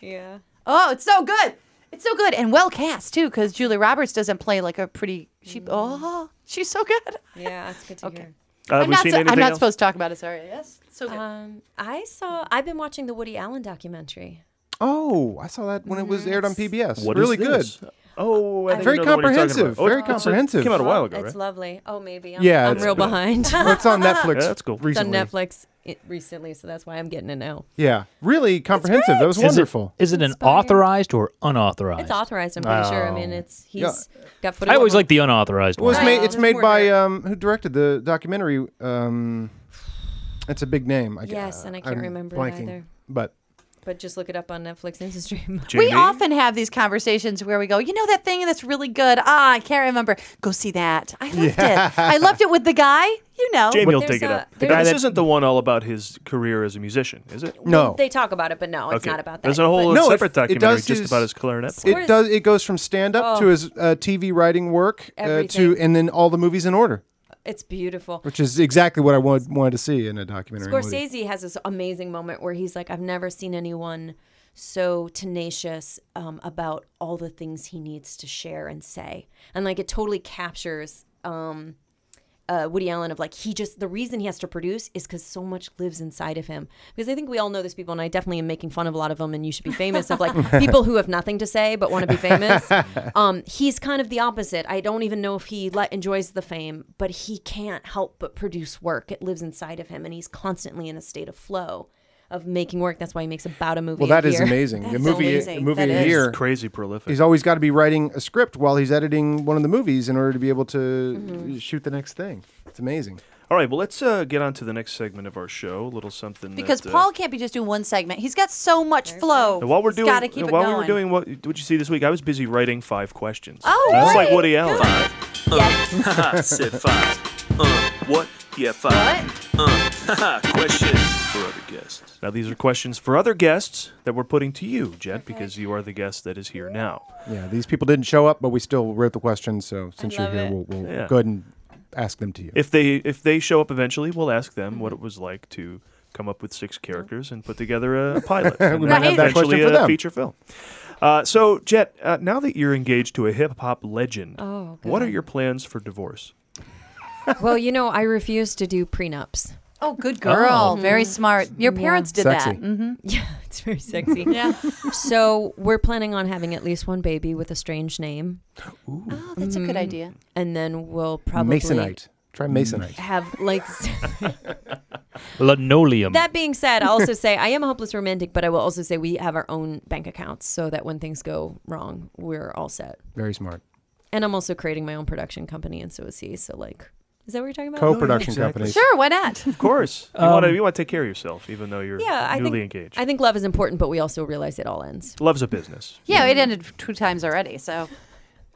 Speaker 13: Yeah.
Speaker 5: Oh, it's so good. It's so good and well cast too, because Julie Roberts doesn't play like a pretty. She oh, she's so good.
Speaker 13: Yeah, it's good to hear.
Speaker 2: Uh, have
Speaker 5: I'm
Speaker 2: we
Speaker 5: not.
Speaker 2: seen
Speaker 5: so- I'm
Speaker 2: anything
Speaker 5: not
Speaker 2: else?
Speaker 5: supposed to talk about it. Sorry. Yes. So good.
Speaker 13: Um, I saw. I've been watching the Woody Allen documentary.
Speaker 4: Oh, I saw that when it was aired on PBS.
Speaker 2: What is
Speaker 4: really
Speaker 2: this?
Speaker 4: good.
Speaker 2: Oh, I think I
Speaker 4: very
Speaker 2: know the one you're talking about.
Speaker 4: comprehensive.
Speaker 2: Oh,
Speaker 4: very
Speaker 2: it's- it's- it
Speaker 4: comprehensive.
Speaker 2: came out a while ago,
Speaker 13: It's
Speaker 2: right?
Speaker 13: lovely. Oh, maybe. I'm,
Speaker 4: Yeah,
Speaker 13: I'm
Speaker 4: it's-
Speaker 13: real
Speaker 4: yeah.
Speaker 13: behind. (laughs)
Speaker 4: Well, it's on Netflix
Speaker 2: Yeah, that's cool.
Speaker 13: It's on
Speaker 4: recently.
Speaker 13: Netflix it, recently, so that's why I'm getting it now.
Speaker 4: Yeah, really comprehensive. That was
Speaker 3: Is it-
Speaker 4: wonderful.
Speaker 3: Is it, an authorized or unauthorized?
Speaker 13: It's authorized. I'm pretty sure. I
Speaker 3: Oh.
Speaker 13: mean, it's he's
Speaker 4: Yeah.
Speaker 13: got footage.
Speaker 3: I always like the unauthorized
Speaker 4: It was
Speaker 3: one.
Speaker 4: made. It's
Speaker 13: there's
Speaker 4: made
Speaker 13: more
Speaker 4: by um, who directed the documentary. Um, it's a big name. I g- uh,
Speaker 13: Yes, and I can't remember it either.
Speaker 4: But
Speaker 13: But just look it up on
Speaker 2: (laughs)
Speaker 13: Netflix Instagram.
Speaker 5: We often have these conversations where we go, you know that thing that's really good. Ah, I can't remember. Go see that. I loved
Speaker 4: Yeah.
Speaker 5: it. I loved it with the guy. You know,
Speaker 2: Jamie will
Speaker 13: There's
Speaker 2: dig it
Speaker 13: a-
Speaker 2: up.
Speaker 13: there's
Speaker 2: this
Speaker 13: a-
Speaker 2: isn't the one all about his career as a musician, is it?
Speaker 4: no,
Speaker 13: They talk about it, but no, it's
Speaker 2: Okay.
Speaker 13: not about that.
Speaker 2: There's a whole
Speaker 4: No, it-
Speaker 2: separate
Speaker 4: it
Speaker 2: documentary
Speaker 4: does
Speaker 2: just
Speaker 4: use-
Speaker 2: about his clarinet.
Speaker 13: It's-
Speaker 2: playing.
Speaker 13: Where
Speaker 4: it
Speaker 13: is-
Speaker 4: does. It goes from stand up to
Speaker 13: Oh.
Speaker 4: his uh, TV writing work uh, to,
Speaker 13: Everything.
Speaker 4: and then all the movies in order,
Speaker 13: but it's beautiful.
Speaker 4: which is exactly what I wanted wanted to see in a documentary. movie.
Speaker 13: Scorsese has this amazing moment where he's like, I've never seen anyone so tenacious um, about all the things he needs to share and say. And like it totally captures um, uh, Woody Allen of like, he just, the reason he has to produce is because so much lives inside of him. Because I think we all know this people, and I definitely am making fun of a lot of them, and you should be
Speaker 4: (laughs)
Speaker 13: famous of like people who have nothing to say but want to be famous. um, he's kind of the opposite. I don't even know if he le- enjoys the fame, but he can't help but produce work. It lives inside of him, and he's constantly in a state of flow of making work. That's why he makes about a movie.
Speaker 4: Well,
Speaker 13: a
Speaker 4: that is
Speaker 13: year. (laughs)
Speaker 4: amazing.
Speaker 5: That
Speaker 4: the
Speaker 5: is
Speaker 4: movie,
Speaker 5: amazing.
Speaker 4: a movie
Speaker 5: That
Speaker 4: a
Speaker 5: is.
Speaker 4: year.
Speaker 2: crazy prolific.
Speaker 4: He's always got to be writing a script while he's editing one of the movies in order to be able to shoot the next thing. It's amazing.
Speaker 2: All right, well, let's uh, get on to the next segment of our show. A little something
Speaker 5: because
Speaker 2: that, uh,
Speaker 5: Paul can't be just doing one segment. He's got so much flow.
Speaker 2: And while we're
Speaker 5: He's
Speaker 2: doing,
Speaker 5: gotta keep
Speaker 2: and
Speaker 5: it
Speaker 2: while we
Speaker 5: going.
Speaker 2: were doing what what you see this week, I was busy writing five questions.
Speaker 5: Oh,
Speaker 2: just like
Speaker 5: really?
Speaker 2: Woody Allen.
Speaker 12: (laughs) Haha, Uh, said five. Uh, what? Yeah, five. What? Uh, haha, question for other guests.
Speaker 2: Now these are questions for other guests that we're putting to you, Jet, because you are the guest that is here now.
Speaker 4: Yeah, these people didn't show up, but we still wrote the questions. So since you're
Speaker 13: love
Speaker 4: here,
Speaker 13: it.
Speaker 4: we'll, we'll
Speaker 2: Yeah.
Speaker 4: go ahead and ask them to you.
Speaker 2: If they if they show up eventually, we'll ask them
Speaker 4: Mm-hmm.
Speaker 2: what it was like to come up with six characters and put together a, a pilot. and
Speaker 4: (laughs) We might have that
Speaker 2: eventually
Speaker 4: question for
Speaker 2: a
Speaker 4: them.
Speaker 2: feature film. Uh, so, Jet, uh, now that you're engaged to a hip hop legend,
Speaker 13: Oh,
Speaker 2: what are
Speaker 13: God.
Speaker 2: your plans for divorce?
Speaker 13: well, you know, I refuse to do prenups. (laughs)
Speaker 5: Oh, good girl.
Speaker 13: Mhm.
Speaker 5: Very smart. Your
Speaker 13: Yeah.
Speaker 5: parents did
Speaker 4: Sexy.
Speaker 5: that. Mm-hmm.
Speaker 13: Yeah, it's very sexy.
Speaker 5: Yeah.
Speaker 13: so we're planning on having at least one baby with a strange name,
Speaker 5: Oh, that's a good idea.
Speaker 13: and then we'll probably
Speaker 4: Masonite. Try Masonite.
Speaker 13: have
Speaker 4: (laughs)
Speaker 13: like. (laughs) s-
Speaker 3: Linoleum.
Speaker 13: that being said, I'll also say I am a hopeless romantic, but I will also say we have our own bank accounts, so that when things go wrong, we're all set.
Speaker 4: Very smart.
Speaker 13: And I'm also creating my own production company, and so is he. So like, is that what you're talking about?
Speaker 4: Co-production
Speaker 2: exactly.
Speaker 4: companies.
Speaker 5: Sure, why (laughs) not?
Speaker 2: Of
Speaker 4: (laughs)
Speaker 2: course, you
Speaker 3: Um,
Speaker 2: want to you want to take care of yourself, even though you're
Speaker 13: Yeah, I
Speaker 2: newly
Speaker 13: think
Speaker 2: engaged.
Speaker 13: I think love is important, but we also realize it all ends.
Speaker 2: Love's a business.
Speaker 5: Yeah, it ended two times already. So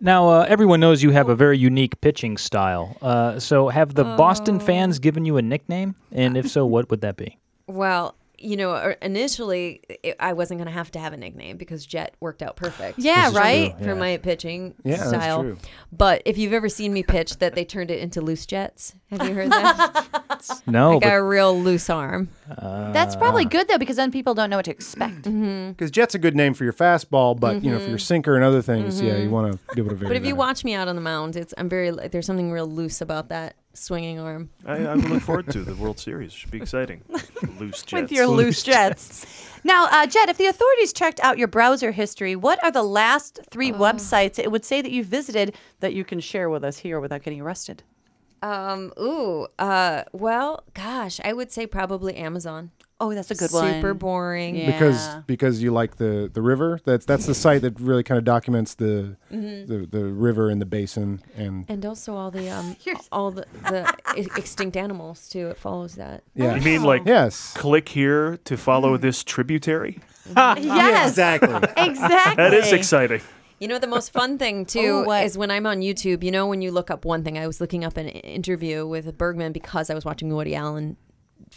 Speaker 3: Now, uh, everyone knows you have a very unique pitching style. Uh, so, have the Boston
Speaker 13: Oh.
Speaker 3: fans given you a nickname? And if so, what would that be?
Speaker 13: Well, you know, or- initially it, I wasn't going to have to have a nickname because Jet worked out perfect.
Speaker 5: Yeah, This is right?
Speaker 13: For my pitching
Speaker 4: Yeah, that's
Speaker 13: style.
Speaker 4: true.
Speaker 13: But if you've ever seen me pitch, that they turned it into loose jets. Have you heard (laughs) that?
Speaker 3: No,
Speaker 13: (laughs) like a
Speaker 3: but
Speaker 13: real loose arm.
Speaker 5: that's
Speaker 2: Ah.
Speaker 5: probably good though, because then people don't know what to expect.
Speaker 4: Because jet's a good name for your fastball, but you know for your sinker and other things, yeah, you want to give it a very.
Speaker 13: But if you watch me out on the mound, it's I'm very like, there's something real loose about that swinging arm.
Speaker 2: I, I look forward to the World Series. Should be
Speaker 13: (laughs)
Speaker 2: exciting. Loose jets.
Speaker 5: With your loose jets. Now, uh, Jed, if the authorities checked out your browser history, what are the last three websites it would say that you visited that you can share with us here without getting arrested?
Speaker 13: Um, ooh, uh, well, gosh, I would say probably Amazon.
Speaker 5: Oh, that's a good
Speaker 13: Super
Speaker 5: one.
Speaker 13: boring.
Speaker 5: Yeah.
Speaker 4: because
Speaker 5: (laughs)
Speaker 4: because you like the the river. That's that's the site that really kind of documents the,
Speaker 13: Mhm.
Speaker 4: the the river and the basin and
Speaker 13: and also all the (laughs) um all the, the e- extinct animals too. It follows that.
Speaker 4: Yeah.
Speaker 2: You mean like
Speaker 4: yes.
Speaker 2: click here to follow
Speaker 13: Mm-hmm.
Speaker 2: this tributary?
Speaker 13: Yes.
Speaker 4: exactly.
Speaker 13: Exactly.
Speaker 2: That is exciting.
Speaker 13: You know the most fun (laughs) thing too is when I'm on YouTube. You know when you look up one thing. I was looking up an interview with Bergman because I was watching Woody Allen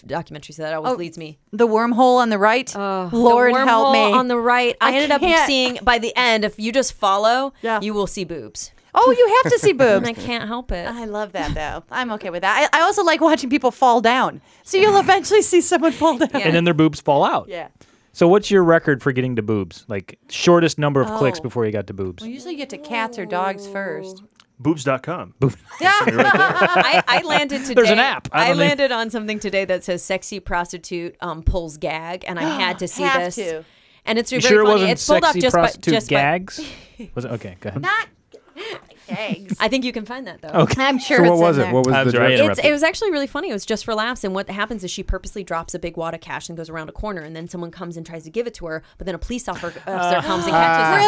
Speaker 13: documentary, so that always
Speaker 5: Oh,
Speaker 13: leads me.
Speaker 5: The wormhole on the right.
Speaker 13: The
Speaker 5: Lord help me.
Speaker 13: wormhole On the right, I,
Speaker 5: I
Speaker 13: ended up
Speaker 5: can't-
Speaker 13: seeing by the end. If you just follow, you will see boobs.
Speaker 5: Oh, you have to (laughs) see boobs.
Speaker 13: And I can't help (laughs) it.
Speaker 5: I love that though. I'm okay with that. I, I also like watching people fall down. So you'll eventually see someone fall down.
Speaker 3: And then their boobs fall out.
Speaker 5: Yeah.
Speaker 3: So what's your record for getting to boobs? Like shortest number of clicks
Speaker 5: Oh.
Speaker 3: before you got to boobs.
Speaker 5: Well, usually you get to cats or dogs first.
Speaker 2: Boobs.com.
Speaker 13: I, I landed
Speaker 3: (laughs)
Speaker 13: today.
Speaker 3: There's an app. I
Speaker 13: I,
Speaker 3: don't need-
Speaker 13: landed on something today that says "sexy prostitute um, pulls gag," and I
Speaker 5: (gasps)
Speaker 13: had to see
Speaker 5: Have
Speaker 13: this.
Speaker 5: to.
Speaker 13: And it's
Speaker 3: you
Speaker 13: very
Speaker 3: sure it
Speaker 13: funny.
Speaker 3: wasn't
Speaker 13: it's pulled
Speaker 3: sexy
Speaker 13: up just by
Speaker 3: prostitute
Speaker 13: just (laughs)
Speaker 3: gags? was it okay? Go ahead.
Speaker 5: (laughs) Gags.
Speaker 13: I think you can find that though.
Speaker 3: Okay. I'm sure So what it's in was it? there. What was I'm the sorry, I joke?
Speaker 13: It's, it was actually really funny. It was just for laughs. And what happens is she purposely drops a big wad of cash and goes around a corner, and then someone comes and tries to give it to her, but then a police officer, officer comes and
Speaker 3: Ah.
Speaker 13: catches her.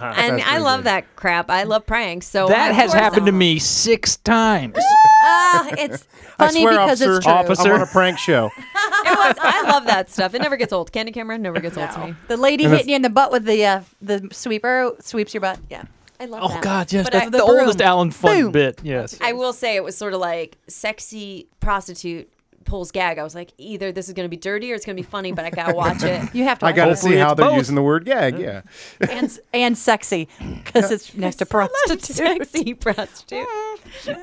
Speaker 5: Brilliant.
Speaker 3: (laughs)
Speaker 13: and
Speaker 3: That's
Speaker 13: I
Speaker 3: pretty
Speaker 13: love that crap. Oh, I love pranks. So
Speaker 3: that
Speaker 13: of
Speaker 3: has
Speaker 13: course
Speaker 3: happened to me six times.
Speaker 13: Ah, it's
Speaker 4: I
Speaker 13: funny
Speaker 4: swear,
Speaker 13: because
Speaker 4: officer,
Speaker 13: it's true.
Speaker 4: I'm on a
Speaker 3: (laughs)
Speaker 4: prank show.
Speaker 13: (laughs) It was- I love that stuff. It never gets old. Candy camera never gets old to me.
Speaker 5: The lady
Speaker 4: And the-
Speaker 5: hitting you in the butt with the uh, the sweeper sweeps your butt. Yeah.
Speaker 13: I love
Speaker 3: Oh
Speaker 13: that.
Speaker 3: God, yes,
Speaker 13: But
Speaker 3: that's
Speaker 13: I-
Speaker 3: the, oldest Alan Fun bit. Yes.
Speaker 13: I will say it was sort of like sexy prostitute pulls gag. I was like, either this is going to be dirty or it's going to be funny, but I got to
Speaker 3: (laughs)
Speaker 13: watch (laughs) it.
Speaker 5: You have to
Speaker 4: I got to
Speaker 5: watch
Speaker 4: see
Speaker 5: it.
Speaker 4: how they're using the word gag. Yeah.
Speaker 5: and s- and sexy because it's (laughs) next to prostitute.
Speaker 13: Sexy prostitute.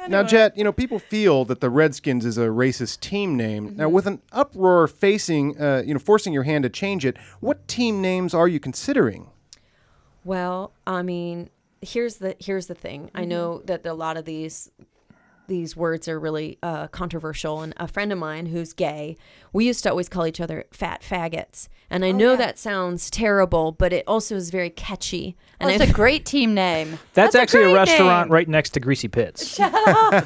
Speaker 4: Now, Jet, you know, people feel that the Redskins is a racist team name. Now, with an uproar facing, uh, you know, forcing your hand to change it, what team names are you considering?
Speaker 13: Well, I mean, here's the here's the thing. I
Speaker 5: Mm-hmm.
Speaker 13: know that a lot of these these words are really uh, controversial, and a friend of mine who's gay, we used to always call each other fat faggots, and I
Speaker 5: Oh,
Speaker 13: know that sounds terrible, but it also is very catchy. And
Speaker 5: Well,
Speaker 13: I-
Speaker 5: Oh, it's
Speaker 13: (laughs)
Speaker 5: a great team name.
Speaker 3: That's, actually a
Speaker 13: great
Speaker 3: restaurant
Speaker 13: name.
Speaker 3: right next to Greasy
Speaker 13: (laughs)
Speaker 3: Pits.
Speaker 5: (laughs)
Speaker 13: I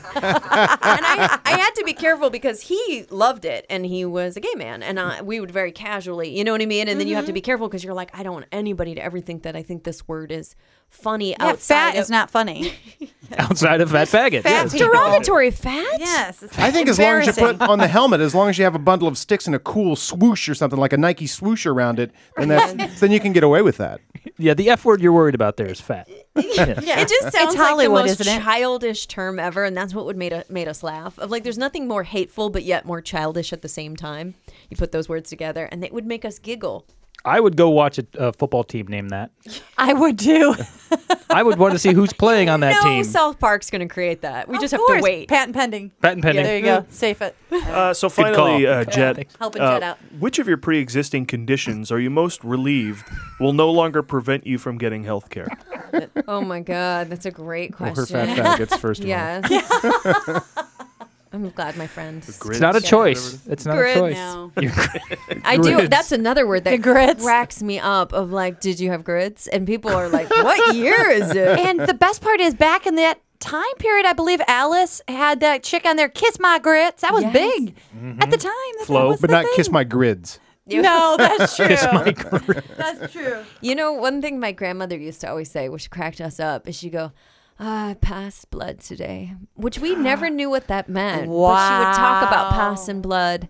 Speaker 13: had to be careful because he loved it and he was a gay man and I, we would very casually, you know what I mean? And then you
Speaker 5: Mm-hmm.
Speaker 13: have to be careful because you're like, I don't want anybody to ever think that I think this word is funny
Speaker 5: Yeah,
Speaker 13: outside.
Speaker 5: fat is not (laughs) funny.
Speaker 3: Outside of Fat Faggot.
Speaker 13: Fat
Speaker 3: yes.
Speaker 13: people. derogatory fat?
Speaker 5: Yes. it's
Speaker 4: I think as long as you put
Speaker 5: embarrassing.
Speaker 4: on the helmet, as long as you have a bundle of sticks and a cool swoosh or something like a Nike swoosh around it, then that's, then you can get away with that.
Speaker 3: Yeah, the F word you're worried about there is
Speaker 13: (laughs)
Speaker 3: fat.
Speaker 13: Yeah. It just sounds
Speaker 5: (laughs) It's Hollywood,
Speaker 13: Hollywood, like the most
Speaker 5: isn't it?
Speaker 13: childish term ever, and that's what would made it, made us laugh. Of like, there's nothing more hateful but yet more childish at the same time. You put those words together, and it would make us giggle.
Speaker 3: I would go watch a, a football team name that.
Speaker 5: I would do.
Speaker 3: I would want to see who's playing on that
Speaker 13: no,
Speaker 3: team.
Speaker 13: South Park's going to create that. We just have
Speaker 5: course,
Speaker 13: to wait.
Speaker 5: Patent pending.
Speaker 3: Patent pending.
Speaker 5: There you go. Safe it.
Speaker 2: Uh, so
Speaker 3: Good call.
Speaker 2: finally, uh,
Speaker 3: Good call.
Speaker 2: Jet,
Speaker 5: Helping
Speaker 2: uh,
Speaker 5: Jet out.
Speaker 2: which of your pre-existing conditions are you most relieved will no longer prevent you from getting health
Speaker 5: (laughs)
Speaker 2: care?
Speaker 13: Oh my God, that's a great
Speaker 2: Well,
Speaker 13: question.
Speaker 2: her fat faggots, first
Speaker 13: (laughs)
Speaker 2: of all.
Speaker 13: yes. (laughs) I'm glad my friend.
Speaker 3: It's not
Speaker 5: (laughs)
Speaker 3: a choice. It's not
Speaker 13: Grits.
Speaker 3: a choice.
Speaker 13: No.
Speaker 3: Your
Speaker 13: I do.
Speaker 3: grits.
Speaker 13: That's another word that grits. cracks me up. Of like, did you have grits? And people are like, what year is it?
Speaker 5: And the best part is back in that time period, I believe Alice had that chick on there, kiss my grits. That was big
Speaker 3: Mm-hmm.
Speaker 5: at the time. That's
Speaker 4: Flow, but not kiss my grids.
Speaker 5: No, that's true.
Speaker 4: Kiss my grids.
Speaker 5: That's true.
Speaker 13: You know, one thing my grandmother used to always say, which cracked us up, is she go, "Ah, I passed blood today, which we never knew what that meant. But she would talk about passing blood.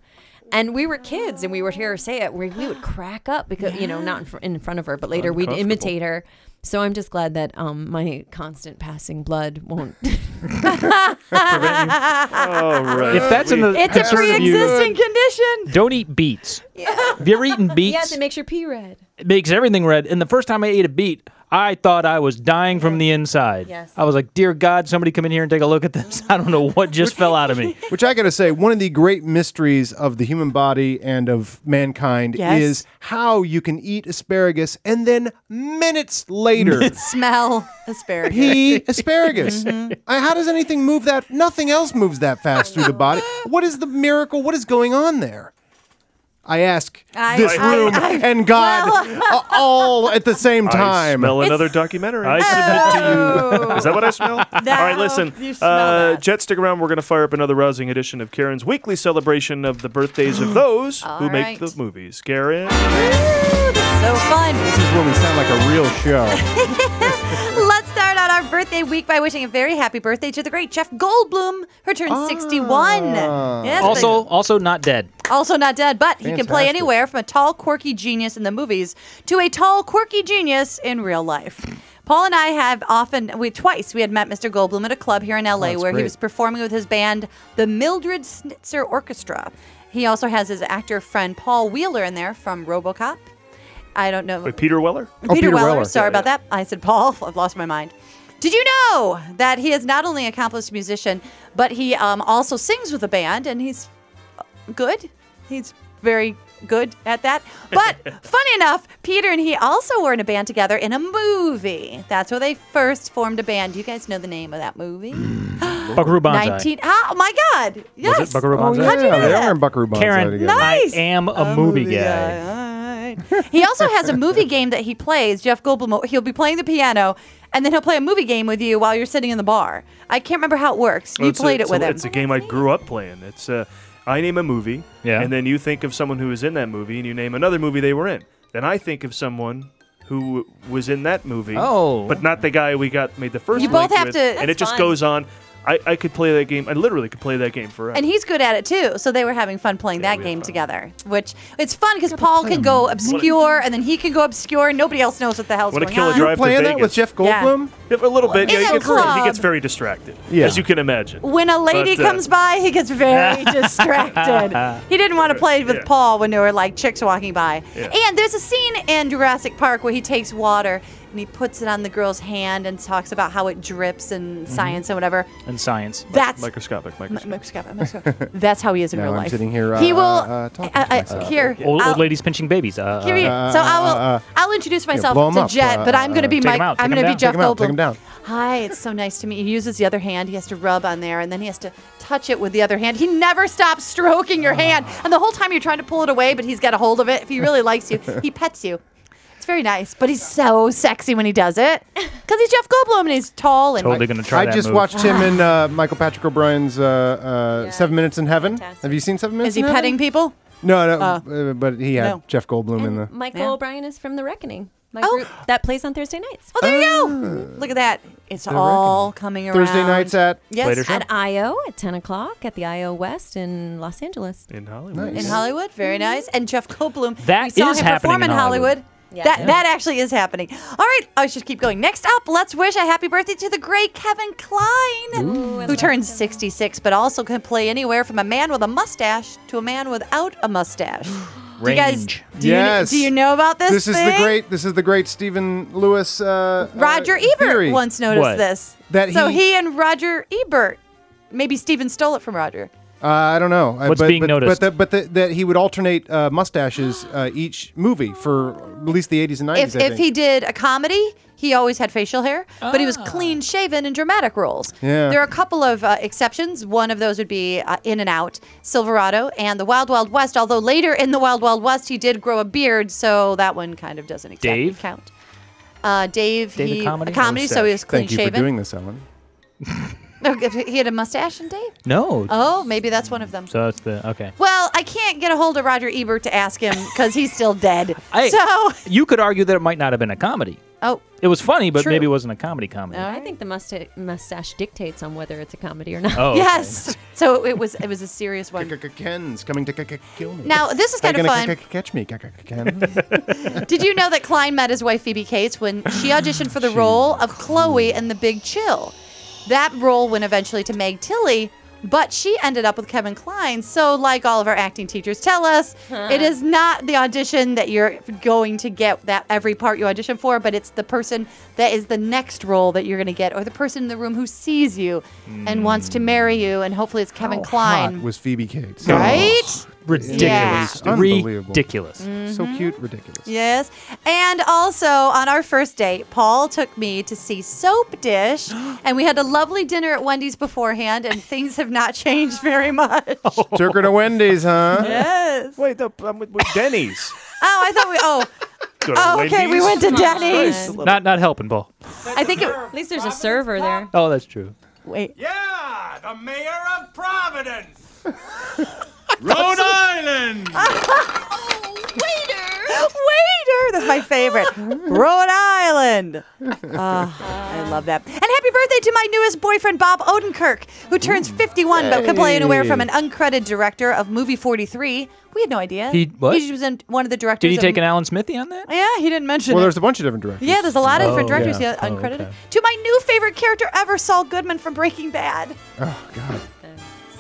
Speaker 13: And we were kids and we would hear her say it. We, (gasps) we would crack up because, you know, not in, fr- in front of her, but later we'd
Speaker 5: Uncomfortable.
Speaker 13: imitate her. So I'm just glad that um, my constant passing blood won't.
Speaker 2: All right.
Speaker 3: If that's in the
Speaker 13: It's a
Speaker 3: concern of you,
Speaker 13: pre-existing
Speaker 5: condition.
Speaker 3: Don't eat beets. Have you ever eaten beets?
Speaker 13: (laughs) (laughs) Yes, it makes your pee red.
Speaker 3: it makes everything red. And the first time I ate a beet, I thought I was dying from the inside.
Speaker 13: Yes.
Speaker 3: I was like, "Dear God, somebody come in here and take a look at this." (laughs) I don't know what just fell out of
Speaker 4: (laughs)
Speaker 3: me.
Speaker 4: Which I got to say, one of the great mysteries of the human body and of mankind
Speaker 3: Yes.
Speaker 4: is how you can eat asparagus and then minutes later
Speaker 5: Smell asparagus.
Speaker 4: pee asparagus. I- how does anything move that? Nothing else moves that fast through the body. What is the miracle? What is going on there? I ask
Speaker 2: I-
Speaker 4: this
Speaker 2: I-
Speaker 4: room
Speaker 2: I-
Speaker 4: and God
Speaker 2: Well-
Speaker 4: a- all at the same
Speaker 2: I
Speaker 4: time.
Speaker 2: smell another documentary.
Speaker 5: (laughs)
Speaker 2: I
Speaker 4: submit
Speaker 2: Is that what I
Speaker 3: (laughs)
Speaker 2: smell? All right, listen. Uh, Jet, stick around. We're going to fire up another rousing edition of Karen's weekly celebration of the
Speaker 5: (gasps)
Speaker 2: birthdays of those who
Speaker 5: All
Speaker 2: make
Speaker 5: right.
Speaker 2: the movies. Karen.
Speaker 5: So fun.
Speaker 13: (laughs)
Speaker 4: This is when we sound like a real show.
Speaker 5: Let's start out our birthday week by wishing a very happy birthday to the great Jeff Goldblum, who turned 61. Yes, but-
Speaker 3: also, also not dead.
Speaker 5: also not dead, but he can play
Speaker 3: Fantastic.
Speaker 5: anywhere from a tall, quirky genius in the movies to a tall, quirky genius in real life. Paul and I have often, we twice, we had met Mr. Goldblum at a club here in LA
Speaker 11: that's
Speaker 5: where
Speaker 11: great.
Speaker 5: he was performing with his band, the Mildred Snitzer Orchestra. He also has his actor friend Paul Wheeler in there from Robocop. I don't know.
Speaker 2: Wait, Peter Weller?
Speaker 5: Peter, Weller. Sorry about that. I said Paul. (laughs) I've lost my mind. Did you know that he is not only an accomplished musician, but he um, also sings with a band, and he's good. He's very good at that. But funny enough, Peter and he also were in a band together in a movie. That's where they first formed a band. Do you guys know the name of that movie?
Speaker 3: Buckaroo Banzai.
Speaker 5: 19. Oh my God. Yes.
Speaker 3: Was it Buckaroo
Speaker 4: Oh,
Speaker 3: Banzai?
Speaker 4: yeah, they are in Buckaroo Banzai
Speaker 3: Karen,
Speaker 4: together.
Speaker 3: I am a, movie, guy.
Speaker 5: he also has a movie game that he plays. Jeff Goldblum, he'll be playing the piano, and then he'll play a movie game with you while you're sitting in the bar. I can't remember how it works. You
Speaker 2: Well, it's a-
Speaker 5: played it
Speaker 2: it's
Speaker 5: with
Speaker 2: a,
Speaker 5: him.
Speaker 2: It's a game I grew up playing. It's uh, I name a movie,
Speaker 3: Yeah.
Speaker 2: and then you think of someone who was in that movie, and you name another movie they were in. Then I think of someone who w- was in that movie,
Speaker 3: Oh.
Speaker 2: but not the guy we got made the first.
Speaker 5: You both
Speaker 2: link
Speaker 5: have
Speaker 2: with,
Speaker 5: to-
Speaker 2: and it
Speaker 5: That's
Speaker 2: just
Speaker 5: fun.
Speaker 2: goes on. I, I could play that game. I literally could play that game forever.
Speaker 5: and he's good at it too, so they were having fun playing that game together. Which it's fun because Paul can go obscure, and then he can go obscure, and nobody else knows what the hell's
Speaker 2: Want to
Speaker 5: going
Speaker 2: kill a
Speaker 5: on.
Speaker 2: drive to Vegas.
Speaker 5: Yeah.
Speaker 2: Yeah, for a little bit.
Speaker 5: In
Speaker 2: Yeah, he
Speaker 5: a
Speaker 2: gets, he
Speaker 5: club.
Speaker 2: gets very distracted, as you can imagine.
Speaker 5: When a lady
Speaker 2: But, uh,
Speaker 5: comes by, he gets
Speaker 2: (laughs)
Speaker 5: very distracted. He didn't want to play with
Speaker 2: Yeah.
Speaker 5: Paul when there were like chicks walking by.
Speaker 2: Yeah.
Speaker 5: And there's a scene in Jurassic Park where he takes water and he puts it on the girl's hand and talks about how it drips
Speaker 2: Mm-hmm.
Speaker 5: and science and whatever.
Speaker 3: And science.
Speaker 5: That's-
Speaker 2: microscopic.
Speaker 5: M- microscopic, microscopic. That's how he is in
Speaker 3: Now
Speaker 5: real
Speaker 3: I'm
Speaker 5: life.
Speaker 3: sitting here,
Speaker 5: he
Speaker 3: uh,
Speaker 5: will.
Speaker 3: uh, talking
Speaker 5: I- I-
Speaker 3: Uh,
Speaker 5: here,
Speaker 3: old,
Speaker 5: I'll-
Speaker 3: old ladies pinching babies. Uh,
Speaker 5: Oh. Give me-
Speaker 3: uh,
Speaker 5: so I will. I'll introduce
Speaker 3: yeah,
Speaker 5: myself
Speaker 3: blow 'em
Speaker 5: to
Speaker 3: up,
Speaker 5: Jet,
Speaker 3: uh,
Speaker 5: but I'm going to be
Speaker 3: take
Speaker 5: Mike.
Speaker 3: 'em out,
Speaker 5: I'm
Speaker 3: take 'em
Speaker 5: going to be
Speaker 3: down.
Speaker 5: Jeff
Speaker 3: Take 'em out, take 'em
Speaker 5: Goldblum.
Speaker 3: down.
Speaker 5: Hi, it's so nice to meet you. He uses the other hand. He has to rub on there, and then he has to touch it with the other hand. He never stops stroking
Speaker 3: Uh-huh.
Speaker 5: your hand, and the whole time you're trying to pull it away, but he's got a hold of it. If he
Speaker 3: (laughs)
Speaker 5: really likes you, he pets you. It's very nice, but he's so sexy when he does
Speaker 3: (laughs)
Speaker 5: it because he's Jeff Goldblum and he's tall and
Speaker 3: oh,
Speaker 4: I just watched him in uh, Michael Patrick O'Brien's uh, uh, Seven Minutes in Heaven. Have you seen Seven Minutes?
Speaker 5: Is he
Speaker 4: in Heaven?
Speaker 5: petting people?
Speaker 4: No, no, uh, but he had
Speaker 13: no.
Speaker 4: Jeff Goldblum in the.
Speaker 13: Michael O'Brien is from The Reckoning, my group that plays on Thursday nights.
Speaker 5: Oh, there you
Speaker 3: Uh,
Speaker 5: go. Look at that. It's
Speaker 13: The
Speaker 5: all
Speaker 13: Reckoning.
Speaker 5: coming around.
Speaker 4: Thursday nights at-
Speaker 5: yes
Speaker 4: Later show?
Speaker 13: at IO at 10 o'clock at the IO West in Los Angeles.
Speaker 2: In Hollywood.
Speaker 5: in Hollywood. Very nice. And Jeff Goldblum.
Speaker 13: That
Speaker 5: we saw
Speaker 13: is
Speaker 5: him
Speaker 13: happening
Speaker 5: perform
Speaker 13: in
Speaker 5: in Hollywood.
Speaker 13: Hollywood. Yeah.
Speaker 5: That
Speaker 13: Yeah.
Speaker 5: that actually is happening. All right, I should keep going. Next up, let's wish a happy birthday to the great Kevin Klein, who turns 66, but also can play anywhere from a man with a mustache to a man without a
Speaker 13: (gasps)
Speaker 5: mustache. Do you guys,
Speaker 4: Range.
Speaker 5: do,
Speaker 4: Yes.
Speaker 5: you, do you know about this?
Speaker 4: This is the
Speaker 5: thing?
Speaker 4: great. This is the great Stephen Lewis. Uh, uh,
Speaker 5: Roger Ebert
Speaker 4: theory.
Speaker 5: once noticed this.
Speaker 4: That
Speaker 5: so
Speaker 4: he-
Speaker 5: he and Roger Ebert, maybe Steven stole it from Roger.
Speaker 4: Uh, I don't know. Uh,
Speaker 3: What's
Speaker 4: but,
Speaker 3: being
Speaker 4: but,
Speaker 3: noticed?
Speaker 4: But, the, but the, that he would alternate uh, mustaches uh, each movie for at least the 80s and 90s.
Speaker 5: if,
Speaker 4: I
Speaker 5: if
Speaker 4: think.
Speaker 5: he did a comedy, he always had facial hair, but he was clean shaven in dramatic roles.
Speaker 4: Yeah.
Speaker 5: There are a couple of uh, exceptions. One of those would be uh, In and Out, Silverado, and The Wild Wild West. Although later in The Wild Wild West, he did grow a beard, so that one kind of doesn't exactly
Speaker 4: Dave?
Speaker 5: count. Uh, Dave,
Speaker 4: Dave
Speaker 5: he,
Speaker 4: a
Speaker 5: a comedy so he was clean
Speaker 4: Thank you for doing
Speaker 5: shaven. Oh,
Speaker 4: this, Ellen.
Speaker 5: he had a mustache and Dave.
Speaker 3: no.
Speaker 5: Oh, maybe that's one of them.
Speaker 3: Mm-hmm. So it's the okay.
Speaker 5: Well, I can't get a hold of Roger Ebert to ask him because he's still dead.
Speaker 3: Hey,
Speaker 5: so,
Speaker 3: you could argue that it might not have been a comedy.
Speaker 5: oh,
Speaker 3: It was funny, but
Speaker 5: True. Uh,
Speaker 3: maybe it wasn't a comedy comedy.
Speaker 13: I think the mustache, mustache dictates on whether it's a comedy or not.
Speaker 3: Oh, okay.
Speaker 5: Yes. So it was it was a
Speaker 4: (laughs)
Speaker 5: serious one.
Speaker 4: Ken's coming to k- k- kill me.
Speaker 5: Now, this is
Speaker 4: Are you
Speaker 5: kinda
Speaker 4: gonna
Speaker 5: fun.
Speaker 4: c- c- Catch me, c- c- Ken.
Speaker 5: Did you know that Klein met his wife Phoebe Cates when she auditioned for the role of Chloe in The Big Chill? That role went eventually to Meg Tilly, but she ended up with Kevin Klein. So, like all of our acting teachers tell us, it is not the audition that you're going to get that every part you audition for, but it's the person that is the next role that you're going to get, or the person in the room who sees you and wants to marry you, and hopefully it's Kevin Klein.
Speaker 4: Hot was Phoebe Cates.
Speaker 5: Right?
Speaker 3: Ridiculous.
Speaker 5: Yeah.
Speaker 4: Unbelievable.
Speaker 3: Ridiculous.
Speaker 4: So
Speaker 5: Mm-hmm.
Speaker 4: cute, ridiculous.
Speaker 5: Yes. And also on our first date, Paul (gasps) took me to see Soap Dish, and we had a lovely dinner at Wendy's beforehand, and things have not changed very much.
Speaker 4: Took her to Wendy's,
Speaker 5: (laughs)
Speaker 4: huh?
Speaker 5: Yes.
Speaker 2: Wait, the, I'm with, with
Speaker 5: (laughs)
Speaker 2: Denny's.
Speaker 5: Oh, I thought we. Oh,
Speaker 2: Go to
Speaker 5: oh okay. We
Speaker 2: Wendy's?
Speaker 5: went to
Speaker 2: Jesus
Speaker 5: Denny's.
Speaker 2: Christ, a little-
Speaker 3: Not not helping, Paul.
Speaker 5: I think it, at least there's a server there.
Speaker 3: Oh, that's true.
Speaker 5: Wait.
Speaker 16: Yeah, the mayor of
Speaker 2: (laughs)
Speaker 16: Providence, Rhode Island.
Speaker 5: Waiter. That's my favorite. Rhode Island. Ah, I love that. And happy birthday to my newest boyfriend, Bob Odenkirk, who turns
Speaker 3: Mm.
Speaker 5: 51 but could play anywhere from an uncredited director of movie 43. We had no idea.
Speaker 3: He- what?
Speaker 5: was in one of the directors.
Speaker 3: Did he
Speaker 5: of-
Speaker 3: take an Alan Smithy on that?
Speaker 5: Yeah, he didn't mention
Speaker 4: Well,
Speaker 5: it.
Speaker 4: there's a bunch of different directors.
Speaker 5: Yeah, there's a lot of different
Speaker 3: Oh,
Speaker 5: directors.
Speaker 3: yeah.
Speaker 5: Yeah,
Speaker 3: Oh,
Speaker 5: uncredited.
Speaker 3: okay.
Speaker 5: To my new favorite character ever, Saul Goodman from Breaking Bad.
Speaker 4: Oh God.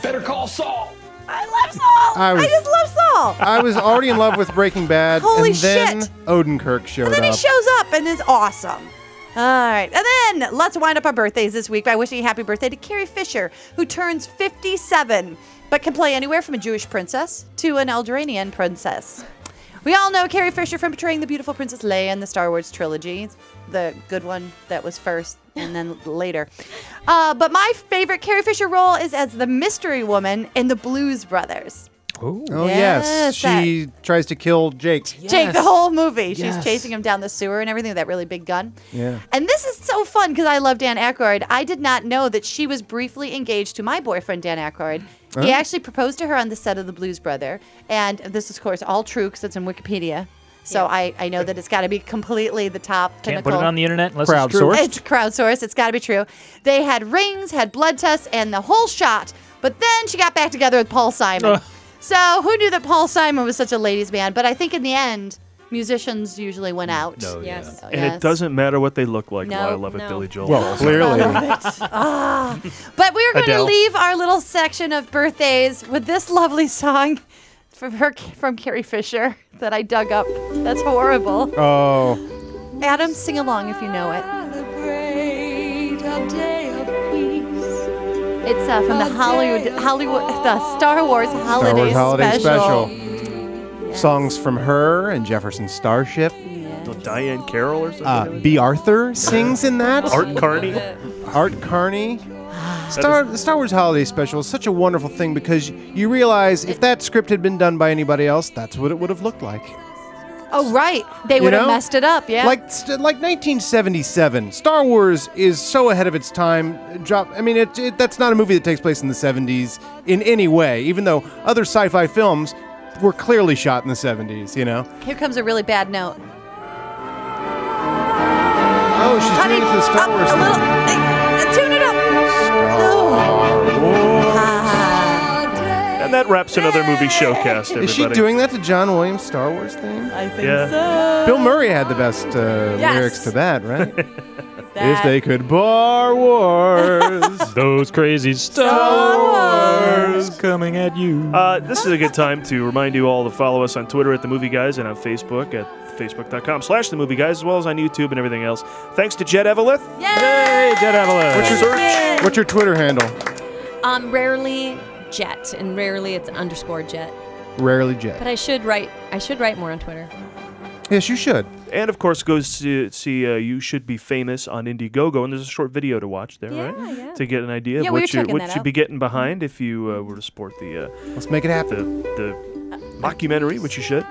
Speaker 16: Better call Saul.
Speaker 5: I love Saul.
Speaker 4: I
Speaker 5: I,
Speaker 4: was-
Speaker 5: just love Saul.
Speaker 4: I was already in love with Breaking Bad,
Speaker 5: Holy
Speaker 4: and then
Speaker 5: shit.
Speaker 4: Odenkirk showed
Speaker 5: And then he
Speaker 4: up.
Speaker 5: shows up and is awesome. All right. And then let's wind up our birthdays this week by wishing a happy birthday to Carrie Fisher, who turns 57, but can play anywhere from a Jewish princess to an Alderaanian princess. We all know Carrie Fisher from portraying the beautiful Princess Leia in the Star Wars trilogy, the good one that was first and then (laughs) later. Uh, but my favorite Carrie Fisher role is as the mystery woman in The Blues Brothers.
Speaker 4: oh
Speaker 5: Yes,
Speaker 4: yes, she tries to kill Jake.
Speaker 5: Jake, the whole movie. She's
Speaker 4: Yes.
Speaker 5: chasing him down the sewer and everything with that really big gun.
Speaker 4: Yeah.
Speaker 5: And this is so fun because I love Dan Aykroyd. I did not know that she was briefly engaged to my boyfriend, Dan Aykroyd. He
Speaker 4: Oh.
Speaker 5: actually proposed to her on the set of The Blues Brother. And this is, of course, all true because it's in Wikipedia. So I, I know that it's got to be completely the top.
Speaker 3: Can't
Speaker 5: pinnacle.
Speaker 3: put it on the internet unless it's true.
Speaker 5: It's crowdsourced. It's got to be true. They had rings, had blood tests, and the whole shot. But then she got back together with Paul Simon.
Speaker 3: Ugh.
Speaker 5: so who knew that Paul Simon was such a ladies' man? But I think in the end, musicians usually went out.
Speaker 2: No,
Speaker 5: yes.
Speaker 2: And it doesn't matter what they look like. Why I
Speaker 5: No,
Speaker 2: love it,
Speaker 5: no.
Speaker 2: Billy Joel.
Speaker 4: Well, clearly.
Speaker 5: Ah. But we are going to
Speaker 2: Adele.
Speaker 5: leave our little section of birthdays with this lovely song (laughs) from her from Carrie Fisher that I dug up. That's horrible.
Speaker 4: Oh.
Speaker 5: Adam, sing along if you know it. It's uh, from the Hollywood, Hollywood, the Star Wars holiday,
Speaker 4: Star Wars Holiday
Speaker 5: special.
Speaker 4: Special. Songs from her and Jefferson Starship.
Speaker 2: (laughs) Diane Carroll or something.
Speaker 4: Uh, B. Arthur sings in that.
Speaker 2: Art Carney.
Speaker 4: Art Carney.
Speaker 5: Ah.
Speaker 4: Star, the Star Wars Holiday Special is such a wonderful thing because you realize if that script had been done by anybody else, that's what it would have looked like.
Speaker 5: Oh right, they
Speaker 4: You
Speaker 5: would have
Speaker 4: know?
Speaker 5: messed it up. Yeah,
Speaker 4: Like st- like 1977, Star Wars is so ahead of its time. Drop. I mean, it, it, that's not a movie that takes place in the 70s in any way. Even though other sci-fi films were clearly shot in the 70s. You know.
Speaker 5: here comes a really bad note.
Speaker 4: Oh, she's doing it to the Star Wars thing.
Speaker 5: Tune it up.
Speaker 2: And that wraps another movie showcast, everybody.
Speaker 4: Is she doing uh? that to John Williams' Star Wars theme?
Speaker 5: I think so.
Speaker 2: Yeah.
Speaker 4: Bill Murray had the best uh,
Speaker 5: Yes.
Speaker 4: lyrics to that, right?
Speaker 5: That-
Speaker 4: If they could bar wars,
Speaker 3: those crazy Star Wars coming at you.
Speaker 2: Uh, this is a good time to remind you all to follow us on Twitter at The Movie Guys and on Facebook at facebook.com slash The Movie Guys, as well as on YouTube and everything else. Thanks to Jed Eveleth.
Speaker 4: (laughs)
Speaker 13: Yay,
Speaker 2: Jed Eveleth.
Speaker 4: What's your,
Speaker 13: Yay.
Speaker 4: what's your Twitter handle?
Speaker 13: Um, rarely jet, and rarely it's underscore jet.
Speaker 4: Rarely Jet.
Speaker 13: But I should write. I should write more on Twitter.
Speaker 4: Yes, you should.
Speaker 2: And of course, go see, see uh, You Should Be Famous on Indiegogo. And there's a short video to watch there, right? To get an
Speaker 5: Yeah,
Speaker 2: idea of
Speaker 5: we
Speaker 2: what
Speaker 5: were
Speaker 2: you
Speaker 5: checking
Speaker 2: what
Speaker 5: that
Speaker 2: you'd be
Speaker 5: out. Mm-hmm.
Speaker 2: getting behind if you uh, were to support the. Uh,
Speaker 4: Let's make it happen.
Speaker 2: The, the mockumentary, which you should.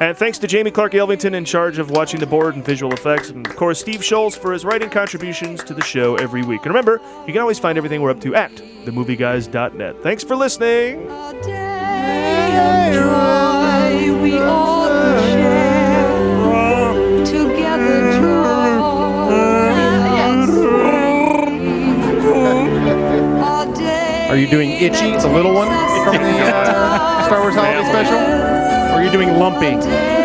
Speaker 2: And thanks to Jamie Clark Elvington in charge of watching the board and visual effects, and of course Steve Scholes for his writing contributions to the show every week. And remember, you can always find everything we're up to at themovieguys.net. Thanks for listening.
Speaker 16: we all share together through
Speaker 4: Are you doing Itchy, the little one from the uh, Star Wars Holiday Special? Or are you doing Lumpy?